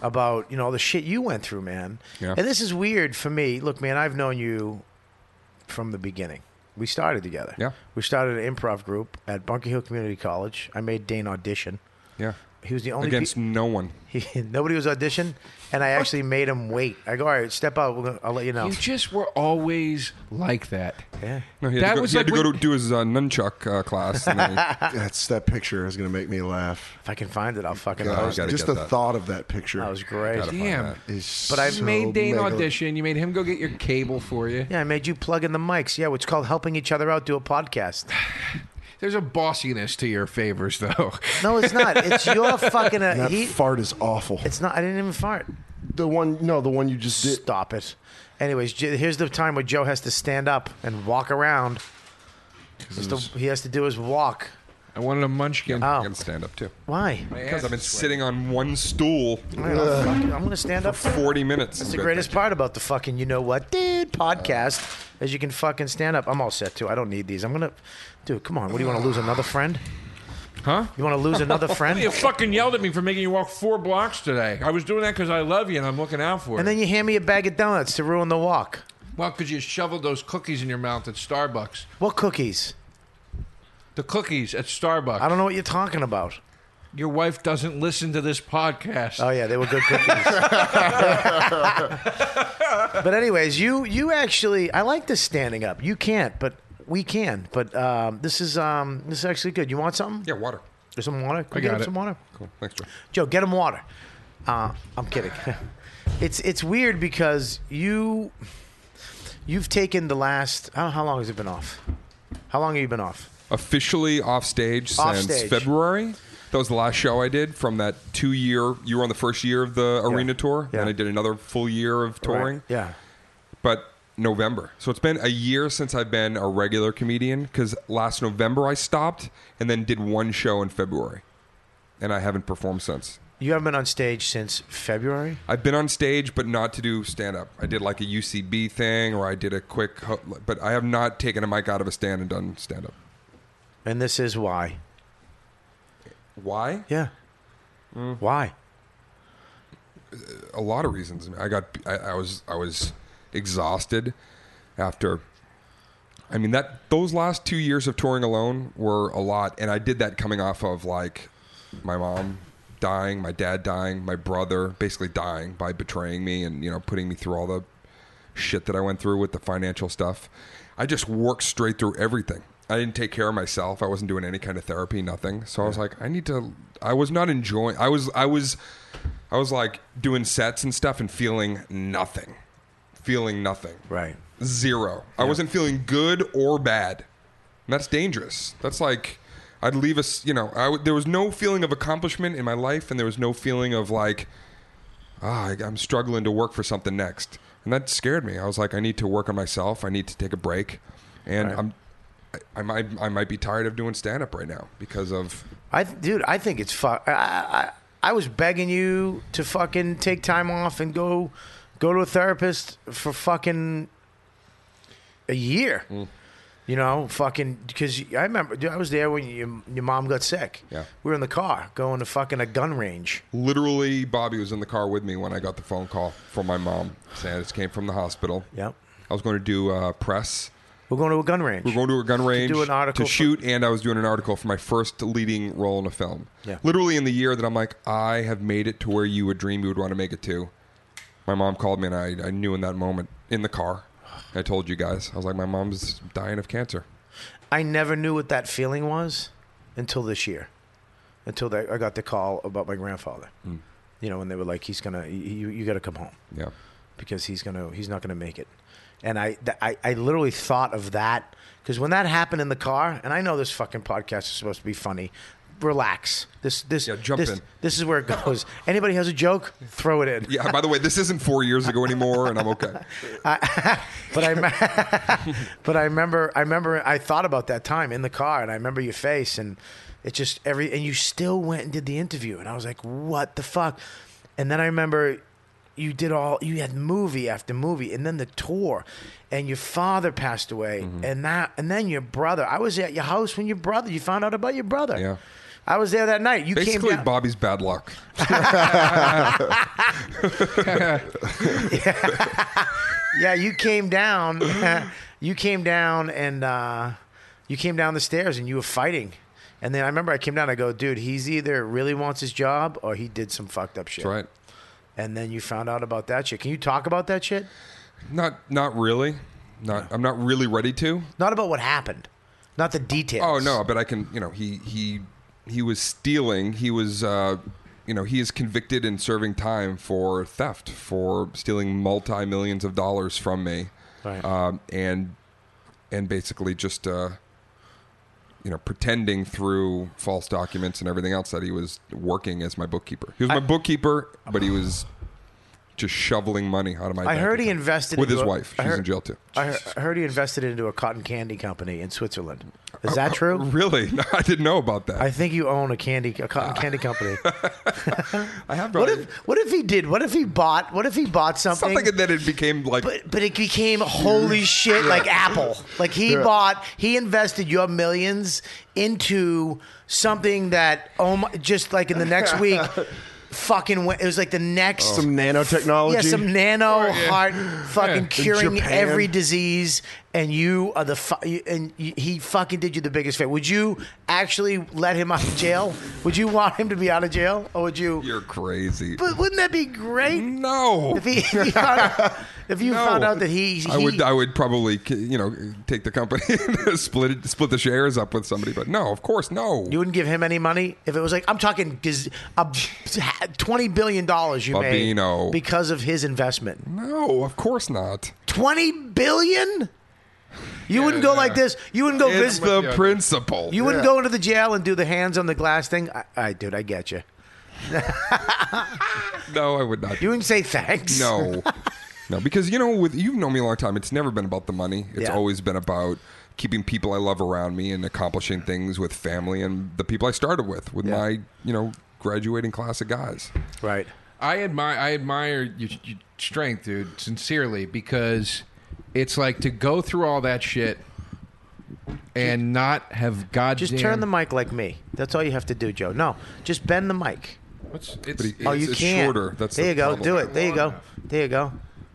about you know all the shit you went through, man.
Yeah.
And this is weird for me. Look, man, I've known you from the beginning. We started together.
Yeah.
We started an improv group at Bunker Hill Community College. I made Dane audition.
Yeah.
He was the only
Against
pe-
no one.
he, nobody was auditioned, and I actually made him wait. I go, all right, step out. We're gonna, I'll let you know.
you just were always like that.
yeah.
No, he had
That
to go,
was
he had
like
to go
when-
to do his uh, nunchuck uh, class. And then he-
That's that picture is going to make me laugh.
If I can find it, I'll fucking
God,
post it.
gotta
just
get
the
that.
thought of that picture.
That was great.
Gotta find
Damn.
that.
is
But I
so
You made Dane
mega-
audition. You made him go get your cable for you.
Yeah, I made you plug in the mics. Yeah, it's called helping each other out do a podcast.
There's a bossiness to your favors, though.
No, it's not. It's your fucking. Uh,
That
he,
fart is awful.
it's not. I didn't even fart.
the one, no, the one you just did.
Stop it. Anyways, J- here's the time where Joe has to stand up and walk around. Just the- he has to do his walk.
I wanted a munchkin.
I
Oh.
can stand up too.
Why?
Because I've been sitting on one stool
All right, I'll fucking- I'm gonna stand up. That's
40 minutes. That's
the greatest part about the fucking you know what, dude podcast is you can fucking stand up. I'm all set too. I don't need these. I'm gonna, dude. Come on. What do you want to lose another friend?
Huh?
You want to lose another friend?
You fucking yelled at me for making you walk four blocks today. I was doing that because I love you and I'm looking out for
And
you.
then you hand me a bag of donuts to ruin the walk.
Well, because you shoveled those cookies in your mouth at Starbucks.
What cookies?
The cookies at Starbucks.
I don't know what you're talking about.
Your wife doesn't listen to this podcast.
Oh yeah, they were good cookies. but anyways, you you actually I like this standing up. You can't, but we can. But um, this is um, this is actually good. You want something?
Yeah, water.
There's some water. Can I get
got
him
it.
some water?
Cool. Thanks, Joe.
Joe, get him water. Uh, I'm kidding. it's it's weird because you you've taken the last I don't know how long has it been off? How long have you been off?
Officially off stage
Off
since
stage.
February. That was the last show I did from that two year. You were on the first year of the arena tour.
Yeah.
And I did another full year of touring.
Right. Yeah.
But November. So it's been a year since I've been a regular comedian because last November I stopped and then did one show in February. And I haven't performed since.
You haven't been on stage since February.
I've been on stage, but not to do stand up. I did like a UCB thing, or I did a quick, ho- but I have not taken a mic out of a stand and done stand up.
And this is why.
Why?
Yeah.
Mm.
Why?
A lot of reasons. I got, I, I was, I was exhausted after. I mean that those last two years of touring alone were a lot, and I did that coming off of like my mom dying, my dad dying, my brother basically dying by betraying me and you know putting me through all the shit that I went through with the financial stuff. I just worked straight through everything. I didn't take care of myself. I wasn't doing any kind of therapy, nothing. So I was like, I need to. I was not enjoying. I was, I was, I was like doing sets and stuff and feeling nothing, feeling nothing,
Right.
zero. I wasn't feeling good or bad. And that's dangerous. That's like I'd leave us. You know, I would there was no feeling of accomplishment in my life, and there was no feeling of like ah, I, I'm struggling to work for something next. And that scared me. I was like, I need to work on myself. I need to take a break. And I'm, I, I might, I might be tired of doing stand up right now because of
I dude, I think it's fuck. I, I I was begging you to fucking take time off and go go to a therapist for fucking a year.
Mm.
You know, fucking because I remember dude, I was there when your your mom got sick.
Yeah.
we were in the car going to fucking a gun range.
literally Bobby was in the car with me when I got the phone call from my mom saying this came from the hospital.
Yep.
I was going to do uh, press
We're going to a gun range.
We're going to a gun range
do an article for-
shoot, and I was doing an article for my first leading role in a film.
Yeah.
Literally in the year that I'm like, I have made it to where you would dream you would want to make it to. My mom called me, and I, I knew in that moment in the car. I told you guys, I was like, my mom's dying of cancer.
I never knew what that feeling was until this year, until that I got the call about my grandfather.
Hmm.
You know, when they were like, "He's gonna, you, you got to come home
Yeah.
because he's gonna, he's not gonna make it." And I, th- I, I literally thought of that because when that happened in the car, and I know this fucking podcast is supposed to be funny. Relax. This, this,
Yeah, jump
this,
in.
this is where it goes. Anybody has a joke, throw it in.
Yeah. By the way, this isn't four years ago anymore, and I'm okay.
But I, me- but I remember, I remember, I thought about that time in the car, and I remember your face, and it just every, and you still went and did the interview, and I was like, what the fuck? And then I remember you did all, you had movie after movie, and then the tour, and your father passed away,
Mm-hmm.
and that, and then your brother. I was at your house when your brother, you found out about your brother.
Yeah.
I was there that night. You
Basically,
came down.
Bobby's bad luck.
Yeah, you came down.
Mm-hmm.
you came down and uh, you came down the stairs and you were fighting. And then I remember I came down. I go, dude, he's either really wants his job or he did some fucked up shit.
That's right.
And then you found out about that shit. Can you talk about that shit?
Not, not really. Not, I'm not really ready to.
Not about what happened, not the details.
Oh no, but I can. You know, he he he was stealing. He was, uh, you know, he is convicted and serving time for theft for stealing multi millions of dollars from me,
Right.
um, and and basically just. Uh, you know, pretending through false documents and everything else that he was working as my bookkeeper. He was my bookkeeper, but he was just shoveling money out of my.
I
bank
heard he
account.
invested
with his
into a-
wife.
I
She's in
heard-
jail too.
I he- I heard he invested into a cotton candy company in Switzerland. Is that true?
Really? No, I didn't know about that.
I think you own a candy, a cotton candy company.
I have
What
probably-
if, what if he did? What if he bought? What if he bought something?
something, and then it became like
But but it became holy shit like Apple. Like he bought, he invested your millions into something that oh my, just like in the next week, fucking went, it was like the next
Some nanotechnology. Oh,
yeah some nano heart fucking
In
curing
Japan.
every disease. And you are the fu- you- and you, he fucking did you the biggest favor. Would you actually let him out of jail? Would you want him to be out of jail, or would you?
You're crazy.
but wouldn't that be great?
no.
If, he, if, he found out, if you
No.
found out that he, he
I would I would probably you know take the company and split it, split the shares up with somebody but no of course no
You wouldn't give him any money if it was like I'm talking giz- a twenty billion dollars you
Bobino.
made because of his investment.
no of course not
Twenty billion? You wouldn't go
yeah.
like this. You wouldn't go
it's
visit.
the principle
you wouldn't go into the jail and do the hands on the glass thing. I, I dude, I get you.
no I would not
You wouldn't say thanks.
no no because you know with you've known me a long time it's never been about the money it's
Yeah.
always been about keeping people I love around me and accomplishing things with family and the people I started with with
Yeah.
my you know graduating class of guys
Right.
I admire I admire your, your strength, dude, sincerely, because it's like to go through all that shit and not have goddamn.
Just turn the mic like me. That's all you have to do, Joe. No, just bend the mic.
What's,
but
it's,
he-
Oh,
it's,
you
it's
can't.
shorter that's
there
the
you go.
problem.
Do it. There you go. There you go.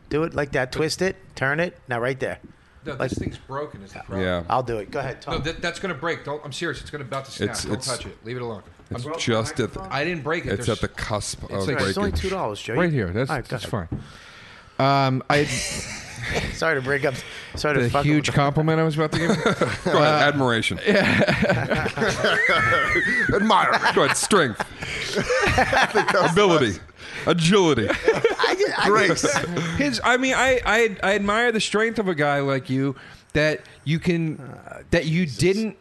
Do it like that. Twist it. Turn it. Now right there.
no,
like-
this thing's broken. Is the problem?
yeah
I'll do it. Go ahead, Tom.
No, that, that's gonna break. Don't. I'm serious. It's gonna about to snap.
It's-
Don't
it's-
touch it. Leave it alone. I'm-
It's just at the,
I didn't break it.
it's at
There's-
the cusp of
like-
breaking.
It's only two dollars, Joe.
right here. That's
All right, go
that's
ahead.
fine. Um, I
Sorry to break up. Sorry to
the
fuck up
huge
with
compliment I was about to give.
Go ahead, admiration.
Admire.
Go ahead, strength, ability, agility, grace.
His, I mean, I, I I admire the strength of a guy like you that you can uh, that you didn't.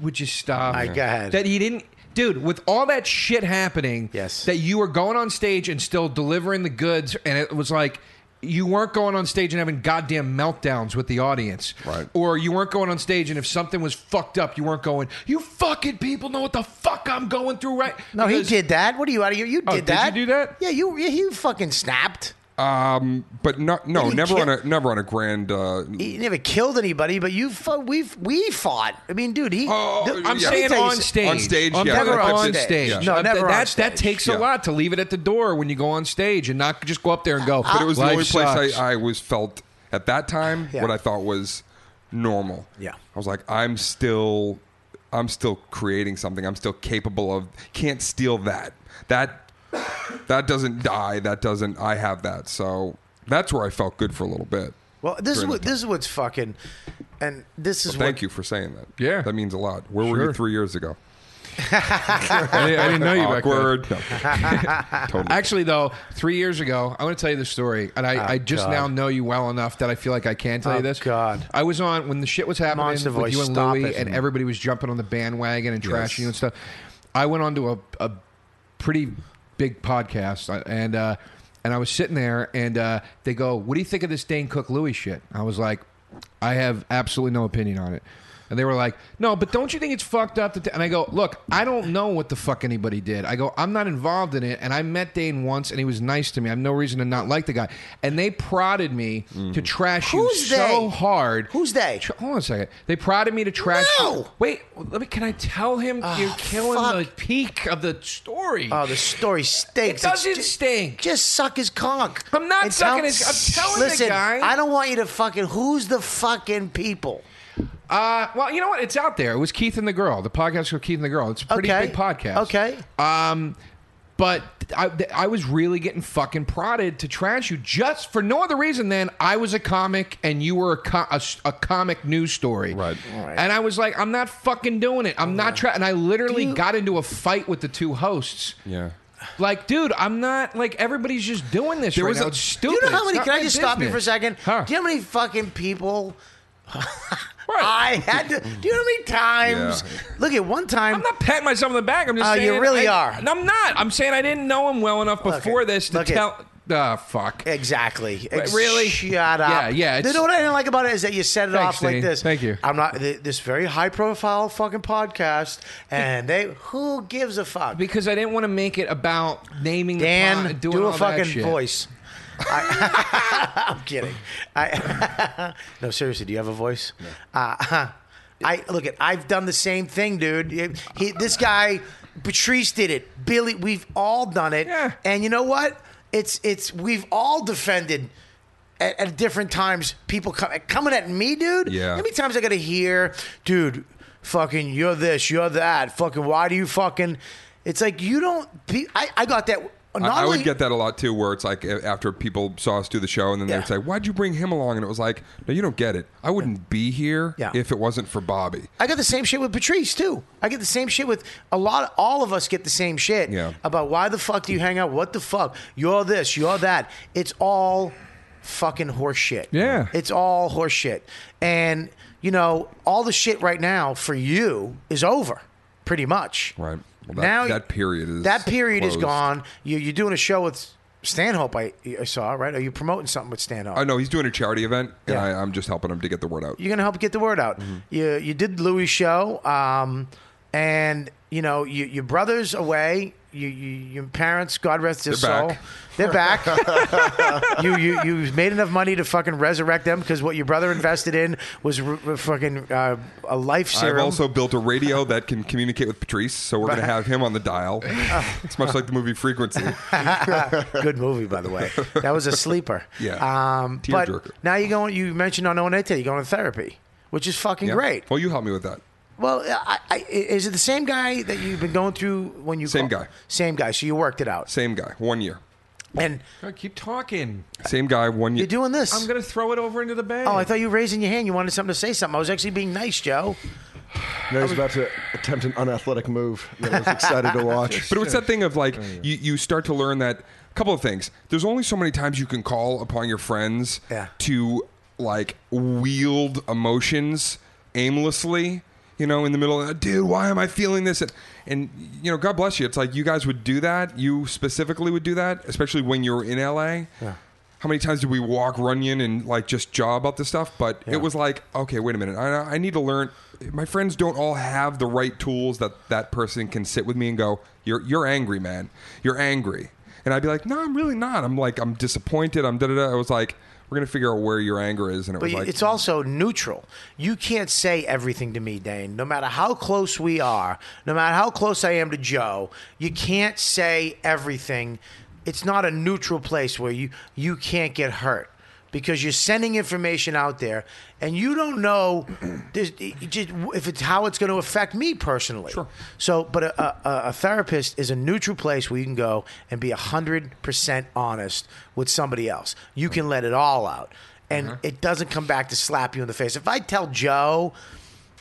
Would you stop?
I- go ahead.
That he didn't. Dude, with all that shit happening,
Yes.
that you were going on stage and still delivering the goods, and it was like you weren't going on stage and having goddamn meltdowns with the audience,
Right.
Or you weren't going on stage and if something was fucked up, you weren't going. You fucking people know what the fuck I'm going through, right?
No, he
Because-
did that. What are you out of here? You did
Oh, did you
that.
do that?
Yeah, you. Yeah, you fucking snapped.
Um, but not, no,
You
never on
can't-
a never on a grand. Uh,
He never killed anybody, but you. Fu- we we fought. I mean, dude. He.
Oh,
th-
I'm
Yeah.
let me
saying
tell you
on
so-
stage.
On stage,
I'm
yeah.
never
Never on
on
stage.
stage.
Yeah.
No,
No, never
that,
on
that,
stage.
that takes
Yeah.
a lot to leave it at the door when you go on stage and not just go up there and go.
but it was the
"Life
only place
sucks."
I, I was felt at that time
Uh, Yeah.
what I thought was normal.
Yeah.
I was like, I'm still, I'm still creating something. I'm still capable of. Can't steal that. That, that doesn't die. That doesn't. I have that. So that's where I felt good for a little bit.
Well, this is
During
what
that
this is what's fucking, and this is
Thank
what
you for saying that.
Yeah.
that means a lot. Where were
Sure.
you three years ago?
I didn't, I didn't know you back then.
Awkward. No. totally.
Actually, though, three years ago, I want to tell you the story, and I,
Ah,
I just
God.
now know you well enough that I feel like I can tell
Oh,
you this.
God.
I was on when the shit was happening
Monster
with
Voice,
you and
stop
Louis,
it.
and everybody was jumping on the bandwagon and trashing
Yes.
you and stuff. I went on to a, a pretty big podcast, I- and uh, and I was sitting there, and uh, they go, "What do you think of this Dane Cook Louis shit?" I was like, "I have absolutely no opinion on it." And they were like, "No, but don't you think it's fucked up?" That and I go, "Look, I don't know what the fuck anybody did. I go, I'm not involved in it, and I met Dane once, and he was nice to me. I have no reason to not like the guy." And they prodded me
Mm.
to trash
Who's
you
they?
so hard.
Who's they?
Tr- hold on a second. They prodded me to trash.
No! Ah,
Wait, let me. Can I tell him you're killing the peak of the story?
Oh, the story stinks.
It doesn't
ju-
stink.
Just suck his cock.
I'm not
And
sucking his- I'm telling the
listen,
guy.
I don't want you to fucking. Who's the fucking people?
Uh, well, you know what? It's out there. It was Keith and the Girl. The podcast was Keith and the Girl. It's a pretty
okay.
big podcast.
Okay.
Um, but I, th- I was really getting fucking prodded to trash you just for no other reason than I was a comic and you were a, co- a s- a comic news story.
Right.
Right.
And I was like, I'm not fucking doing it. I'm not trying. And I literally got into a fight with the two hosts.
Yeah.
Like, dude, I'm not like everybody's just doing this
There
right
was
now.
a-
it's
Do
stupid.
you know
It's
how many?
not
Can I
my
just stop you
business.
for a second?
Huh.
Do you know how many fucking people?
Right.
I had to. Do you know how many times?
Yeah.
Look at one time.
I'm not patting myself on the back. I'm just
Oh,
saying.
you really
I-
are.
I'm not. I'm saying I didn't know him well enough
Look it.
before this to
Look it.
tell. Ah, fuck.
Exactly. Ex-
really?
Shut up.
Yeah, yeah,
You
it's-
know what I didn't like about it is that you set it
Thanks,
off like
Dean.
this.
Thank you.
I'm not th- this very high profile fucking podcast, and they who gives a fuck?
Because I didn't want to make it about naming the
Dan,
pond, doing
do
all
a
that
fucking
shit.
voice. I, I'm kidding. I, no, seriously, do you have a voice? Uh, I look at. I've done the same thing, dude. He, this guy, Patrice did it. Billy, we've all done it.
Yeah.
And you know what? It's it's we've all defended. At, at different times, people come, coming at me, dude.
Yeah.
How many times I gotta hear, dude, fucking, you're this, you're that, fucking, why do you fucking? It's like you don't. pe- I, I got that. Not
I, I
only,
would get that a lot too, where it's like a- after people saw us do the show, and then
Yeah.
they'd say, "Why'd you bring him along?" And it was like, "No, you don't get it. I wouldn't be here
Yeah.
if it wasn't for Bobby."
I got the same shit with Patrice too. I get the same shit with a lot. Of, all of us get the same shit
Yeah.
about why the fuck do you hang out? What the fuck? You're this. You're that. It's all fucking horse shit.
Yeah.
It's all horse shit. And you know, all the shit right now for you is over, pretty much.
Right. Well, that- that period is
that period is
closed.
gone. You you're doing a show with Stanhope. I, I saw right. Are you promoting something with Stanhope?
I know he's doing a charity event, and
Yeah.
I, I'm just helping him to get the word out.
you're gonna help get the word out.
Mm-hmm.
You you did Louis show, um, and you know you, your brother's away. You, you your parents, God rest their
They're
soul,
back.
they're back. you you you made enough money to fucking resurrect them because what your brother invested in was r- r- fucking uh, a life serum.
I've also built a radio that can communicate with Patrice, so we're going to have him on the dial.
Uh.
it's much like the movie Frequency.
Good movie, by the way. That was a sleeper.
Yeah.
Um, but
Tearjerker.
now you're going. You mentioned on Onete, you're going to therapy, which is fucking
Yeah.
great.
Well, you helped me with that.
Well, I, I, is it the same guy that you've been going through when you
Same guy.
Same guy. So you worked it out,
Same guy, one year.
and
God, keep talking.
Same guy, one year.
you're doing this.
I'm gonna throw it over into the bag.
oh, I thought you were raising your hand. You wanted something to say something. I was actually being nice, Joe.
No, he's about to attempt an unathletic move that I was excited to watch.
But it's that thing of
Oh,
like you, you start to learn that a couple of things. There's only so many times you can call upon your friends
Yeah.
to like wield emotions aimlessly. You know, in the middle of dude, why am I feeling this? And, and you know, God bless you. It's like you guys would do that. You specifically would do that, especially when you were in LA. Yeah. How many times did we walk Runyon and like just jaw about this stuff? But it was like, okay, wait a minute. I, I need to learn. My friends don't all have the right tools that that person can sit with me and go, "You're you're angry, man. You're angry." And I'd be like, "No, I'm really not. I'm like, I'm disappointed. I'm da da da." I was like, "We're gonna figure out where your anger is." And it
But
was like,
it's also neutral. You can't say everything to me, Dane. No matter how close we are, no matter how close I am to Joe, you can't say everything. It's not a neutral place where you you can't get hurt. because you're sending information out there and you don't know there's- it just- if it's how it's going to affect me personally. Sure. So, but a, a, a therapist is a neutral place where you can go and be 100% honest with somebody else. You can let it all out and
Uh-huh.
it doesn't come back to slap you in the face. If I tell Joe,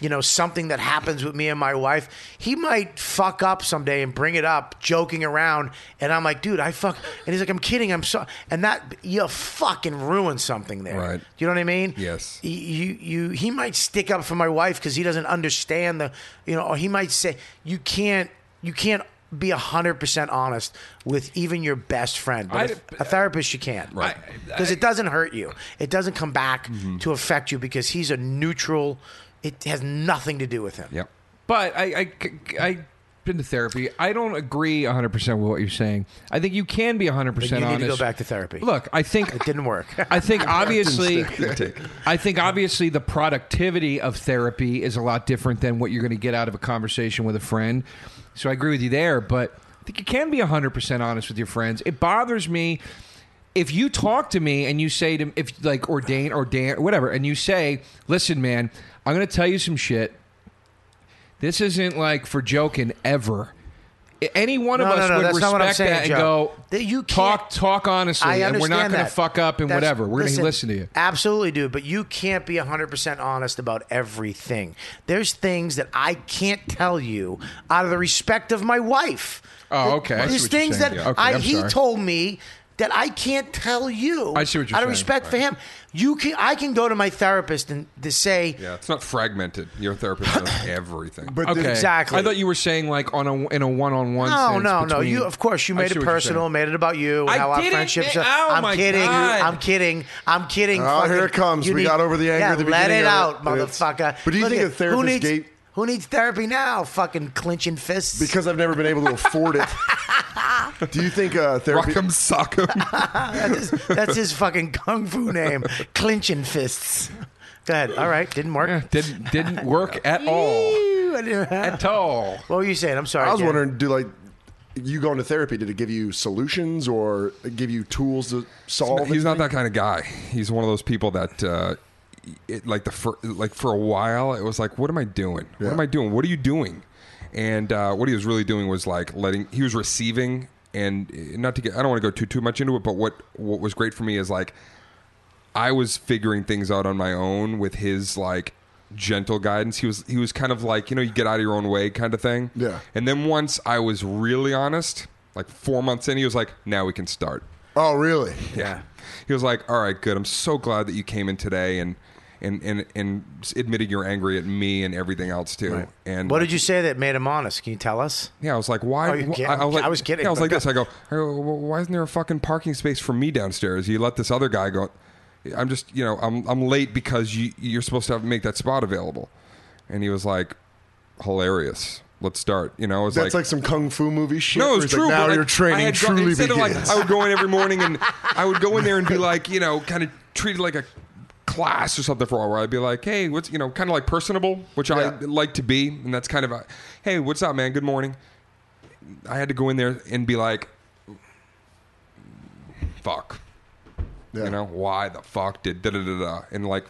you know, something that happens with me and my wife, he might fuck up someday and bring it up, joking around, and I'm like, dude, I fuck, and he's like, I'm kidding, I'm sorry, and that you fucking ruin something there.
Right.
You know what I mean?
Yes.
Y- You you he might stick up for my wife because he doesn't understand the, you know, or he might say you can't you can't be hundred percent honest with even your best friend. But
I-
if- a therapist, you can't,
Right.
Because it doesn't hurt you. It doesn't come back
Mm-hmm.
to affect you because he's a neutral. It has nothing to do with him.
Yep.
But I, I, have been to therapy. I don't agree 100% with what you're saying. I think you can be 100%
But you need
honest.
to go back to therapy.
Look, I think
it didn't work.
I think obviously, I think obviously the productivity of therapy is a lot different than what you're going to get out of a conversation with a friend. So I agree with you there, but I think you can be 100% honest with your friends. It bothers me if you talk to me and you say to if like or Dan or Dan whatever, and you say, "Listen, man, I'm going to tell you some shit. This isn't like for joking ever." I- Any one
No,
of
no,
us
no,
would
that's not
respect
what I'm saying,
that and
Joe.
go,
That you
talk,
can't-
talk honestly,
I
and we're
understand
not going to
that.
fuck up and
That's-
whatever. We're going to listen to you.
Absolutely, dude. But you can't be 100% honest about everything. There's things that I can't tell you out of the respect of my wife.
Oh,
Th-
okay. I see
There's
what you're
things
saying.
that
Yeah, okay,
I,
I'm
he
sorry.
told me that I can't tell you
I see what you're
out of
saying.
respect for
Right.
him. You can I can go to my therapist and to say
Yeah, it's not fragmented. Your therapist knows everything.
But
Okay,
Exactly.
I thought you were saying like on a in a one on one.
No, no, no. You, of course, you made it personal, made it about you, and
I
how our
didn't
friendships.
ma-
are.
oh
I'm
my
kidding.
God.
I'm kidding. I'm kidding.
Oh,
fucking-
here it comes.
you
We got over the anger
Yeah,
at the
let
beginning
it
of
out,
it. It's-
motherfucker.
But do you
Look
think
at-
a therapist
who needs,
gate-
Who needs therapy now? Fucking clinching fists.
because I've never been able to afford it. Do you think uh,
Rock
therapy?
'em, sock 'em.
that's, his, that's his fucking kung fu name. clinching fists. Go ahead. All right. Didn't work.
didn't didn't work at all.
Ew, I didn't-
At all.
What were you saying? I'm sorry.
I was
Dan.
wondering, do like you going to therapy? Did it give you solutions or give you tools to solve?
he's not that kind of guy. He's one of those people that, uh, it, like the fir- like for a while, it was like, what am I doing? What am I doing? What are you doing? And uh, what he was really doing was like letting. He was receiving, and uh, not to get. I don't want to go too too much into it, but what what was great for me is like I was figuring things out on my own with his like gentle guidance. He was he was kind of like you know you get out of your own way kind of thing.
Yeah.
And then once I was really honest, like four months in, he was like, now we can start.
Oh, really?
Yeah. He was like, "All right, good. I'm so glad that you came in today and and and and admitted you're angry at me and everything else too." And
What did you say that made him honest? Can you tell us?
Yeah, I was like, "Why?"
Oh, you
wh-
can't-
I, was like,
I was kidding,
Yeah, I was
but
like this. I go, "Hey, wh- wh- "Why isn't there a fucking parking space for me downstairs? You let this other guy go. I'm just, you know, I'm I'm late because you you're supposed to have, make that spot available." And he was like, "Hilarious. Let's start." You know, I was
That's like, some kung fu movie shit.
no,
where
it's
he's
true.
Like, now
but, like,
your
I
training
had gone-
truly
instead
begins.
of like I would go in every morning and I would go in there and be like, you know, kind of treat it like a class or something for a while. Where I'd be like, hey, what's you know, kind of like personable, which I
Yeah.
like to be, and that's kind of, a, hey, what's up, man? Good morning. I had to go in there and be like, fuck.
Yeah.
You know why the fuck did da da da da? And like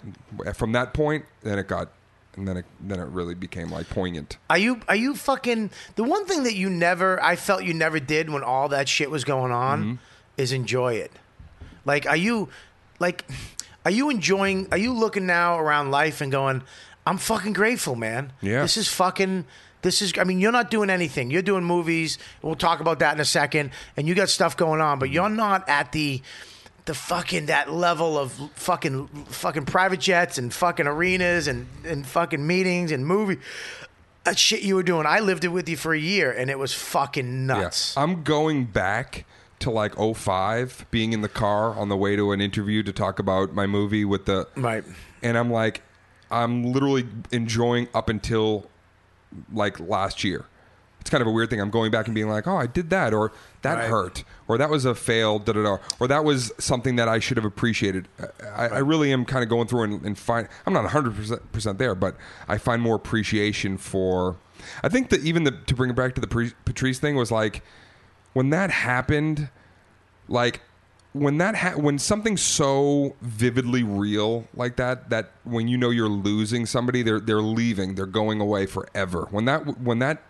from that point, then it got, and then it then it really became like poignant.
Are you are you fucking the one thing that you never I felt you never did when all that shit was going on is enjoy it. Like are you like are you enjoying are you looking now around life and going I'm fucking grateful, man.
Yeah.
This is fucking this is I mean you're not doing anything. You're doing movies. We'll talk about that in a second and you got stuff going on, but you're not at the the fucking that level of fucking fucking private jets and fucking arenas and and fucking meetings and movie that shit you were doing. I lived it with you for a year, and it was fucking nuts.
Yeah. I'm going back to like 05 being in the car on the way to an interview to talk about my movie with the
Right.
And I'm like I'm literally enjoying up until like last year. It's kind of a weird thing. I'm going back and being like, "Oh, I did that," or "That
Right.
hurt," or "That was a fail," da da da, or "That was something that I should have appreciated." I, I really am kind of going through and, and find. I'm not 100 percent there, but I find more appreciation for. I think that even the, to bring it back to the pre- Patrice thing was like when that happened, like when that ha- when something's so vividly real like that that when you know you're losing somebody they're they're leaving they're going away forever when that when that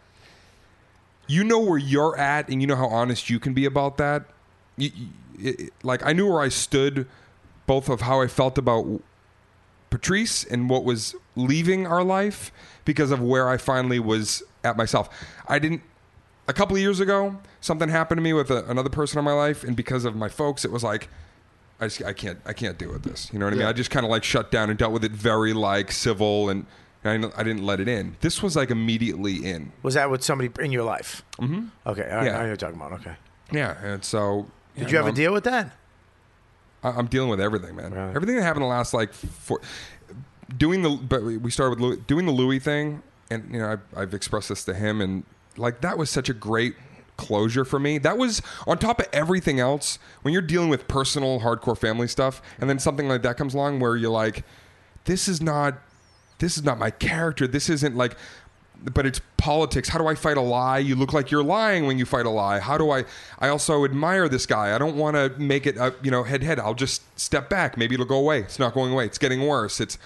you know where you're at and you know how honest you can be about that you, you- it, it- like i knew where i stood both of how i felt about Patrice and what was leaving our life because of where I finally was at myself. I didn't. A couple of years ago, something happened to me with a, another person in my life, and because of my folks, it was like, I, just, I can't, I can't deal with this. You know what I mean?
Yeah.
I just kind of like shut down and dealt with it very like civil, and, and I, didn't, I didn't let it in. This was like immediately in.
Was that with somebody in your life? Mm-hmm. Okay, all right,
Yeah.
I know what you're talking about. Okay.
Yeah, and so
Did you ever
deal?
deal with that?
I- I'm dealing with everything, man.
Right.
Everything that happened the last like four, doing the but we we started with Louis, doing the Louis thing, and you know I've, I've expressed this to him, and like that was such a great closure for me. That was on top of everything else. When you're dealing with personal hardcore family stuff, and then something like that comes along where you're like, this is not, this is not my character. This isn't like. But it's politics. How do I fight a lie? You look like you're lying when you fight a lie. How do I? I also admire this guy. I don't want to make it, uh, you know, head to head. I'll just step back. Maybe it'll go away. It's not going away. It's getting worse. It's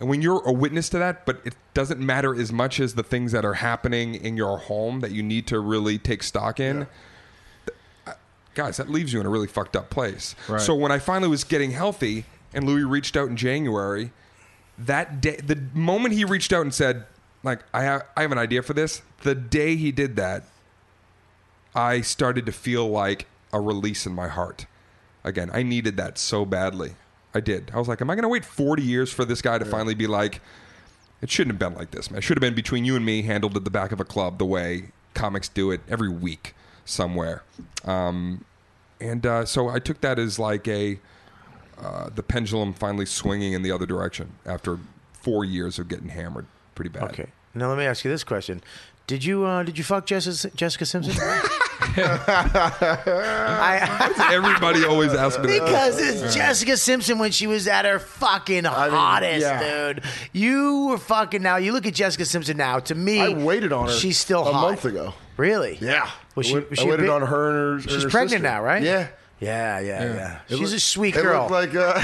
and when you're a witness to that, but it doesn't matter as much as the things that are happening in your home that you need to really take stock in. th- I- Guys, that leaves you in a really fucked up place.
Right.
So when I finally was getting healthy, and Louis reached out in January, that day, the moment he reached out and said, "Like I have, I have an idea for this," the day he did that, I started to feel like a release in my heart. Again, I needed that so badly. I did. I was like, am I going to wait 40 years for this guy to finally be like, it shouldn't have been like this, man. It should have been between you and me, handled at the back of a club the way comics do it every week somewhere. Um, and uh, so I took that as like a uh, the pendulum finally swinging in the other direction after four years of getting hammered pretty bad.
Okay. Now let me ask you this question: Did you uh, did you fuck Jessica, Jessica Simpson? I,
Everybody always asks me that.
because it's Jessica Simpson when she was at her fucking
mean,
hottest,
yeah.
dude. You were fucking now. You look at Jessica Simpson now. To me,
I waited on her.
She's still
a
hot.
month ago.
Really?
Yeah,
Was
I
she-
wait-
was
I
she a
waited
bit-
on her and her. and
She's
her
pregnant
sister.
now, right?
Yeah.
Yeah, yeah, yeah.
It
She's
looked-
a sweet
it
girl.
looked like uh,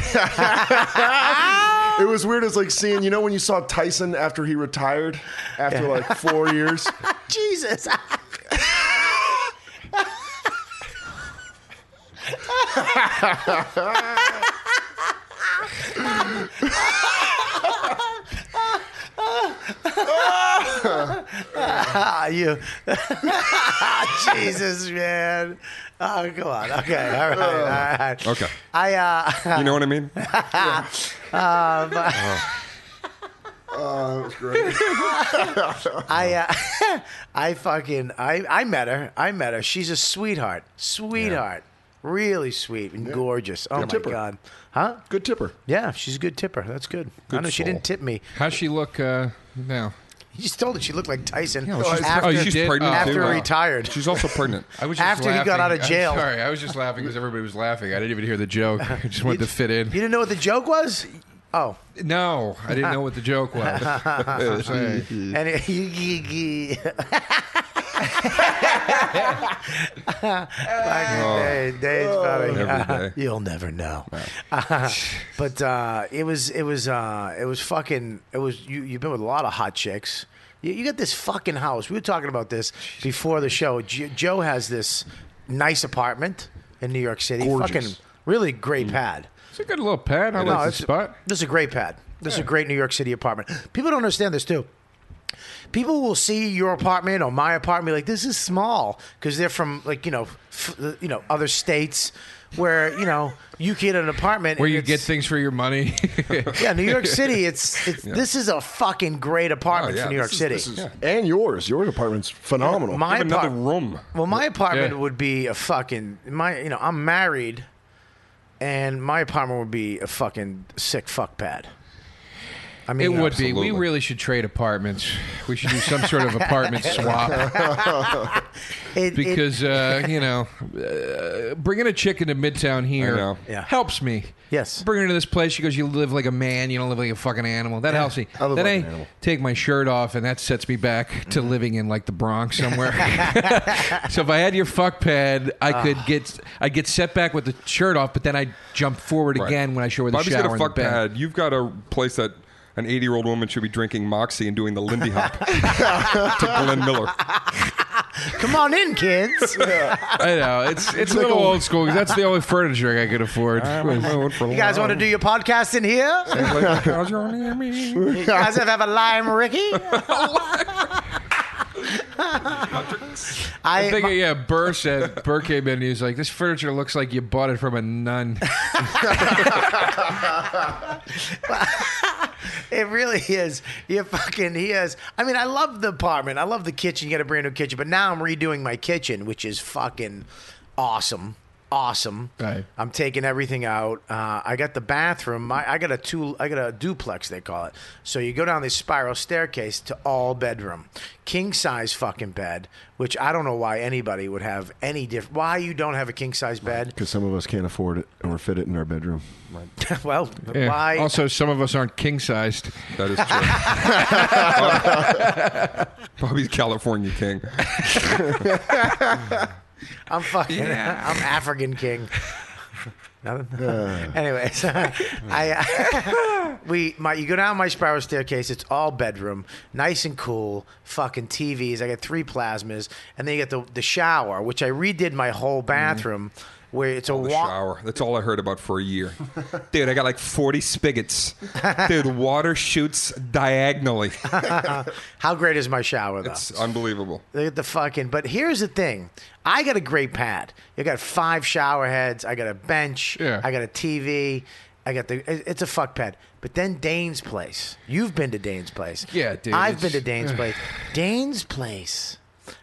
it was weird as like seeing you know when you saw Tyson after he retired after like four years.
Jesus. Ah, you, Jesus, man! Oh, come on. Okay, all right, all right.
Okay.
I uh,
You know what I mean?
Oh, that was great.
I uh, I fucking I I met her. I met her. She's a sweetheart. Sweetheart. Really sweet and gorgeous. Oh my
tipper.
god. Huh?
Good tipper.
Yeah, she's a good tipper. That's good. I
Good
know she
soul.
didn't tip me.
How's she look uh, now?
You just told her she looked like Tyson.
Yeah, well, she's-
after
oh,
you
she's
did?
pregnant
Oh.
too.
after
wow.
retired.
She's also pregnant.
I was
After he got out of
I'm
jail.
sorry, I was just laughing because everybody was laughing. I didn't even hear the joke. I just wanted to fit
You
in.
didn't know what the joke was? Oh.
No, I didn't know what the joke was. That's what I'm saying.
And it, you- you- you- Fucking day- days, buddy.
Oh. Every day.
You'll never know. Uh, but uh, it was it was uh, it was fucking it was you you've been with a lot of hot chicks. You, you got this fucking house. We were talking about this before the show. Jo- Joe has this nice apartment in New York City. Fucking really
Mm.
great pad.
It's a good little pad. I
No,
like this
it's-
spot.
This is a great pad. This is a great New York City apartment. People don't understand this too. People will see your apartment or my apartment like this is small because they're from like you know f- you know other states where you know you get an apartment
Where
and
you
it's-
get things for your money.
yeah New York City it's, it's this is a fucking great apartment
Oh, yeah,
for New York
this is-
City
this is
And yours, your apartment's phenomenal.
my
Give another
apart-
room.
Well, my apartment
Yeah.
would be a fucking my. You know, I'm married, and my apartment would be a fucking sick fuck pad. I mean,
it would be.
absolutely.
We really should trade apartments. We should do some sort of apartment swap
it- it-
because uh, you know, uh, bringing a chicken to Midtown
I
here
know.
Yeah.
helps me.
Yes.
bring her to this place. She goes, "You live like a man. You don't live like a fucking animal." That helps me.
I live
then
like
I
an animal.
take my shirt off, and that sets me back
Mm-hmm.
to living in like the Bronx somewhere. so if I had your fuck pad, I
Ah.
could get I would get set back with the shirt off, but then I would jump forward
Right.
again when I show her the
Bobby's
shower.
got a
and the
fuck
bed.
pad. You've got a place that an 80 year old woman should be drinking Moxie and doing the Lindy Hop to Glenn Miller.
come on in, kids.
I know it's it's, a little old school 'cause that's the only furniture I could afford.
You guys want to do your podcast in here?
do?
You guys have, have a lime, Ricky?
I think
I,
yeah, Burr said Burr came in and he was like, "This furniture looks like you bought it from a nun."
it really is. You fucking he is. I mean, I love the apartment. I love the kitchen. You got a brand new kitchen, but now I'm redoing my kitchen, which is fucking awesome. Awesome.
Right.
I'm taking everything out. Uh, I got the bathroom. My, I got a two. I got a duplex. They call it. So you go down this spiral staircase to all bedroom, king size fucking bed. Which I don't know why anybody would have any different. Why you don't have a king size bed?
Because some of us can't afford it and we're fit it in our bedroom.
well,
Yeah.
why?
Also, some of us aren't king sized.
That is true. Bobby's California king.
I'm fucking. I'm African king. Nothing? Anyways, I we my you go down my spiral staircase. It's all bedroom, nice and cool. Fucking TVs. I got three plasmas, and then you got the the shower, which I redid my whole bathroom, where it's a
Mm-hmm. Oh, The
walk.
shower. That's all I heard about for a year. Dude, I got like 40 spigots. Dude, water shoots diagonally.
How great is my shower though?
It's unbelievable.
They get the fucking. But here's the thing: I got a great pad. You got five shower heads. I got a bench.
Yeah.
I got a TV. I got the. it- It's a fuck pad. But then Dane's place. You've been to Dane's place.
Yeah, dude,
I've been to
it's-
Dane's place. Dane's place.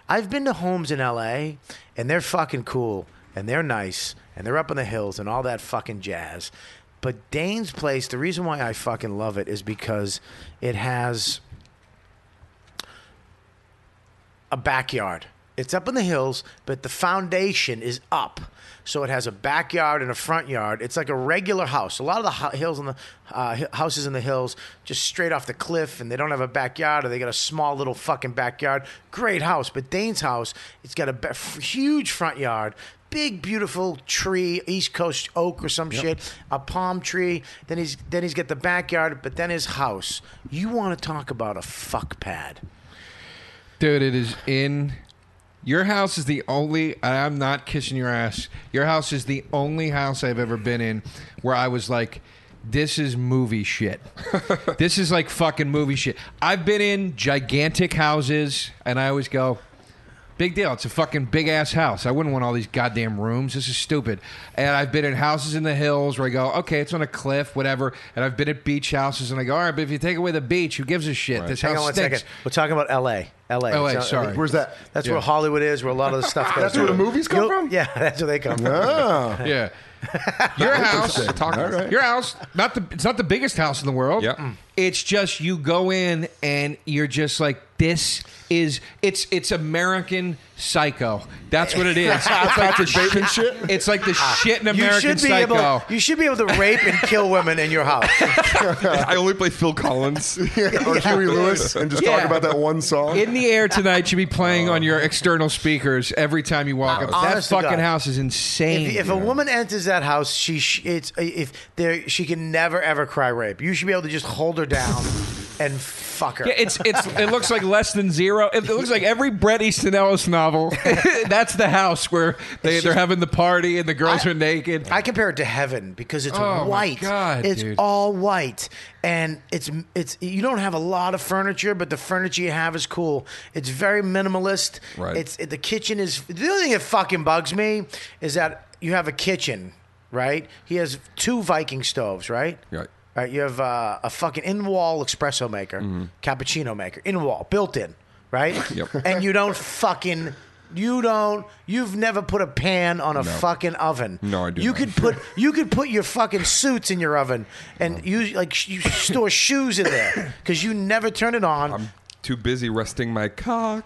I've been to homes in L.A. and they're fucking cool and they're nice and they're up in the hills and all that fucking jazz. But Dane's place, the reason why I fucking love it is because it has a backyard. It's up in the hills, but the foundation is up. So it has a backyard and a front yard. It's like a regular house. A lot of the hu- hills in the uh, hi- houses in the hills just straight off the cliff, and they don't have a backyard, or they got a small little fucking backyard. Great house, but Dane's house, it's got a ba- f- huge front yard, big beautiful tree, East Coast oak or some shit, a palm tree. Then he's then he's got the backyard, but then his house. You want to talk about a fuck pad?
Dude, it is in. Your house is the only. and I'm not kissing your ass. Your house is the only house I've ever been in where I was like, this is movie shit. this is like fucking movie shit. I've been in gigantic houses and I always go, Big deal. It's a fucking big ass house. I wouldn't want all these goddamn rooms. This is stupid. And I've been in houses in the hills where I go, okay, it's on a cliff, whatever. And I've been at beach houses and I go, all right, but if you take away the beach, who gives a shit? This
Hang on
house
one
stinks.
second. We're talking about L.A. L.A.
LA,
It's not-
sorry.
Where's that?
That's
Yeah.
where Hollywood is, where a lot of the stuff goes.
That's where the
down.
movies come
You'll-
from?
Yeah, that's where they come from.
Oh.
Yeah. Your house,
Interesting.
talk,
All right.
your house, not the it's not the biggest house in the world.
Yeah. Mm.
It's just you go in and you're just like this is it's it's American psycho. That's what it is. It's like the
Bateman shit?
It's like the shit in
You
American
should be
psycho.
able. You should be able to rape and kill women in your house.
I only play Phil Collins.
Or Huey Lewis and just
Yeah.
talk about that one song.
in the air tonight should be playing on your external speakers every time you walk up. That
Oh. Honest to
fucking
God.
house is insane.
If, if a woman enters that house, she sh- it's if there she can never ever cry rape. You should be able to just hold her down and fuck her.
Yeah, it's it's it looks like less than zero. It looks like every Bret Easton Ellis novel. that's the house where they
It's
they're
just-
having the party and the girls
I-
are naked.
I compare it to heaven because it's
Oh, my
white.
God,
it's
dude.
all white, and it's it's you don't have a lot of furniture, but the furniture you have is cool. It's very minimalist.
Right.
It's it- the kitchen is the only thing that fucking bugs me is that you have a kitchen, right? He has two Viking stoves, right?
Right.
Right. You have uh, a fucking in-wall espresso
Mm-hmm.
maker, cappuccino maker, in-wall, built in, right?
Yep.
And you don't fucking you don't. You've never put a pan on a fucking oven.
No, I do
You
not.
could put you could put your fucking suits in your oven, and you like sh- you store shoes in there because you never turn it on.
I'm too busy resting my cock.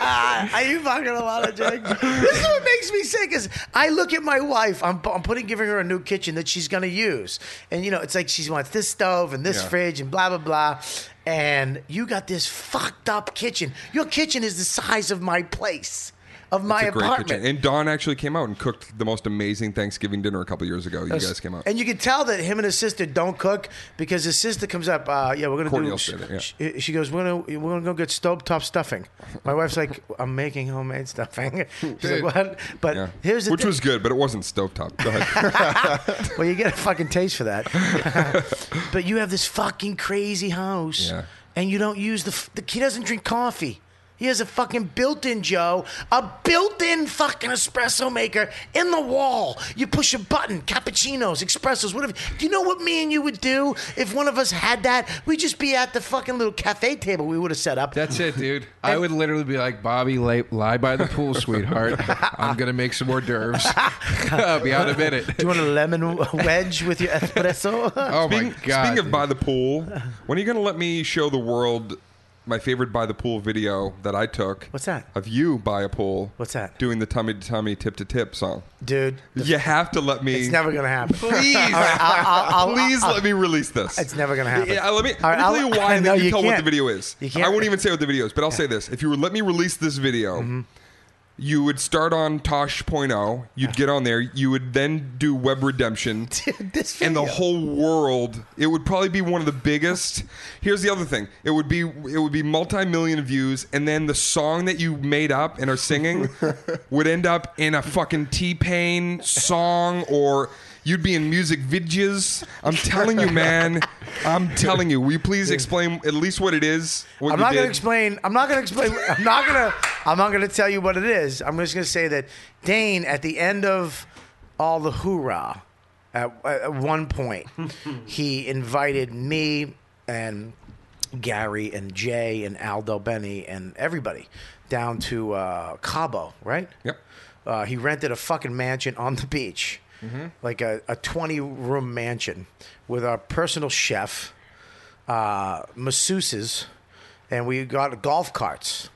Ah, Are you fucking a lot of jokes? this is what makes me sick. Is I look at my wife. I'm, I'm putting giving her a new kitchen that she's gonna use, and you know it's like she wants this stove and this
Yeah.
fridge and blah blah blah. And you got this fucked up kitchen. Your kitchen is the size of my place, of my
It's a great
apartment.
kitchen. And Don actually came out and cooked the most amazing Thanksgiving dinner a couple years ago. You guys came out.
And you can tell that him and his sister don't cook because his sister comes up. Uh, yeah, we're gonna
Cornel
do.
said it, yeah.
she, she goes, we're gonna we're gonna go get stovetop stuffing. My wife's like, I'm making homemade stuffing. She's like,
Dude.
what? But
Yeah.
here's the
Which
thing.
was good, but it wasn't stovetop. Go ahead.
well, you get a fucking taste for that. but you have this fucking crazy house,
Yeah.
and you don't use the, f- the. He doesn't drink coffee. He has a fucking built-in Joe, a built-in fucking espresso maker in the wall. You push a button, cappuccinos, espressos, whatever. Do you know what me and you would do if one of us had that? We'd just be at the fucking little cafe table we would have set up.
That's it, dude. I would literally be like, Bobby, lie, lie by the pool, sweetheart. I'm gonna make some hors d'oeuvres. I'll be out in a minute.
do you want a lemon wedge with your espresso?
Oh
speaking,
my god!
speaking of by the pool, when are you going to let me show the world my favorite by the pool video that I took?
What's that?
Of you by a pool.
What's that?
Doing the tummy to tummy, tip to tip song.
Dude,
You have to let me.
it's never gonna happen.
Please,
I'll- I'll-
please let me release this.
It's never gonna happen.
Yeah, let me,
All
let me
right,
tell
I'll-
you why, and
No,
then you, tell what the
can't.
video is.
You can't.
I won't even say what the video is, but I'll say this: if you would let me release this video,
Mm-hmm.
you would start on Tosh.0. You'd get on there. You would then do Web Redemption,
Dude, this
and the
video.
whole world. It would probably be one of the biggest. Here's the other thing: it would be it would be multi-million views, and then the song that you made up and are singing would end up in a fucking T-Pain song or. You'd be in music vidges. I'm telling you, man. I'm telling you. Will you please explain at least what it is? What
I'm
you
not
did?
going to explain. I'm not going to explain. I'm not going to. I'm not going to tell you what it is. I'm just going to say that Dane, at the end of all the hoorah, at, at one point, he invited me and Gary and Jay and Aldo Benny and everybody down to uh, Cabo, right?
Yep.
Uh, he rented a fucking mansion on the beach,
Mm-hmm.
like a, a 20 room mansion with our personal chef, uh, masseuses, and we got golf carts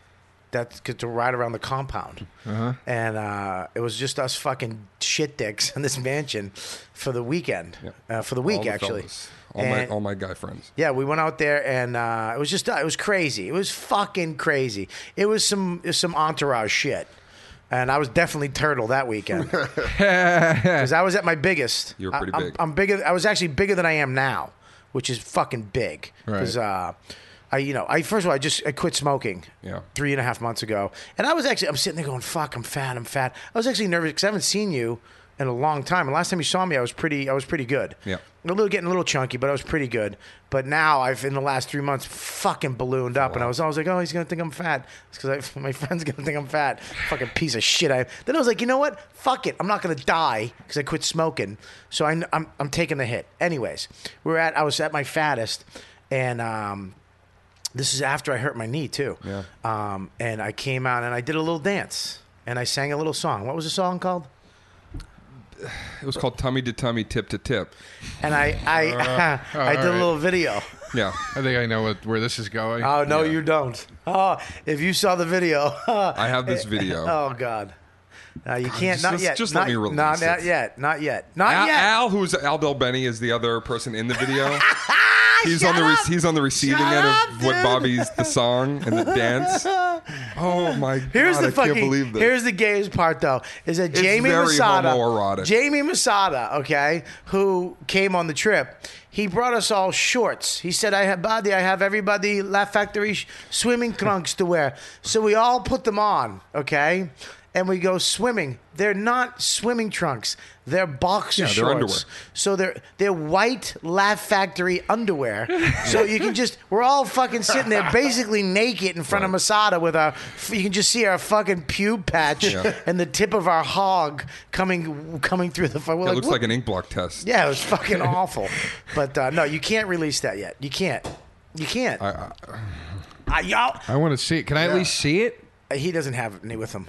that could to ride around the compound.
Uh-huh.
And uh, it was just us fucking shit dicks in this mansion for the weekend, uh, for the week,
All the
actually.
fellas. All my
And-
all my guy friends.
yeah, we went out there and uh, it was just it was crazy. It was fucking crazy. It was some it was some entourage shit, and I was definitely turtle that weekend because I was at my biggest.
You were pretty
I, I'm-
big.
I'm, bigger. I was actually bigger than I am now, which is fucking big. Because
Right.
uh, I, you know, I first of all, I just I quit smoking.
Yeah.
Three and a half months ago, and I was actually I'm sitting there going, "Fuck, I'm fat. I'm fat." I was actually nervous because I haven't seen you in a long time. And last time you saw me, I was pretty. I was pretty good.
Yeah.
A little getting a little chunky, but I was pretty good. But now I've in the last three months fucking ballooned up, and I was always like, "Oh, he's gonna think I'm fat." It's because my friend's gonna think I'm fat. Fucking piece of shit. I then I was like, you know what? Fuck it. I'm not gonna die because I quit smoking, so I, am I'm taking the hit. Anyways, we we're at I was at my fattest, and um, this is after I hurt my knee too.
Yeah.
Um, and I came out and I did a little dance and I sang a little song. What was the song called?
It was called tummy to tummy, tip to tip.
And I I I did a
alright.
little video.
Yeah.
I think I know what, where this is going.
Oh no, you don't. Oh, if you saw the video.
I have this video.
oh God. No, you can't.
just-
not
just-
yet.
just
not,
let me release
not,
it.
not yet. Not yet. Not
Al,
yet.
Al, who's Al Del Benny, is the other person in the video. he's on the re- he's on the receiving
Shut
end
up,
of what
dude.
Bobby's the song and the dance. Oh my
Here's
god!
the
I
fucking.
can't believe this.
Here's the gayest part, though, is that Jamie
very
Masada,
homoerotic.
Jamie Masada, okay, who came on the trip, he brought us all shorts. He said, "I have body, I have everybody Laugh Factory sh- swimming trunks to wear." So we all put them on, okay, and we go swimming. They're not swimming trunks; they're boxer
Yeah, they're
shorts.
underwear.
So they're they're white Laugh Factory underwear. so you can just we're all fucking sitting there basically naked in front of Masada with our you can just see our fucking pube patch
Yeah.
and the tip of our hog coming coming through the fuck.
it looks like an ink block test.
yeah, it was fucking awful. But uh, no, you can't release that yet. You can't. You can't. I, y'all,
I want to see it. Can I at least see it?
he doesn't have any with him.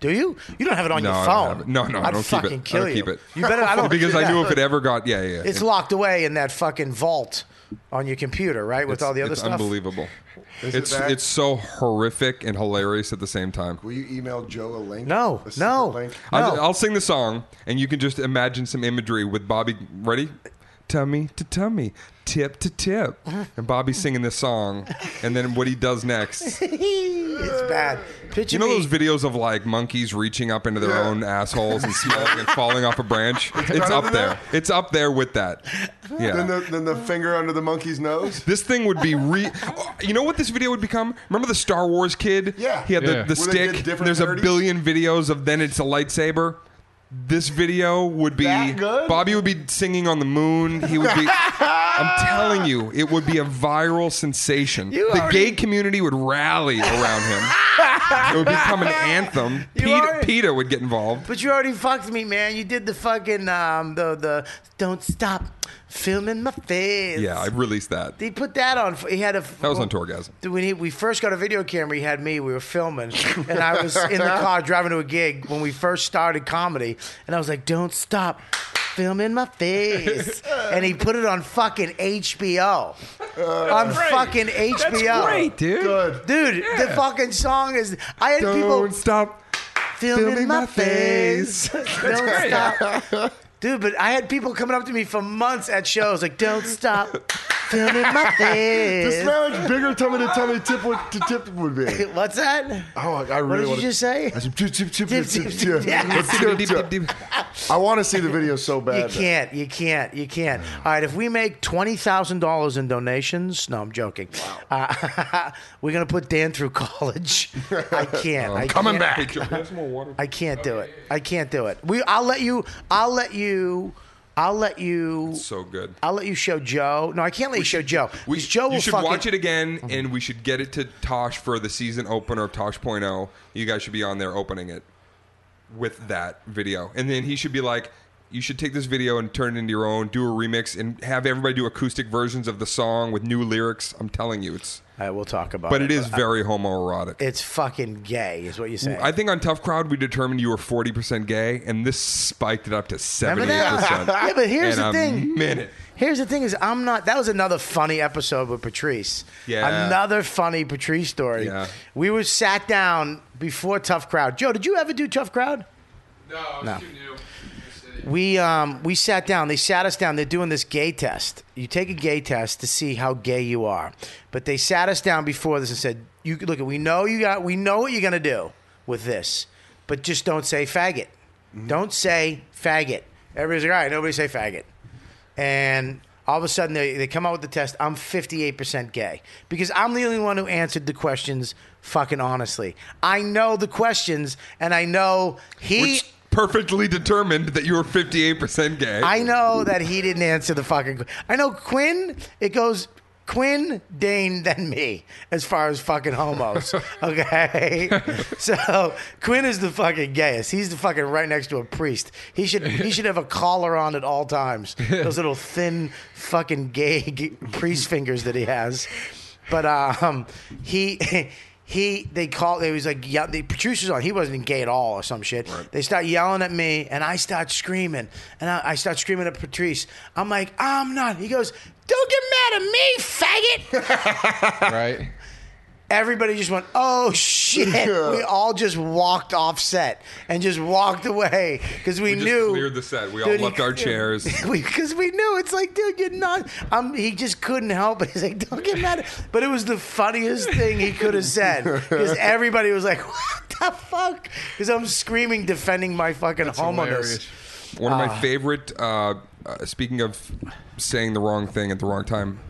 Do you? You don't have it on
No,
your
I don't
phone.
have it. No, no,
I'd
I don't keep it.
fucking
I
kill
don't
you.
keep it.
You better. I don't
because
do
I knew
that.
if it ever got yeah yeah.
It's locked away in that fucking vault on your computer, right? With
It's-
all the other
it's
stuff.
Unbelievable.
Is it
it's
that-
it's so horrific and hilarious at the same time.
Will you email Joe a link?
No,
A secret
no.
link?
I'll,
No.
I'll sing the song, and you can just imagine some imagery with Bobby. Ready? Tummy to tummy, tip to tip, and Bobby singing this song, and then what he does next.
it's bad. Picture
You know
me-
those videos of like monkeys reaching up into their
Yeah.
own assholes and smelling and falling off a branch? It's
better
up
than
there.
that?
It's up there with that.
Then
Yeah.
the, then the finger under the monkey's nose.
This thing would be re. Oh, You know what this video would become? Remember the Star Wars kid?
Yeah.
He had
Yeah.
the, the
Where they
stick.
did different
There's a
parodies?
billion videos of then it's a lightsaber. This video would be
That good?
Bobby would be singing on the moon. He would be. I'm telling you, it would be a viral sensation.
You
the
already-
gay community would rally around him. it would become an anthem.
You
Peter,
already-
Peter would get involved.
But you already fucked me, man. You did the fucking um the the don't stop filming my face.
Yeah, I released that.
He put that on. He had a.
That was on Torgasm.
When he, we first got a video camera, he had me. We were filming, and I was in the car driving to a gig when we first started comedy, and I was like, "Don't stop." Filming my face, and he put it on fucking HBO. on fucking HBO,
dude.
dude. The fucking song is. I had
Don't
people
stop.
filming,
Filming
my,
my
face.
face.
Don't stop. Dude, but I had people coming up to me for months at shows like, don't stop filming my
This
face.
marriage bigger tummy to tummy tip would, to tip would be.
What's that?
Oh, I really
What did you
wanna-
just say?
I said, tip, tip, tip,
Tip,
tip, tip,
tip,
tip.
yeah.
Let's do it, tip. I want to see the video so bad.
uh,
You can't. You can't. You can't. All right. If we make twenty thousand dollars in donations, no, I'm joking. Uh, we're gonna put Dan through college. I can't.
Oh,
I
Coming
can't.
back.
I can't do it. I can't do it. We. I'll let you. I'll let you. I'll let you.
So good.
I'll let you show Joe. No, I can't let you show Joe.
We,
Because Uh, Joe will
you should
fucking,
watch it again, and we should get it to Tosh for the season opener of Tosh.0. You guys should be on there opening it with that video. And then he should be like, you should take this video and turn it into your own, do a remix, and have everybody do acoustic versions of the song with new lyrics. I'm telling you, it's.
All right, we'll talk about
But
it.
it is very homoerotic.
It's fucking gay, is what you're saying.
I think on Tough Crowd we determined you were forty percent gay, and this spiked it up to
Remember
seventy eight
that?
percent.
yeah, but here's
in
the
a
thing.
Minute.
Here's the thing is I'm not that was another funny episode with Patrice.
Yeah.
Another funny Patrice story.
Yeah.
We were sat down before Tough Crowd. Joe, did you ever do Tough Crowd? No. We um we sat down. They sat us down. They're doing this gay test. You take a gay test to see how gay you are. But they sat us down before this and said, "You look, we know you got, we know what you're gonna do with this, but just don't say faggot. Don't say faggot. Everybody's like, all right, nobody say faggot. And all of a sudden they, they come out with the test. I'm 58% gay because I'm the only one who answered the questions fucking honestly. I know the questions and I know he.
Which perfectly determined that you were fifty eight percent gay.
I know that he didn't answer the fucking. I know Quinn. It goes Quinn, Dane, then me as far as fucking homos. Okay, so Quinn is the fucking gayest. He's the fucking right next to a priest. He should he should have a collar on at all times. Those little thin fucking gay g- priest fingers that he has. But um, he. He, they called. They was like, yeah, the producer's on. He wasn't gay at all or some shit. They start yelling at me, and I start screaming, and I, I start screaming at Patrice. I'm like, I'm not. He goes, Don't get mad at me, faggot.
Right.
Everybody just went, Oh shit. We all just walked off set and just walked away because we,
We just
knew
cleared the set. We all
Dude, he-
left our chairs.
because we knew it's like, dude, you're not. Um, he just couldn't help it. He's like, don't get mad. at-" But it was the funniest thing he could have said because everybody was like, what the fuck? Because I'm screaming, defending my fucking homoness.
hilarious.
One of
Ah.
my favorite. Uh, uh, speaking of saying the wrong thing at the wrong time,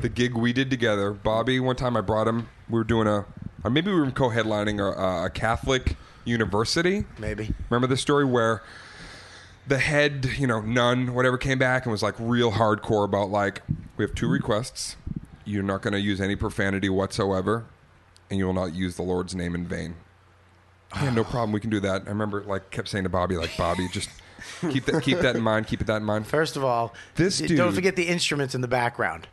the gig we did together, Bobby. One time I brought him. We were doing a, or maybe we were co-headlining a, a Catholic university.
Maybe.
Remember the story where the head, you know, nun, whatever, came back and was like real hardcore about like, we have two requests. You're not going to use any profanity whatsoever, and you will not use the Lord's name in vain. Yeah, no problem. We can do that. I remember, like, kept saying to Bobby, like, Bobby, just keep that, keep that in mind. Keep that in mind.
First of all,
This
d- don't
dude-
forget the instruments in the background.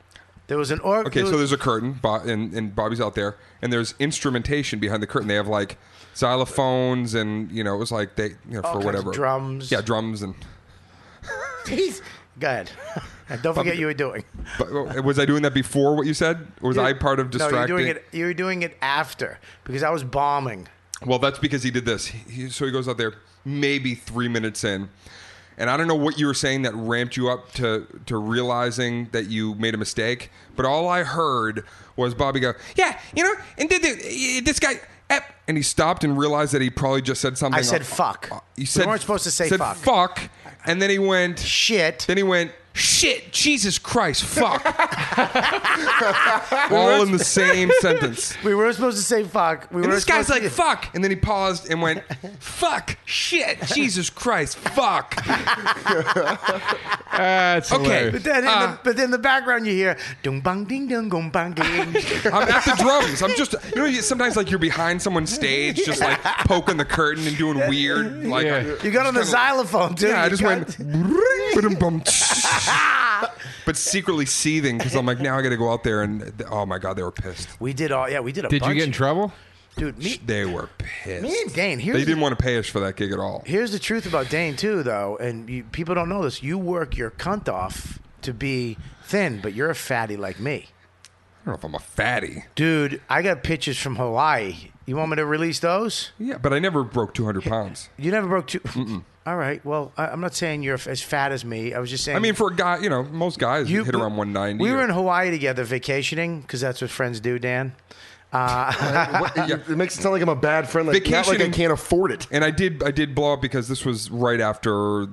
There was an org.
Okay,
there
so there's
was-
a curtain, Bo- and, and Bobby's out there, and there's instrumentation behind the curtain. They have like xylophones, and you know, it was like they, you know,
All
for
kinds of
whatever
drums.
yeah, drums, and
He's
Go ahead. And don't forget you were doing.
but, uh, was I doing that before what you said? Or was I part of distracting?
No, you were doing it. You were doing it after because I was bombing.
Well, that's because he did this. He, he- so he goes out there, maybe three minutes in, and I don't know what you were saying that ramped you up to to realizing that you made a mistake. But all I heard was Bobby go, "Yeah, you know," and did the, eh, this guy. eh," And he stopped and realized that he probably just said something.
I said, "Fuck."
You
We
said
weren't supposed to say
said,
fuck.
Fuck. And then he went.
Shit.
Then he went. Shit. Jesus Christ. Fuck. all in the same sentence.
We were supposed to say fuck. We
And
were
this guy's like,
supposed to-
fuck. And then he paused and went, fuck, shit, Jesus Christ, fuck.
That's
Okay.
But then, in
Uh,
the, but then in the background you hear dung bang ding dong gong bang ding.
I'm at the drums. I'm just, you know, you- sometimes like you're behind someone's stage, just like poking the curtain and doing weird. Like,
Yeah.
I-
You got on the
just kinda-
xylophone too.
Yeah, I
You
just
got-
went, "Bring, ba-dum, bum, tsh." but secretly seething because I'm like, now I got to go out there and, th- oh my God, they were pissed.
We did all. Yeah, we did a.
Did
bunch
you get in
of-
trouble?
dude? Me,
They were pissed.
me and Dane. Here's
They
the-
didn't want to pay us for that gig at all.
Here's the truth about Dane too, though, and you, people don't know this. You work your cunt off to be thin, but you're a fatty like me,
I don't know if I'm a fatty.
dude. I got pictures from Hawaii. You want me to release those?
Yeah, but I never broke 200 pounds.
You never broke two. All right. Well, I, I'm not saying you're f- as fat as me. I was just saying.
I mean, for a guy, you know, most guys
you
hit around 190.
We
or-
were in Hawaii together vacationing because that's what friends do, Dan. Uh,
What- it, it makes it sound like I'm a bad friend. Like, not like I
Vacationing-
can't afford it.
and I did, I did blow up because this was right after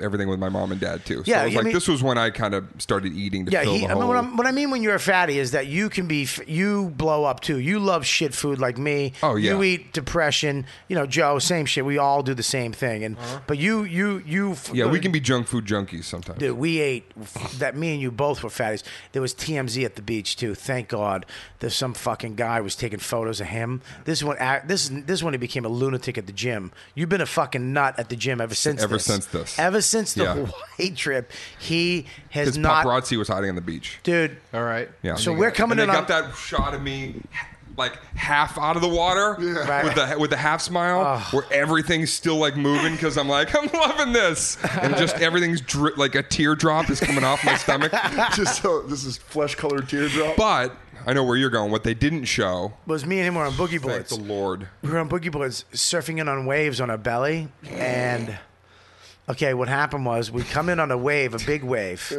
everything with my mom and dad too. So
Yeah,
it was
I
like
mean-
this was when I kind of started eating to
yeah,
fill
he,
the
I mean,
hole.
what, I'm, what I mean when you're a fatty is that you can be, f- you blow up too. You love shit food like me.
Oh, yeah.
You eat depression. You know, Joe, same shit. We all do the same thing. And but you, you, you. f-
Uh-huh. yeah, we can be junk food junkies sometimes.
Dude, we ate that. Me and you both were fatties. There was TMZ at the beach too. Thank God. There's some fucking guy was taking photos of him. This one, this is this one. He became a lunatic at the gym. You've been a fucking nut at the gym ever since.
Ever
this.
since this.
Ever since the
Yeah.
Hawaii trip, he has
His
not.
paparazzi was hiding on the beach.
Dude,
All right.
Yeah.
So
And they
we're
got-
coming
and
in
They
on-
got that shot of me, like half out of the water
Right.
with the with the half smile, where everything's still like moving because I'm like I'm loving this, and just everything's dri- like a teardrop is coming off my stomach.
Just so this is flesh colored teardrop.
But I know where you're going. What they didn't show.
was me and him were on boogie
Thank
boards.
the Lord.
we were on boogie boards surfing in on waves on our belly and okay what happened was we come in on a wave a big wave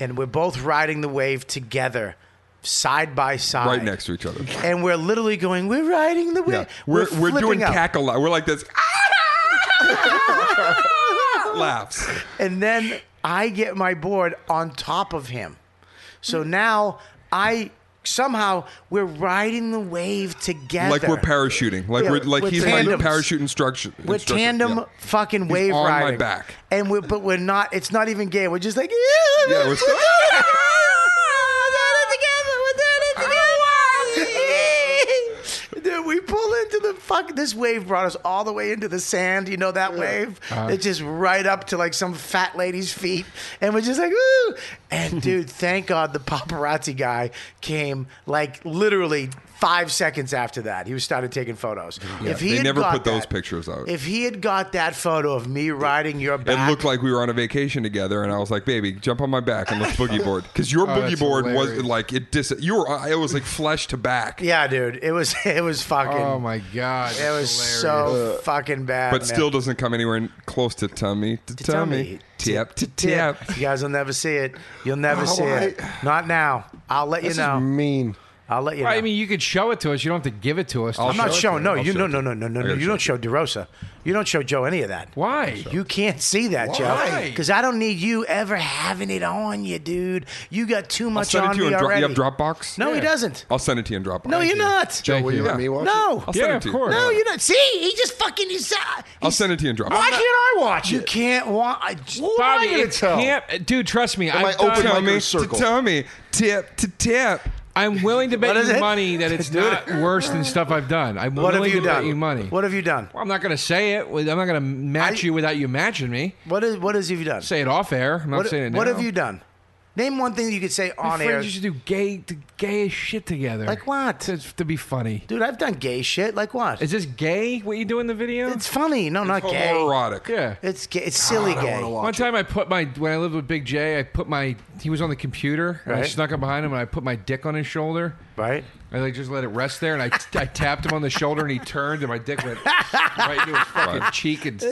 and we're both riding the wave together side by side
Right next to each other.
and we're literally going we're riding the
Yeah.
wave
We're, we're,
flipping
doing
out.
cackle. We're like this. laughs.
and then I get my board on top of him. So now I somehow we're riding the wave together.
Like we're parachuting. Like
Yeah,
we're like
we're
he's
tandems.
my parachute instruction.
We're
instructor.
tandem
Yeah.
fucking wave
on my
riding.
back.
And we're but we're not. It's not even gay. We're just like
Yeah, we're still-
Dude, we pull into the fuck. This wave brought us all the way into the sand. You know that wave?
Uh-huh.
it's just right up to like some fat lady's feet, and we're just like, ooh. And dude, thank God the paparazzi guy came like literally five seconds after that. He was started taking photos. if he
they
had
never
got
put those
that-
pictures out.
If he had got that photo of me riding your
It
back,
looked like we were on a vacation together, and I was like, "Baby, jump on my back and let's boogie board." Because your
Oh,
boogie
that's
board was
hilarious.
like it dis. You were. It was like flesh to back.
yeah, dude, it was it was fucking.
Oh my god.
It was so fucking bad.
But
man.
still doesn't come anywhere n- close to tummy to, tummy.
tummy.
Tip to tip.
You guys will never see it. You'll never see it. Not now. I'll let
This
you
is
know.
mean.
I'll let you know.
I mean, you could show it to us. You don't have to give it to us.
I'll
I'm not
show it
showing.
to
No,
you. I'll
you
show
no
it
no
to
no
you.
no no.
I
no
gotta
you
show
don't show DeRosa. You don't show Joe any of that.
Why?
You can't see that, Joe.
Why?
Because I don't need you ever having it on you, dude. You got too
I'll
much
send it
on
to you.
me
in Dro-
already.
you have Dropbox.
No, he doesn't.
I'll send it to you in Dropbox.
No, you're not.
Joe,
Thank
will you
you.
let me watch? it?
No.
I'll send it
Yeah,
to
of
you.
course.
No, you're not.
see, he just fucking is. Uh,
I'll send it to you in Dropbox.
Why can't I watch it? You can't watch.
Bobby,
gonna
it
tell?
can't, dude. Trust me.
I
I've done-
open my
Tell me to
circle.
tell me tip to tip.
I'm willing to bet
What is
you
it?
money that it's not worse than stuff I've done. I'm
What have
willing
you
to
done?
bet you money.
What have you done?
Well, I'm not going to say it. with- I'm not going to match
I-
you without you matching me.
What is? What has you done?
Say it off air. I'm not
What,
saying it.
what
now.
have you done? Name one thing that you could say on
My
air.
friends used to do gay, t- gay as shit together.
Like what?
To, to be funny.
Dude, I've done gay shit. Like what?
Is this gay? What you do in the video?
It's funny. No, not gay.
Homoerotic.
yeah.
It's gay. It's silly
wanna
gay.
watch
One
it.
time I put my when I lived with Big J, I put my he was on the computer and I
Right.
snuck up behind him and I put my dick on his shoulder.
Right?
I like just let it rest there, and I, I tapped him on the shoulder, and he turned, and my dick went right into his fucking cheek. And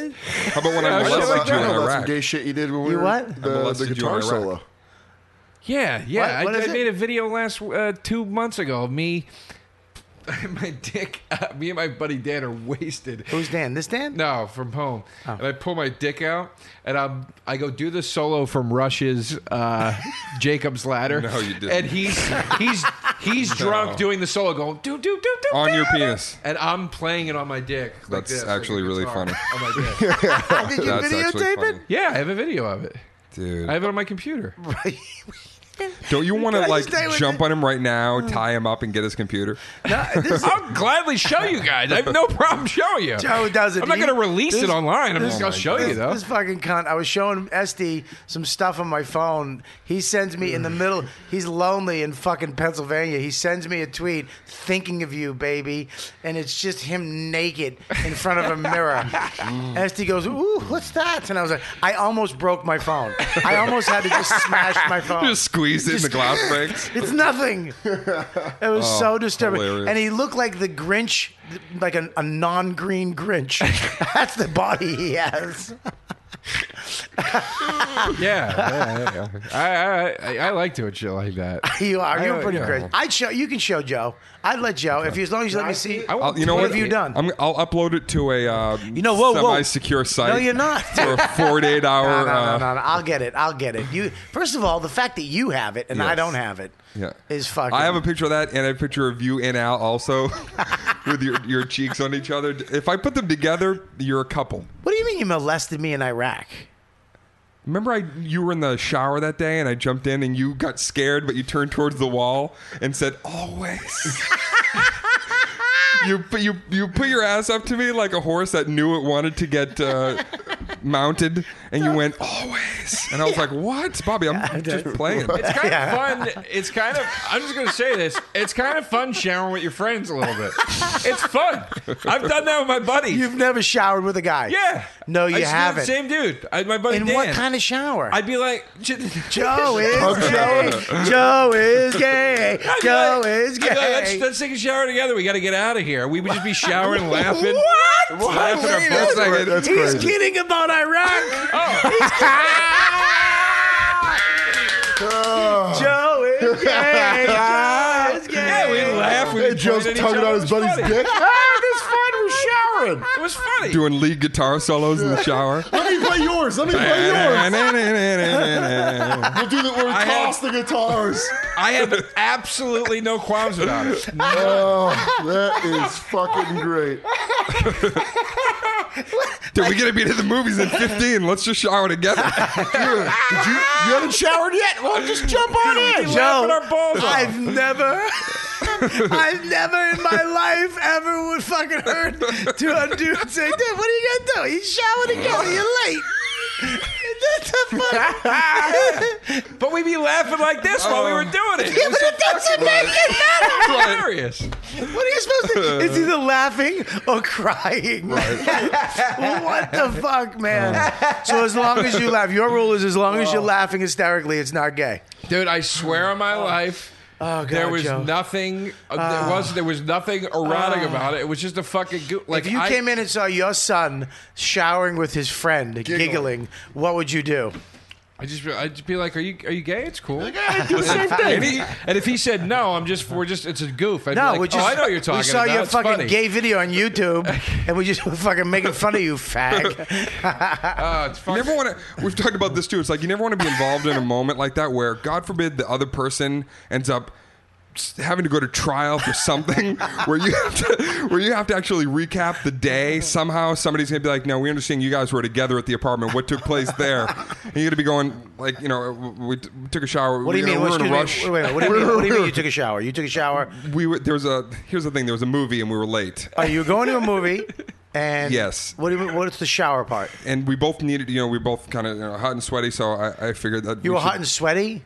How about when I
Yeah,
I know
Unless
molested
about-
you
I
in
know about some
Iraq?
gay shit you did when we
You
were
what? I
the, the
molested you in
guitar
Iraq.
solo.
yeah, yeah,
What- what
I,
is
I
it?
made a video last uh, two months ago of me, my dick. Uh, me and my buddy Dan are wasted.
Who's Dan? This Dan?
No, from home.
Oh.
And I pull my dick out, and I'm I go do the solo from Rush's uh, Jacob's Ladder.
No, you didn't.
And he's he's he's drunk doing the solo, going do do do do
On
do,
your
do.
penis.
and I'm playing it on my dick. like
That's
this, like a
actually really
guitar
funny.
On my dick.
Did you
That's actually
videotape
funny.
it?
yeah, I have a video of it.
Dude.
I have it on my computer.
Don't you want to
Guys,
like
stay with
jump
it. Mm.
on him right now, tie him up, and get his computer?
No, this is,
I'll gladly show you guys. I have no problem showing you.
Joe does it.
I'm not
He-
going to release
this-
it online. I'm
this-
just going to show you
this,
though.
this fucking cunt. I was showing Esty some stuff on my phone. He sends me in the middle. He's lonely in fucking Pennsylvania. He sends me a tweet, thinking of you, baby, and it's just him naked in front of a mirror. Esty goes, "Ooh, what's that?" And I was like, I almost broke my phone. I almost had to just smash my phone.
Just squeeze it in the glass breaks.
It's nothing. It was so disturbing.
Oh, hilarious.
And he looked like the Grinch, like a, a non green Grinch. That's the body he has.
yeah, yeah, yeah. I, I I I like doing shit like that.
You are. You're
I-
pretty
yeah.
crazy. I'd show. You can show Joe. I'd let Joe if you, as long as you let me see.
I
I'll, you know
What
what?
have you done?
I'm, I'll upload it to a uh,
You know, whoa, whoa.
semi-secure site.
No, you're not.
For a 48
No, no,
hour.
no,
uh,
no, no. I'll get it. I'll get it. You first of all, the fact that you have it and I
Yes.
don't have it is
Yeah.
fucking.
I have a picture of that and a picture of you and Al also with your, your cheeks on each other. If I put them together, you're a couple.
What do you mean you molested me in Iraq?
Remember, I you were in the shower that day, and I jumped in, and you got scared, but you turned towards the wall and said, "Always." you put- you you put your ass up to me like a horse that knew it wanted to get uh, mounted, and you went, "Always," and I was like, "What, Bobby? I'm just playing."
It's kind of fun. It's kind of. I'm just gonna say this. It's kind of fun showering with your friends a little bit. It's fun. I've done that with my buddies.
You've never showered with a guy.
yeah.
No, you
I used to do it with
haven't.
the Same dude. I, my buddy
In
Dan.
what kind of shower?
I'd be like, "J-
Joe
I'd
is
be
gay. Joe is gay.
like-
Joe is
I'd be like, let's,
gay.
let's take a shower together. We got to get out of here. We would just be showering, laughing.
What?
Laughing our
Wait a
butts off.
minute.
Oh,
That's
He's
crazy.
kidding about Iraq.
Oh.
Joe is gay. Joe is Ah, gay.
Yeah, we laugh. We
Hey,
pointed
Joe's
at each
tugging
other.
out
It
his
was
buddy's
funny.
dick. Ah, this fun. We're showering.
It was funny.
Doing lead guitar solos in the shower.
Let me play yours. Let me play yours.
I
We'll do the where we
I
toss the guitars.
I have absolutely no qualms about it.
Oh, that is fucking great.
Dude, we gotta be to the movies in 15. Let's just shower together.
Did you, you haven't showered yet? Well, just jump on in.
laughing our balls off.
I've never, I've never in my life ever would fucking heard to a dude say, "Dude, what are you gonna do? You showered again? You're late." That's a fucking.
But we'd be laughing like this while we were doing it. Yeah,
Oh. But it doesn't make it matter.
hilarious.
What are you supposed to? It's either laughing or crying. what the fuck, man? so as long as you laugh, your rule is as long as you're laughing hysterically, it's not gay.
Dude, I swear on my life.
Oh, God,
there was
Joe. Ah.
nothing. Uh, there was there was nothing erotic about it. It was just a fucking go- like
If you
I,
came in and saw your son showering with his friend, giggling, what would you do?
I just I'd just be like, "Are you are you gay? It's cool."
the same
and, he- and if he said no, I'm just we're just it's a goof. I'd be
No,
like,
we just.
"Oh, I know what you're talking
We saw
about.
your
It's
fucking
funny."
gay video on YouTube, and we just were fucking making fun of you, fag.
Uh, it's
You
fucking,
never want to. We've talked about this too. It's like you never want to be involved in a moment like that where, God forbid, the other person ends up s- having to go to trial for something where you have to where you have to actually recap the day somehow somebody's gonna be like no we understand you guys were together at the apartment what took place there and you're gonna be going like you know we, we took a shower
What do you mean?
know, we're
what's-
in a rush
Wait, a minute, what do you mean? What do you mean? You took a shower. You took a shower.
we were there was a here's the thing there was a movie and we were late
Are you going to a movie? And
Yes.
what do you, what's the shower part?
and we both needed, you know, we both kind of you know, hot and sweaty. So I, I figured that
You were hot and sweaty.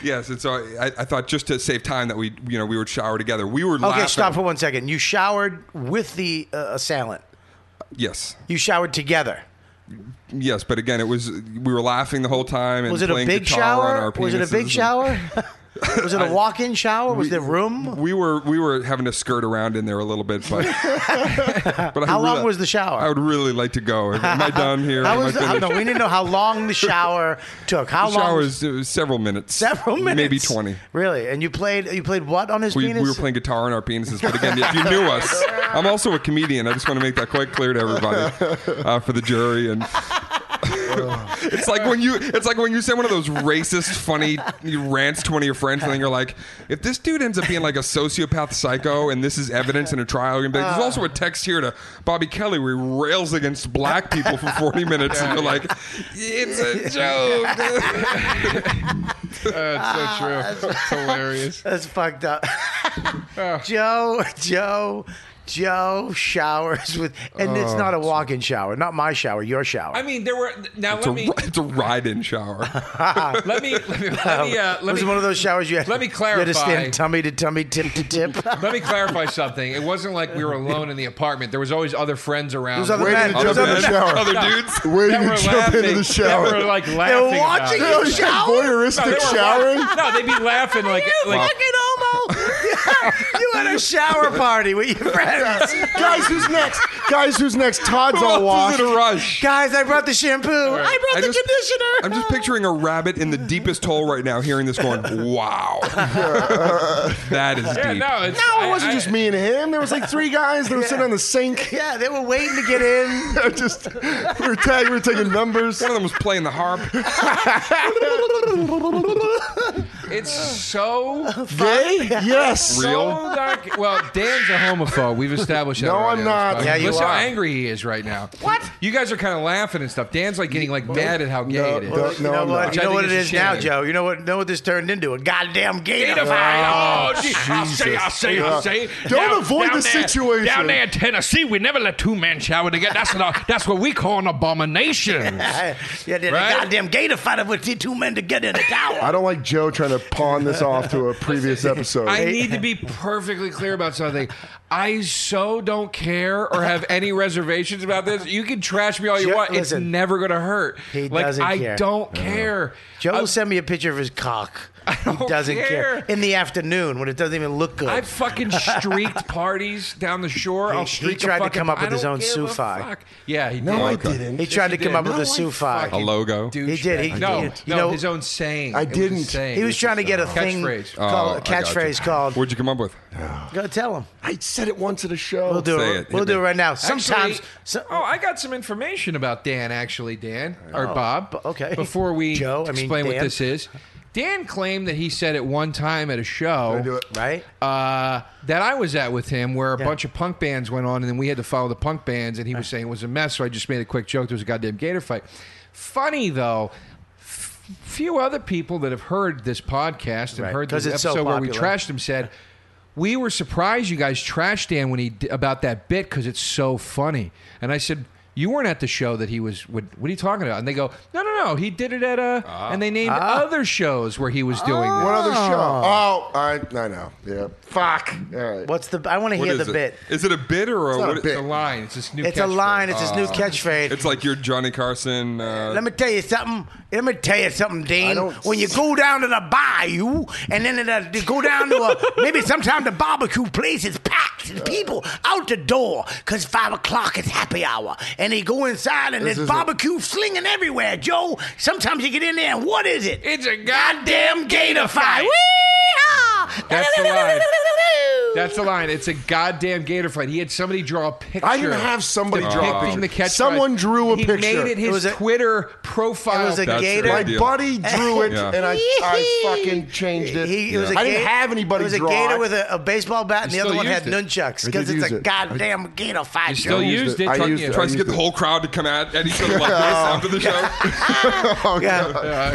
yes. And so I, I thought just to save time that we, you know, we would shower together. We were
Okay,
laughing.
stop for one second. You showered with the uh, assailant.
Yes,
You showered together.
yes, but again, it was we were laughing the whole time. And
Was it a
playing
big
guitar On our
shower? Was it a
penises
big
and-
shower? was it a walk-in shower? Was
We-
there room?
We were we were having to skirt around in there a little bit, but, but I
How long
really-
was the shower?
I would really like to go. Am I done here?
How
Am I
was the, I
finished?
no, we need to know how long the shower took. How
The shower
long?
was, it was several minutes,
several minutes,
maybe twenty.
Really? And you played? You played what on his
We,
penis?
we were playing guitar on our penises, but again, if you knew us, I'm also a comedian. I just want to make that quite clear to everybody, uh, for the jury, and it's like when you it's like when you say one of those racist, funny rants to one of your friends, and then you're like, if this dude ends up being like a sociopath psycho, and this is evidence in a trial, you're gonna be like, there's also a text here to Bobby Kelly where he rails against black people for 40 minutes, and you're like, it's a joke.
That's so
Ah.
true. It's hilarious.
That's fucked up. Joe, Joe, Joe showers with, and
Oh,
it's not a walk-in shower. Not my shower. Your shower.
I mean, there were now.
It's
let
a,
me
it's a ride-in shower.
let me let me let me, uh, let
was
me
it one of those showers you had?
let me
You had to
clarify.
stand tummy to tummy, tip to tip. There's
Let me clarify something. It wasn't like we were alone in the apartment. There was always other friends around.
other
Wait,
men.
did you
There's
jump in
other
the
men. Other
men.
shower?
dudes.
Wait,
that
you
were
jump
laughing.
into the
That were
shower.
like laughing. about
watching
it.
you
Yo, she's voyeuristic
were
showering.
laugh- No, they'd be laughing like like
homo! you had a shower party with your friends.
Guys, who's next? Guys, who's next? Todd's
Who
all
else is
washed.
in a rush?
Guys, I brought the shampoo. I brought
I
the
just-
conditioner.
I'm just picturing a rabbit in the deepest hole right now, hearing this, going, "Wow, that is
Yeah,
deep."
no, it's,
No,
I-
it wasn't
I-
just me and him. There was like three guys that were sitting on the sink.
Yeah, they were waiting to get in.
just we were tag, we were taking numbers.
One of them was playing the harp.
It's so
Gay? Yes.
real.
Real?
well, Dan's a homophobe. We've established that.
No,
already
I'm
on this
not.
podcast.
Yeah, you
Listen
are.
how angry he is right now. What? You guys are kind of laughing and stuff. Dan's like getting like mad at how gay
No,
it is.
no.
you know
I'm
what?
not.
You know
Which I
what it
think is
is
a
now,
shame.
Joe. You know what? Know what this turned into? A goddamn gator.
Gator fight. Oh, gee, I'll say, I'll say, I'll say.
Don't avoid the situation.
Down there in Tennessee, we never let two men shower together. That's what, I- that's what we call an abomination.
yeah, the
Right?
goddamn gator fight of the two men to get in the tower.
I don't like Joe trying to pawn this off to a previous episode.
I need to be perfectly clear about something. I so don't care or have any reservations about this. You can trash me all you
Joe-
want.
listen.
it's never going to hurt.
He
like,
doesn't
I
care.
don't care.
Joe
I-
sent me a picture of his cock. he
don't
doesn't care.
care.
In the afternoon when it doesn't even look good.
I've fucking streaked parties down the shore.
He-
I'll
he
streak a
tried to
fucking-
come up with
I
his
don't
own
give a
sufi.
fuck. Yeah, he
no, I
did.
didn't.
he tried to
he
come
did.
up with
No,
a
I
sufi.
A logo.
He did. He-
douchebag.
he
no,
did.
no,
You know-
his own saying.
I
It was a
didn't.
saying.
He was trying to get a thing
Catchphrase.
called,
Oh, I
a
gotcha.
catchphrase called.
Where'd you come up with?
Go tell him.
I said it once at a show.
We'll do
say
it.
it. Hit
We'll do
me.
it right now. Sometimes.
Actually,
so-
oh, I got some information about Dan. Actually, Dan or Bob.
bu- Oh. okay.
Before we
Joe, I mean,
explain what
Dan.
this is, Dan claimed that he said at one time at a show
do it.
right?
uh, that I was at with him, where a
Yeah.
bunch of punk bands went on, and then we had to follow the punk bands, and he was saying it was a mess. So I just made a quick joke. There was a goddamn gator fight. Funny though. f- Few other people that have heard this podcast and
Right,
heard
'cause
this
it's so
episode where we
popular.
trashed him said, "We were surprised you guys trashed Dan when he d- about that bit because it's so funny." And I said, "You weren't at the show that he was. What, what are you talking about?" And they go, "No, no, no. He did it at a." and they named
Ah.
other shows where he was doing this.
One other show. Oh, I I know. Yeah. Fuck. All right.
What's the? I want to
What
hear
is
the
it?
bit.
Is it a bit or a,
not a
what is-
bit.
It's a line. It's this new.
It's a
catchphrase.
line. It's his new catchphrase.
It's like your Johnny Carson. Uh,
Let me tell you something. Let me tell you something,
I
Dean.
don't-
When you go down to the bayou and then to the, you go down to a maybe sometime the barbecue place is packed and people out the door because five o'clock is happy hour and they go inside and
This
there's
is it.
barbecue slinging everywhere. Joe, sometimes you get in there and what is it?
It's a
goddamn gator fight.
That's the line. That's the line. It's a goddamn gator fight. He had somebody draw a picture.
I didn't have somebody draw a
depicting the
picture.
catchphrase.
Someone drew a
he
picture.
made it his
It was a-
Twitter profile.
it was a
picture.
gator-
My
Good deal.
buddy drew it,
Yeah.
and I, I fucking changed it.
He, it was a
I didn't
gator-
have anybody
It was a
draw
gator
it.
with a, a baseball bat, and
You
the other
still
one had
used it.
nunchucks
I
because
did
it's
use
a
it.
goddamn gator fight.
You still
Joe.
used it.
I
Tony.
used it.
tries to get the whole crowd to come at at each other like this after the show.
Oh,
Yeah.
God.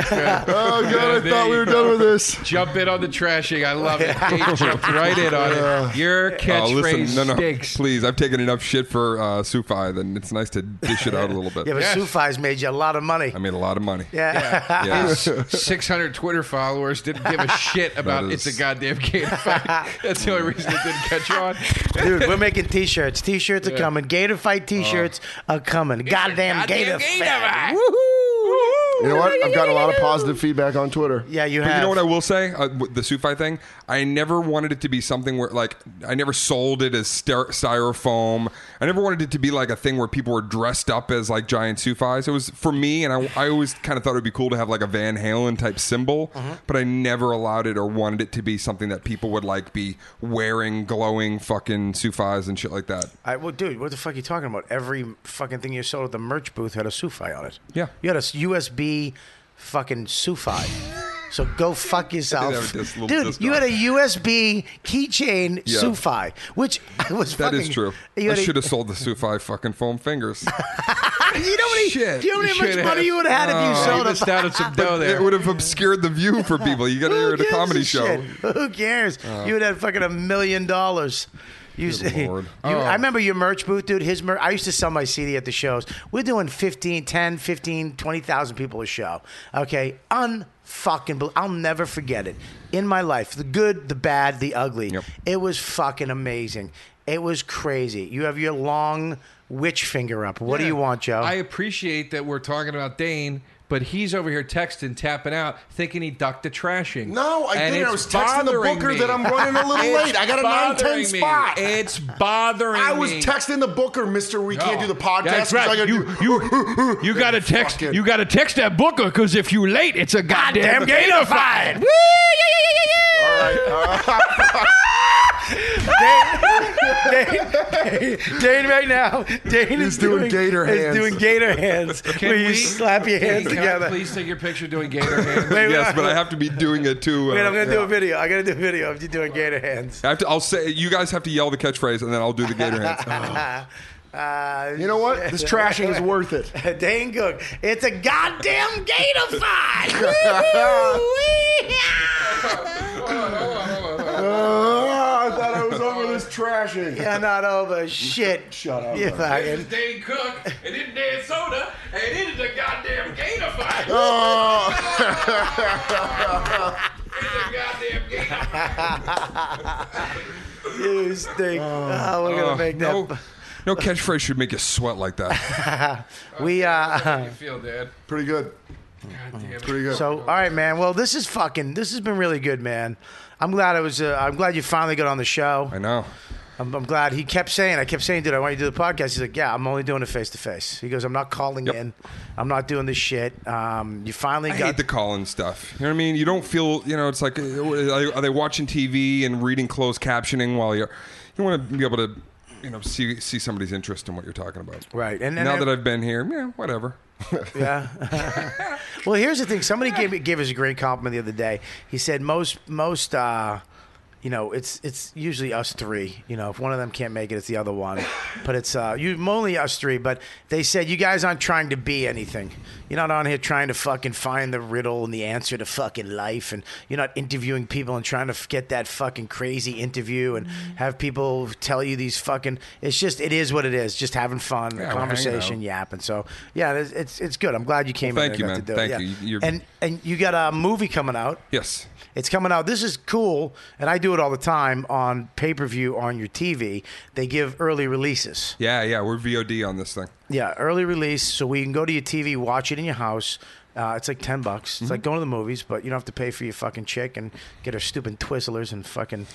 Yeah.
Oh, God. I
There
thought we
you
were done with this.
Jump in on the trashing. I love it. He jumped right in on it.
Uh,
Your
Oh,
catchphrase
listen, no, no,
stinks.
please. I've taken enough shit for uh, Sufi, then it's nice to dish it out a little bit.
Yeah, but
Yes.
Sufi's made you a lot of money.
I made a lot of money.
yeah.
Yeah.
600 Twitter followers didn't give a shit about
is-
it's a goddamn game fight. That's the only reason it didn't catch on.
Dude, we're making t-shirts. T-shirts are coming. Gator fight t-shirts
Oh.
are coming. Goddamn,
goddamn
Gator,
gator
fight.
fight.
Woohoo!
You know what? I've gotten a lot of positive feedback on Twitter.
Yeah, you
But
have.
you know what I will say? Uh, w- the Sufi thing, I never wanted it to be something where, like, I never sold it as styro- styrofoam. I never wanted it to be like a thing where people were dressed up as like giant Sufis. It was for me, and I, I always kind of thought it would be cool to have like a Van Halen type symbol,
Mm-hmm.
but I never allowed it or wanted it to be something that people would like be wearing glowing fucking Sufis and shit like that.
I, well, dude, what the fuck are you talking about? Every fucking thing you sold at the merch booth had a Sufi on it.
Yeah.
You had a USB fucking Sufi. so go fuck yourself.
have this little
Dude,
disc
you had a
golf.
USB keychain
Yeah.
Sufi, which I was
That
fucking.
is true.
You
I
had a-
should have sold the Sufi fucking foam fingers.
You know how many,
Shit,
do you know
you
how many much
should
money
have.
you would have had if you
Oh, you
sold a
missed out on some dough
it
there.
would have obscured the view for people. You got to
Who
hear it at a
gives
comedy show. Uh.
shit? Who cares? you would have fucking a million dollars. You,
Lord. Oh.
you- I remember your merch booth, dude. His merch. I used to sell my CD at the shows. We're doing 15, 10, 15, 20,000 people a show. Okay. Unfucking bel- I'll never forget it in my life. The good, the bad, the ugly.
Yep.
It was fucking amazing. It was crazy. You have your long witch finger up. What do you want, Joe?
I appreciate that we're talking about Dane, but he's over here texting, tapping out, thinking he ducked a trashing.
No, I
And
didn't. I
it's
was texting the
bothering
booker
me.
that I'm running a little
It's
late. I got a 910
bothering me.
spot.
It's bothering
I was
me.
texting the booker, Mister. We can't
No.
do the podcast.
That's
'cause
right.
I gotta
You,
do-
you, you gotta text.
Fucking-
You gotta text that booker because if you late, it's a goddamn, gator fight. Woo!
All right. all right.
Dane right now. Dane is
doing gator
is
hands.
doing gator hands.
Can
where you
we-
slap your
Hey,
hands
can I
together.
please take your picture doing gator hands.
Wait,
yes,
wait,
but I have to be doing it too. Uh,
wait, I'm gonna do a video. I gotta do a video of you doing gator hands.
I have to. I'll say. You guys have to yell the catchphrase, and then I'll do the gator hands.
Uh,
You know what? This trashing is worth it.
Dane Cook. It's a goddamn gator fight.
Ah, I thought I was over this trashing.
You're not over shit.
Shut up.
You fucking.
Dane Cook, and it's Dan Soda, and it is a goddamn gator fight.
Oh,
You stink. Oh, we're gonna make that.
no, no catchphrase should make you sweat like that.
We uh.
you feel, Dad?
pretty good. Pretty good.
So, all right, man. Well, this is fucking. This has been really good, man. I'm glad I was. Uh, I'm glad you finally got on the show.
I know.
I'm, I'm glad he kept saying. I kept saying, dude, I want you to do the podcast. He's like, yeah, I'm only doing it face to face. He goes, I'm not calling
Yep.
in. I'm not doing this shit. Um, you finally
I
got.
hate the Colin stuff. You know what I mean? You don't feel. You know, it's like uh, are they watching TV and reading closed captioning while you're? You want to be able to, you know, see see somebody's interest in what you're talking about.
Right, and- and
now
I-
that I've been here, yeah, whatever.
Yeah. well, here's the thing. Somebody gave me- gave us a great compliment the other day. He said most most uh, you know it's it's usually us three. You know, if one of them can't make it, it's the other one. But it's uh, you only us three. But they said you guys aren't trying to be anything. You're not on here trying to fucking find the riddle and the answer to fucking life, and you're not interviewing people and trying to f- get that fucking crazy interview and have people tell you these fucking. It's just it is what it is. Just having fun,
we're
a
hanging
conversation,
out.
yapping. So yeah, it's it's, it's good. I'm glad you came.
Well,
in
thank
and
you,
got
man.
to do it.
Thank
Yeah.
you. You're-
And and you got a movie coming out.
Yes.
It's coming out. This is cool, and I do it all the time on pay per view on your TV. They give early releases.
Yeah, yeah. We're VOD on this thing.
Yeah, early release, so we can go to your TV, watch it in your house. Uh, it's like ten bucks.
Mm-hmm.
It's like going to the movies, but you don't have to pay for your fucking chick and get her stupid Twizzlers and fucking.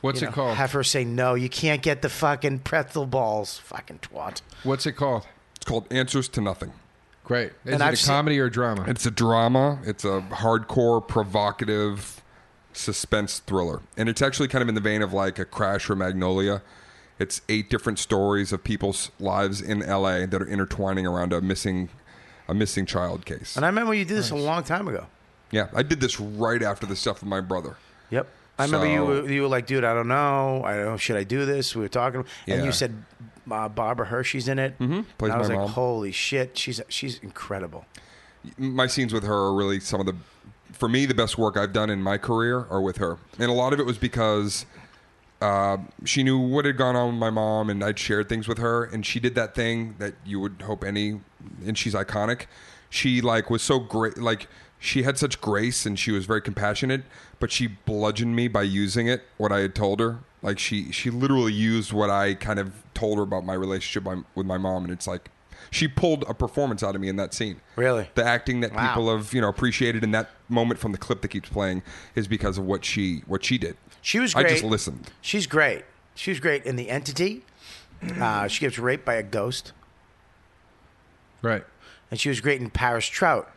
What's
you
it
know,
called?
Have her say no. You can't get the fucking pretzel balls. Fucking twat.
What's it called?
It's called Answers to Nothing.
Great. Is
And
it
I've
a
seen-
comedy or a drama?
It's a drama. It's a hardcore, provocative suspense thriller, and it's actually kind of in the vein of like a Crash or Magnolia. It's eight different stories of people's lives in LA that are intertwining around a missing, a missing child case.
And I remember you did this a long time ago.
yeah, I did this right after the stuff with my brother.
Yep. I remember you
So-
were, you were like, dude, I don't know. I don't know. Should I do this? We were talking, and
Yeah.
you said uh, Barbara Hershey's in it. Mm-hmm.
Plays
and I was
my
like,
mom.
holy shit, she's she's incredible.
my scenes with her are really some of the for me the best work I've done in my career are with her. And a lot of it was because uh, she knew what had gone on with my mom, and I'd shared things with her, and she did that thing that you would hope any, and she's iconic. She like was so great, like she had such grace, and she was very compassionate, but she bludgeoned me by using it what I had told her. Like she, she literally used what I kind of told her about my relationship by, with my mom, and it's like she pulled a performance out of me in that scene.
Really?
the acting that
Wow.
people have you know appreciated in that moment from the clip that keeps playing is because of what she what she did.
She was
I
great.
just listened.
She's great. She was great in the entity. Uh, she gets raped by a ghost,
Right.
and she was great in Paris Trout.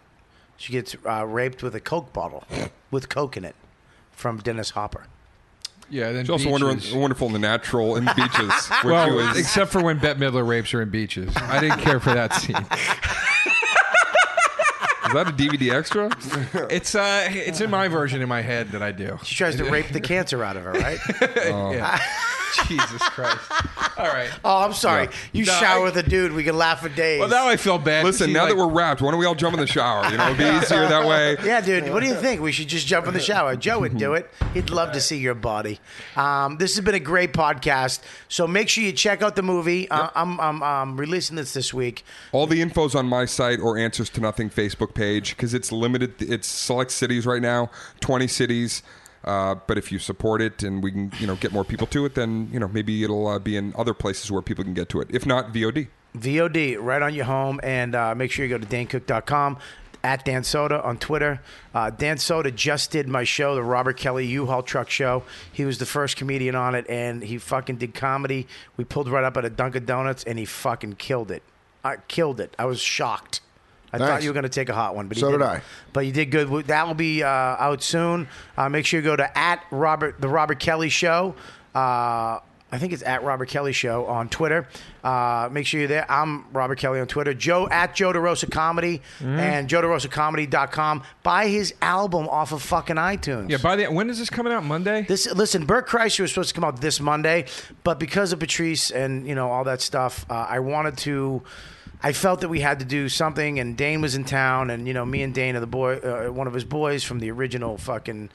She gets uh, raped with a Coke bottle with Coke in it from Dennis Hopper.
Yeah. Then
She's also wonder, wonderful in the natural and beaches. Where she
Well,
was,
except for when Bette Midler rapes her in beaches. I didn't care for that scene.
is that a DVD extra?
It's uh, it's in my version in my head that I do.
She tries to rape the cancer out of her, right?
Jesus Christ! All right.
Oh, I'm sorry. You
No,
shower
I-
with a dude, we can laugh for days.
Well, now I feel bad.
Listen,
See,
now
like-
that we're wrapped, why don't we all jump in the shower? You know, it'd be easier that way.
yeah, dude, what do you think? We should just jump in the shower. Joe would do it. He'd love to see your body. Um, this has been a great podcast. So make sure you check out the movie. Uh, I'm, I'm, I'm releasing this this week.
All the info's on my site or Answers to Nothing Facebook page because it's limited. It's select cities right now, twenty cities. Uh, but if you support it and we can, you know, get more people to it, then you know maybe it'll uh, be in other places where people can get to it. If not, VOD.
VOD right on your home, and uh, make sure you go to dancook.com at Dan Soda on Twitter. Uh, Dan Soda just did my show, the Robert Kelly U-Haul Truck Show. He was the first comedian on it, and he fucking did comedy. We pulled right up at a Dunkin' Donuts, and he fucking killed it. I killed it. I was shocked. I thought
Thanks.
you were going to take a hot one, but
So
he
did
didn't.
I.
But you did good. That will be uh, out soon. Uh, make sure you go to at Robert the Robert Kelly Show. Uh, I think it's at Robert Kelly Show on Twitter. Uh, make sure you're there. I'm Robert Kelly on Twitter. Joe at Joe DeRosa Comedy and Joe DeRosaComedy.com. Buy his album off of fucking iTunes.
yeah. By the when is this coming out? Monday.
This listen, Bert Kreischer was supposed to come out this Monday, but because of Patrice and you know all that stuff, uh, I wanted to. I felt that we had to do something, and Dane was in town, and you know me and Dane are the boy, uh, one of his boys from the original fucking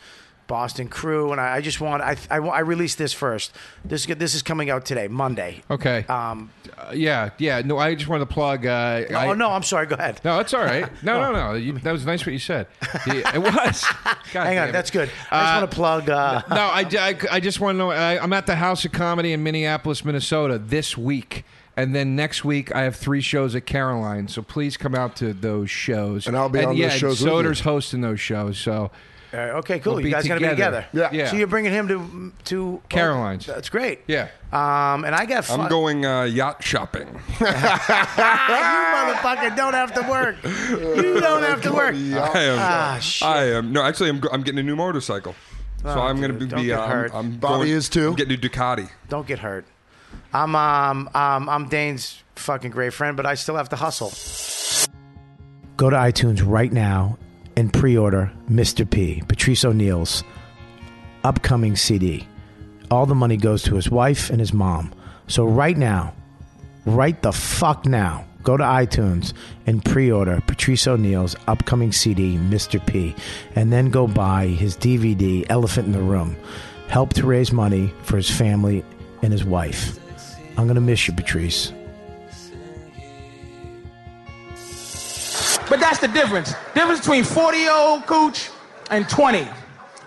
Boston crew, and I, I just want I, I I released this first. This this is coming out today, Monday.
Okay.
Um,
Uh, yeah. Yeah. No, I just wanted to plug. Uh,
oh
I-
no, I'm sorry. Go ahead.
No, that's all right. No, no, no. You, that was nice what you said. Yeah, it was. God
Hang
damn
on,
it.
that's good. I just
Uh,
want to plug. Uh,
no, I, I, I just want to know. I, I'm at the House of Comedy in Minneapolis, Minnesota this week. And then next week, I have three shows at Caroline. So please come out to those shows.
And I'll be on those
yeah,
shows with you.
Soder's hosting those shows. So
all right, uh, okay, cool.
We'll
you
be
guys gonna be
together.
together?
Yeah.
Yeah.
So you're bringing him to to
Caroline's.
Oh,
That's great.
Yeah.
Um, and I got. Fun.
I'm going uh, yacht shopping.
Ah, you motherfucker don't have to work. You don't have to work.
uh,
I am.
Ah, shit.
I am. No, actually, I'm, go- I'm getting a new motorcycle. So
Oh,
I'm going
dude,
to
don't
be.
get
Uh,
hurt.
I'm, I'm
Bobby
going-
is too.
I'm getting a Ducati.
Don't get hurt. I'm um, um I'm Dane's fucking great friend, but I still have to hustle.
Go to iTunes right now and pre order Mr. P, Patrice O'Neill's upcoming CD. All the money goes to his wife and his mom. So, right now, right the fuck now, go to iTunes and pre order Patrice O'Neill's upcoming CD, Mr. P, and then go buy his DVD, Elephant in the Room. Help to raise money for his family and his wife. I'm going to miss you, Patrice.
But that's the difference. Difference between 40 year old cooch and 20.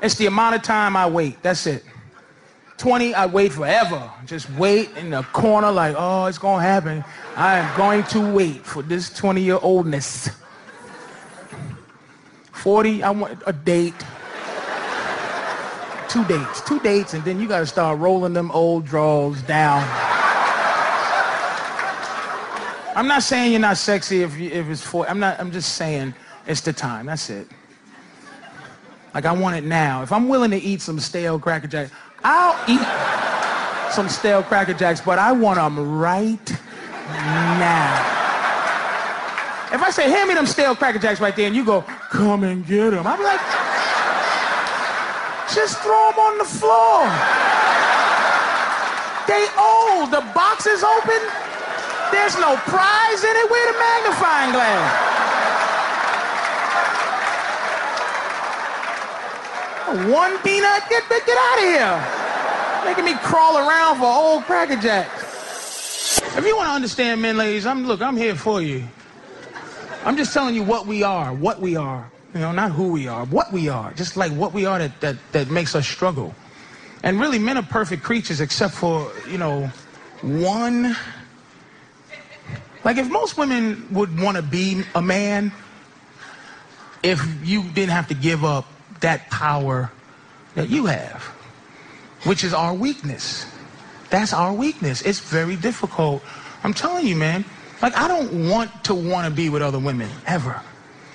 It's the amount of time I wait. That's it. 20, I wait forever. Just wait in the corner like, oh, it's going to happen. I am going to wait for this 20 year oldness. 40, I want a date. Two dates. Two dates, and then you got to start rolling them old draws down. I'm not saying you're not sexy if, you, if it's for. I'm not. I'm just saying it's the time. That's it. Like I want it now. If I'm willing to eat some stale cracker jacks, I'll eat some stale cracker jacks. But I want them right now. If I say, "Hand me them stale cracker jacks right there," and you go, "Come and get them," I'm like, just throw them on the floor. They old. The box is open. There's no prize in it. Where the magnifying glass? One peanut? Get, get, get out of here. Stop making me crawl around for old Cracker Jacks. If you want to understand men, ladies, I'm look, I'm here for you. I'm just telling you what we are, what we are. You know, not who we are, what we are. Just like what we are that that, that makes us struggle. And really, men are perfect creatures except for, you know, one. Like, if most women would want to be a man, if you didn't have to give up that power that you have, which is our weakness. That's our weakness. It's very difficult. I'm telling you, man. Like, I don't want to want to be with other women ever.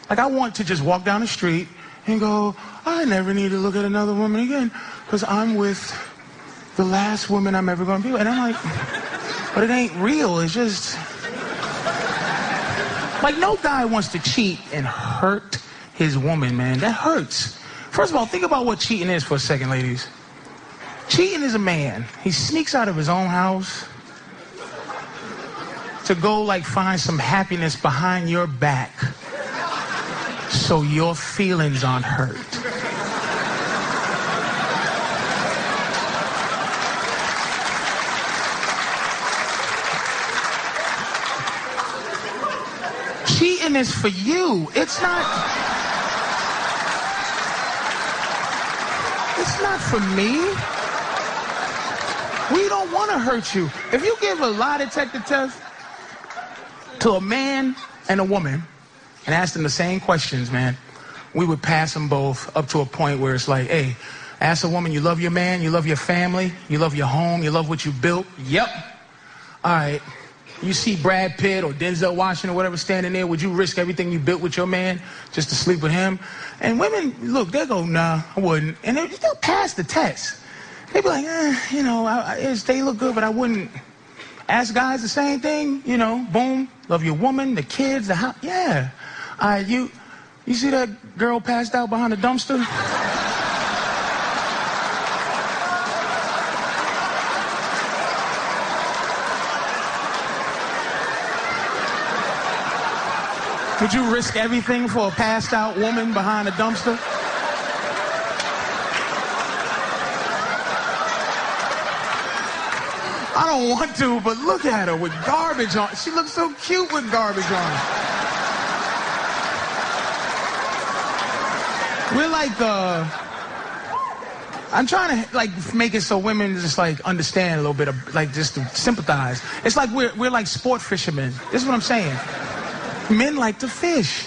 Like, I want to just walk down the street and go, I never need to look at another woman again because I'm with the last woman I'm ever going to be with. And I'm like, but it ain't real. It's just. Like, no guy wants to cheat and hurt his woman, man. That hurts. First of all, think about what cheating is for a second, ladies. Cheating is a man. He sneaks out of his own house to go, like, find some happiness behind your back so your feelings aren't hurt. Cheating is for you. It's not. It's not for me. We don't want to hurt you. If you give a lie detector test to a man and a woman and ask them the same questions, man, we would pass them both up to a point where it's like, hey, ask a woman, you love your man, you love your family, you love your home, you love what you built. Yep. All right. You see Brad Pitt or Denzel Washington or whatever standing there, would you risk everything you built with your man just to sleep with him? And women, look, they go, nah, I wouldn't. And they- they'll pass the test. They be like, eh, you know, I, I, it's- they look good, but I wouldn't. Ask guys the same thing, you know, boom, love your woman, the kids, the house. Yeah. All right, you, you see that girl passed out behind the dumpster? Would you risk everything for a passed out woman behind a dumpster? I don't want to, but look at her with garbage on. She looks so cute with garbage on. We're like, uh, I'm trying to like make it so women just like understand a little bit of like just to sympathize. It's like we're we're like sport fishermen. This is what I'm saying men like to fish.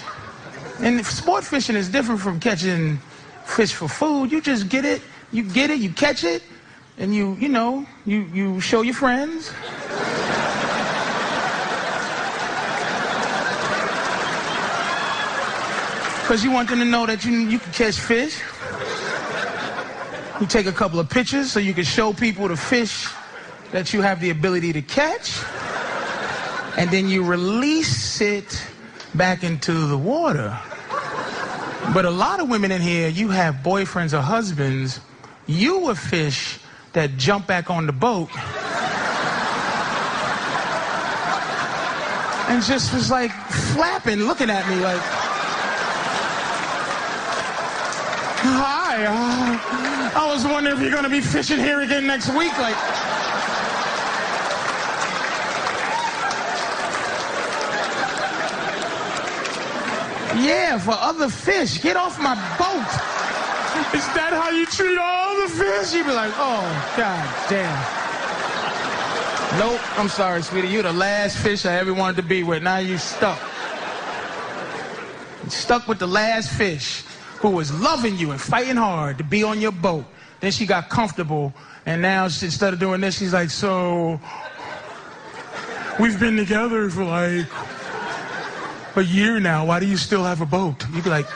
And sport fishing is different from catching fish for food. You just get it, you get it, you catch it, and you, you know, you, you show your friends. Because you want them to know that you, you can catch fish. You take a couple of pictures so you can show people the fish that you have the ability to catch and then you release it back into the water. But a lot of women in here, you have boyfriends or husbands, you a fish that jump back on the boat. And just was like flapping, looking at me like, hi, uh, I was wondering if you're gonna be fishing here again next week. Like, Yeah, for other fish. Get off my boat. Is that how you treat all the fish? You'd be like, oh, god damn. Nope, I'm sorry, sweetie. You're the last fish I ever wanted to be with. Now you stuck. Stuck with the last fish who was loving you and fighting hard to be on your boat. Then she got comfortable, and now she, instead of doing this, she's like, so we've been together for like a year now. Why do you still have a boat? You'd be like,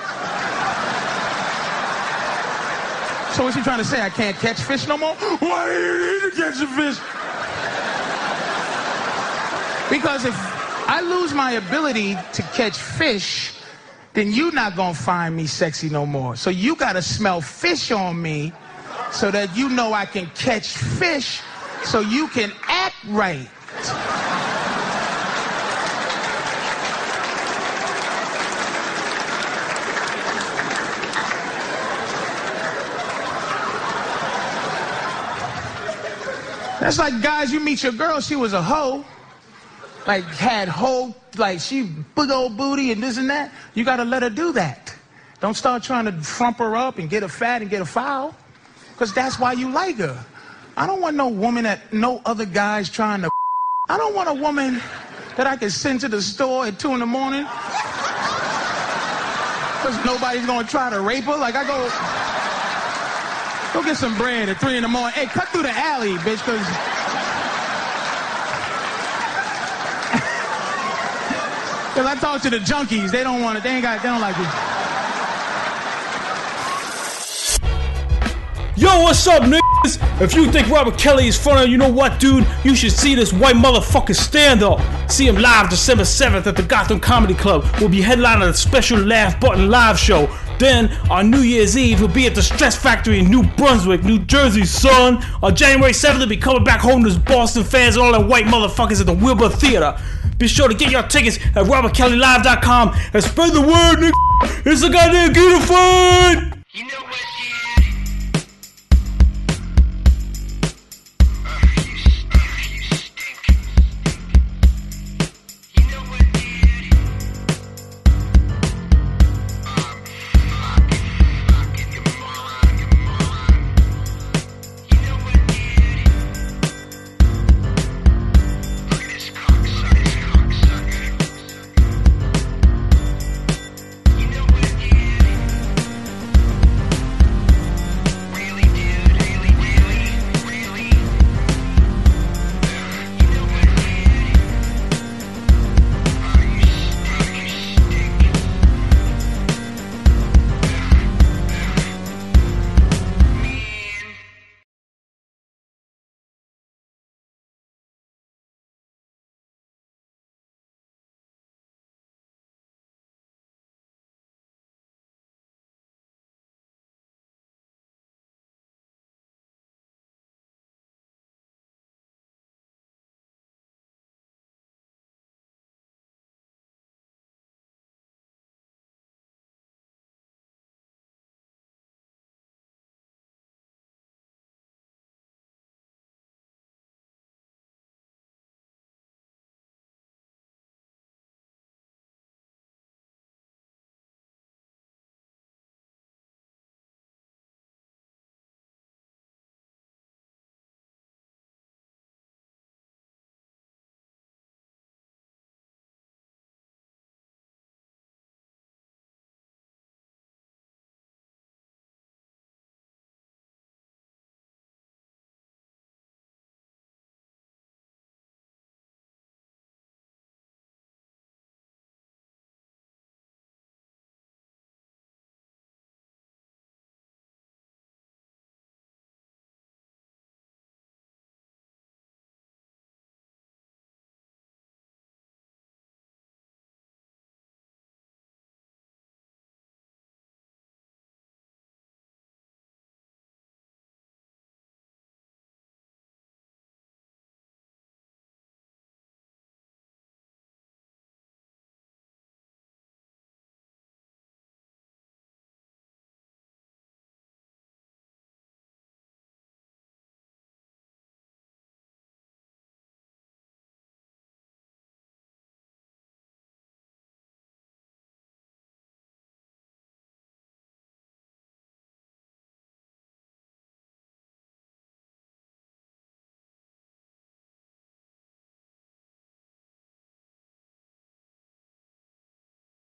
so what's he trying to say? I can't catch fish no more? Why do you need to catch a fish? Because if I lose my ability to catch fish, then you not gonna find me sexy no more. So you gotta smell fish on me so that you know I can catch fish so you can act right. That's like guys, you meet your girl, she was a hoe. Like had hoe, like she big old booty and this and that. You gotta let her do that. Don't start trying to frump her up and get her fat and get her foul. Cause that's why you like her. I don't want no woman that no other guy's trying to I don't want a woman that I can send to the store at two in the morning. Cause nobody's gonna try to rape her. Like I go Go get some bread at three in the morning. Hey, cut through the alley, bitch, cause Cause I talk to the junkies. They don't want it. They ain't got. They don't like it.
Yo, what's up, niggas? If you think Robert Kelly is funny, you know what, dude? You should see this white motherfucker stand up. See him live December 7th at the Gotham Comedy Club. We'll be headlining a special Laugh Button live show. Then, on New Year's Eve, we'll be at the Stress Factory in New Brunswick, New Jersey, son. On January 7th, we'll be coming back home to Boston fans and all the white motherfuckers at the Wilbur Theater. Be sure to get your tickets at robertkellylive.com and spread the word, nigga. It's a goddamn Gator fight!
You know what?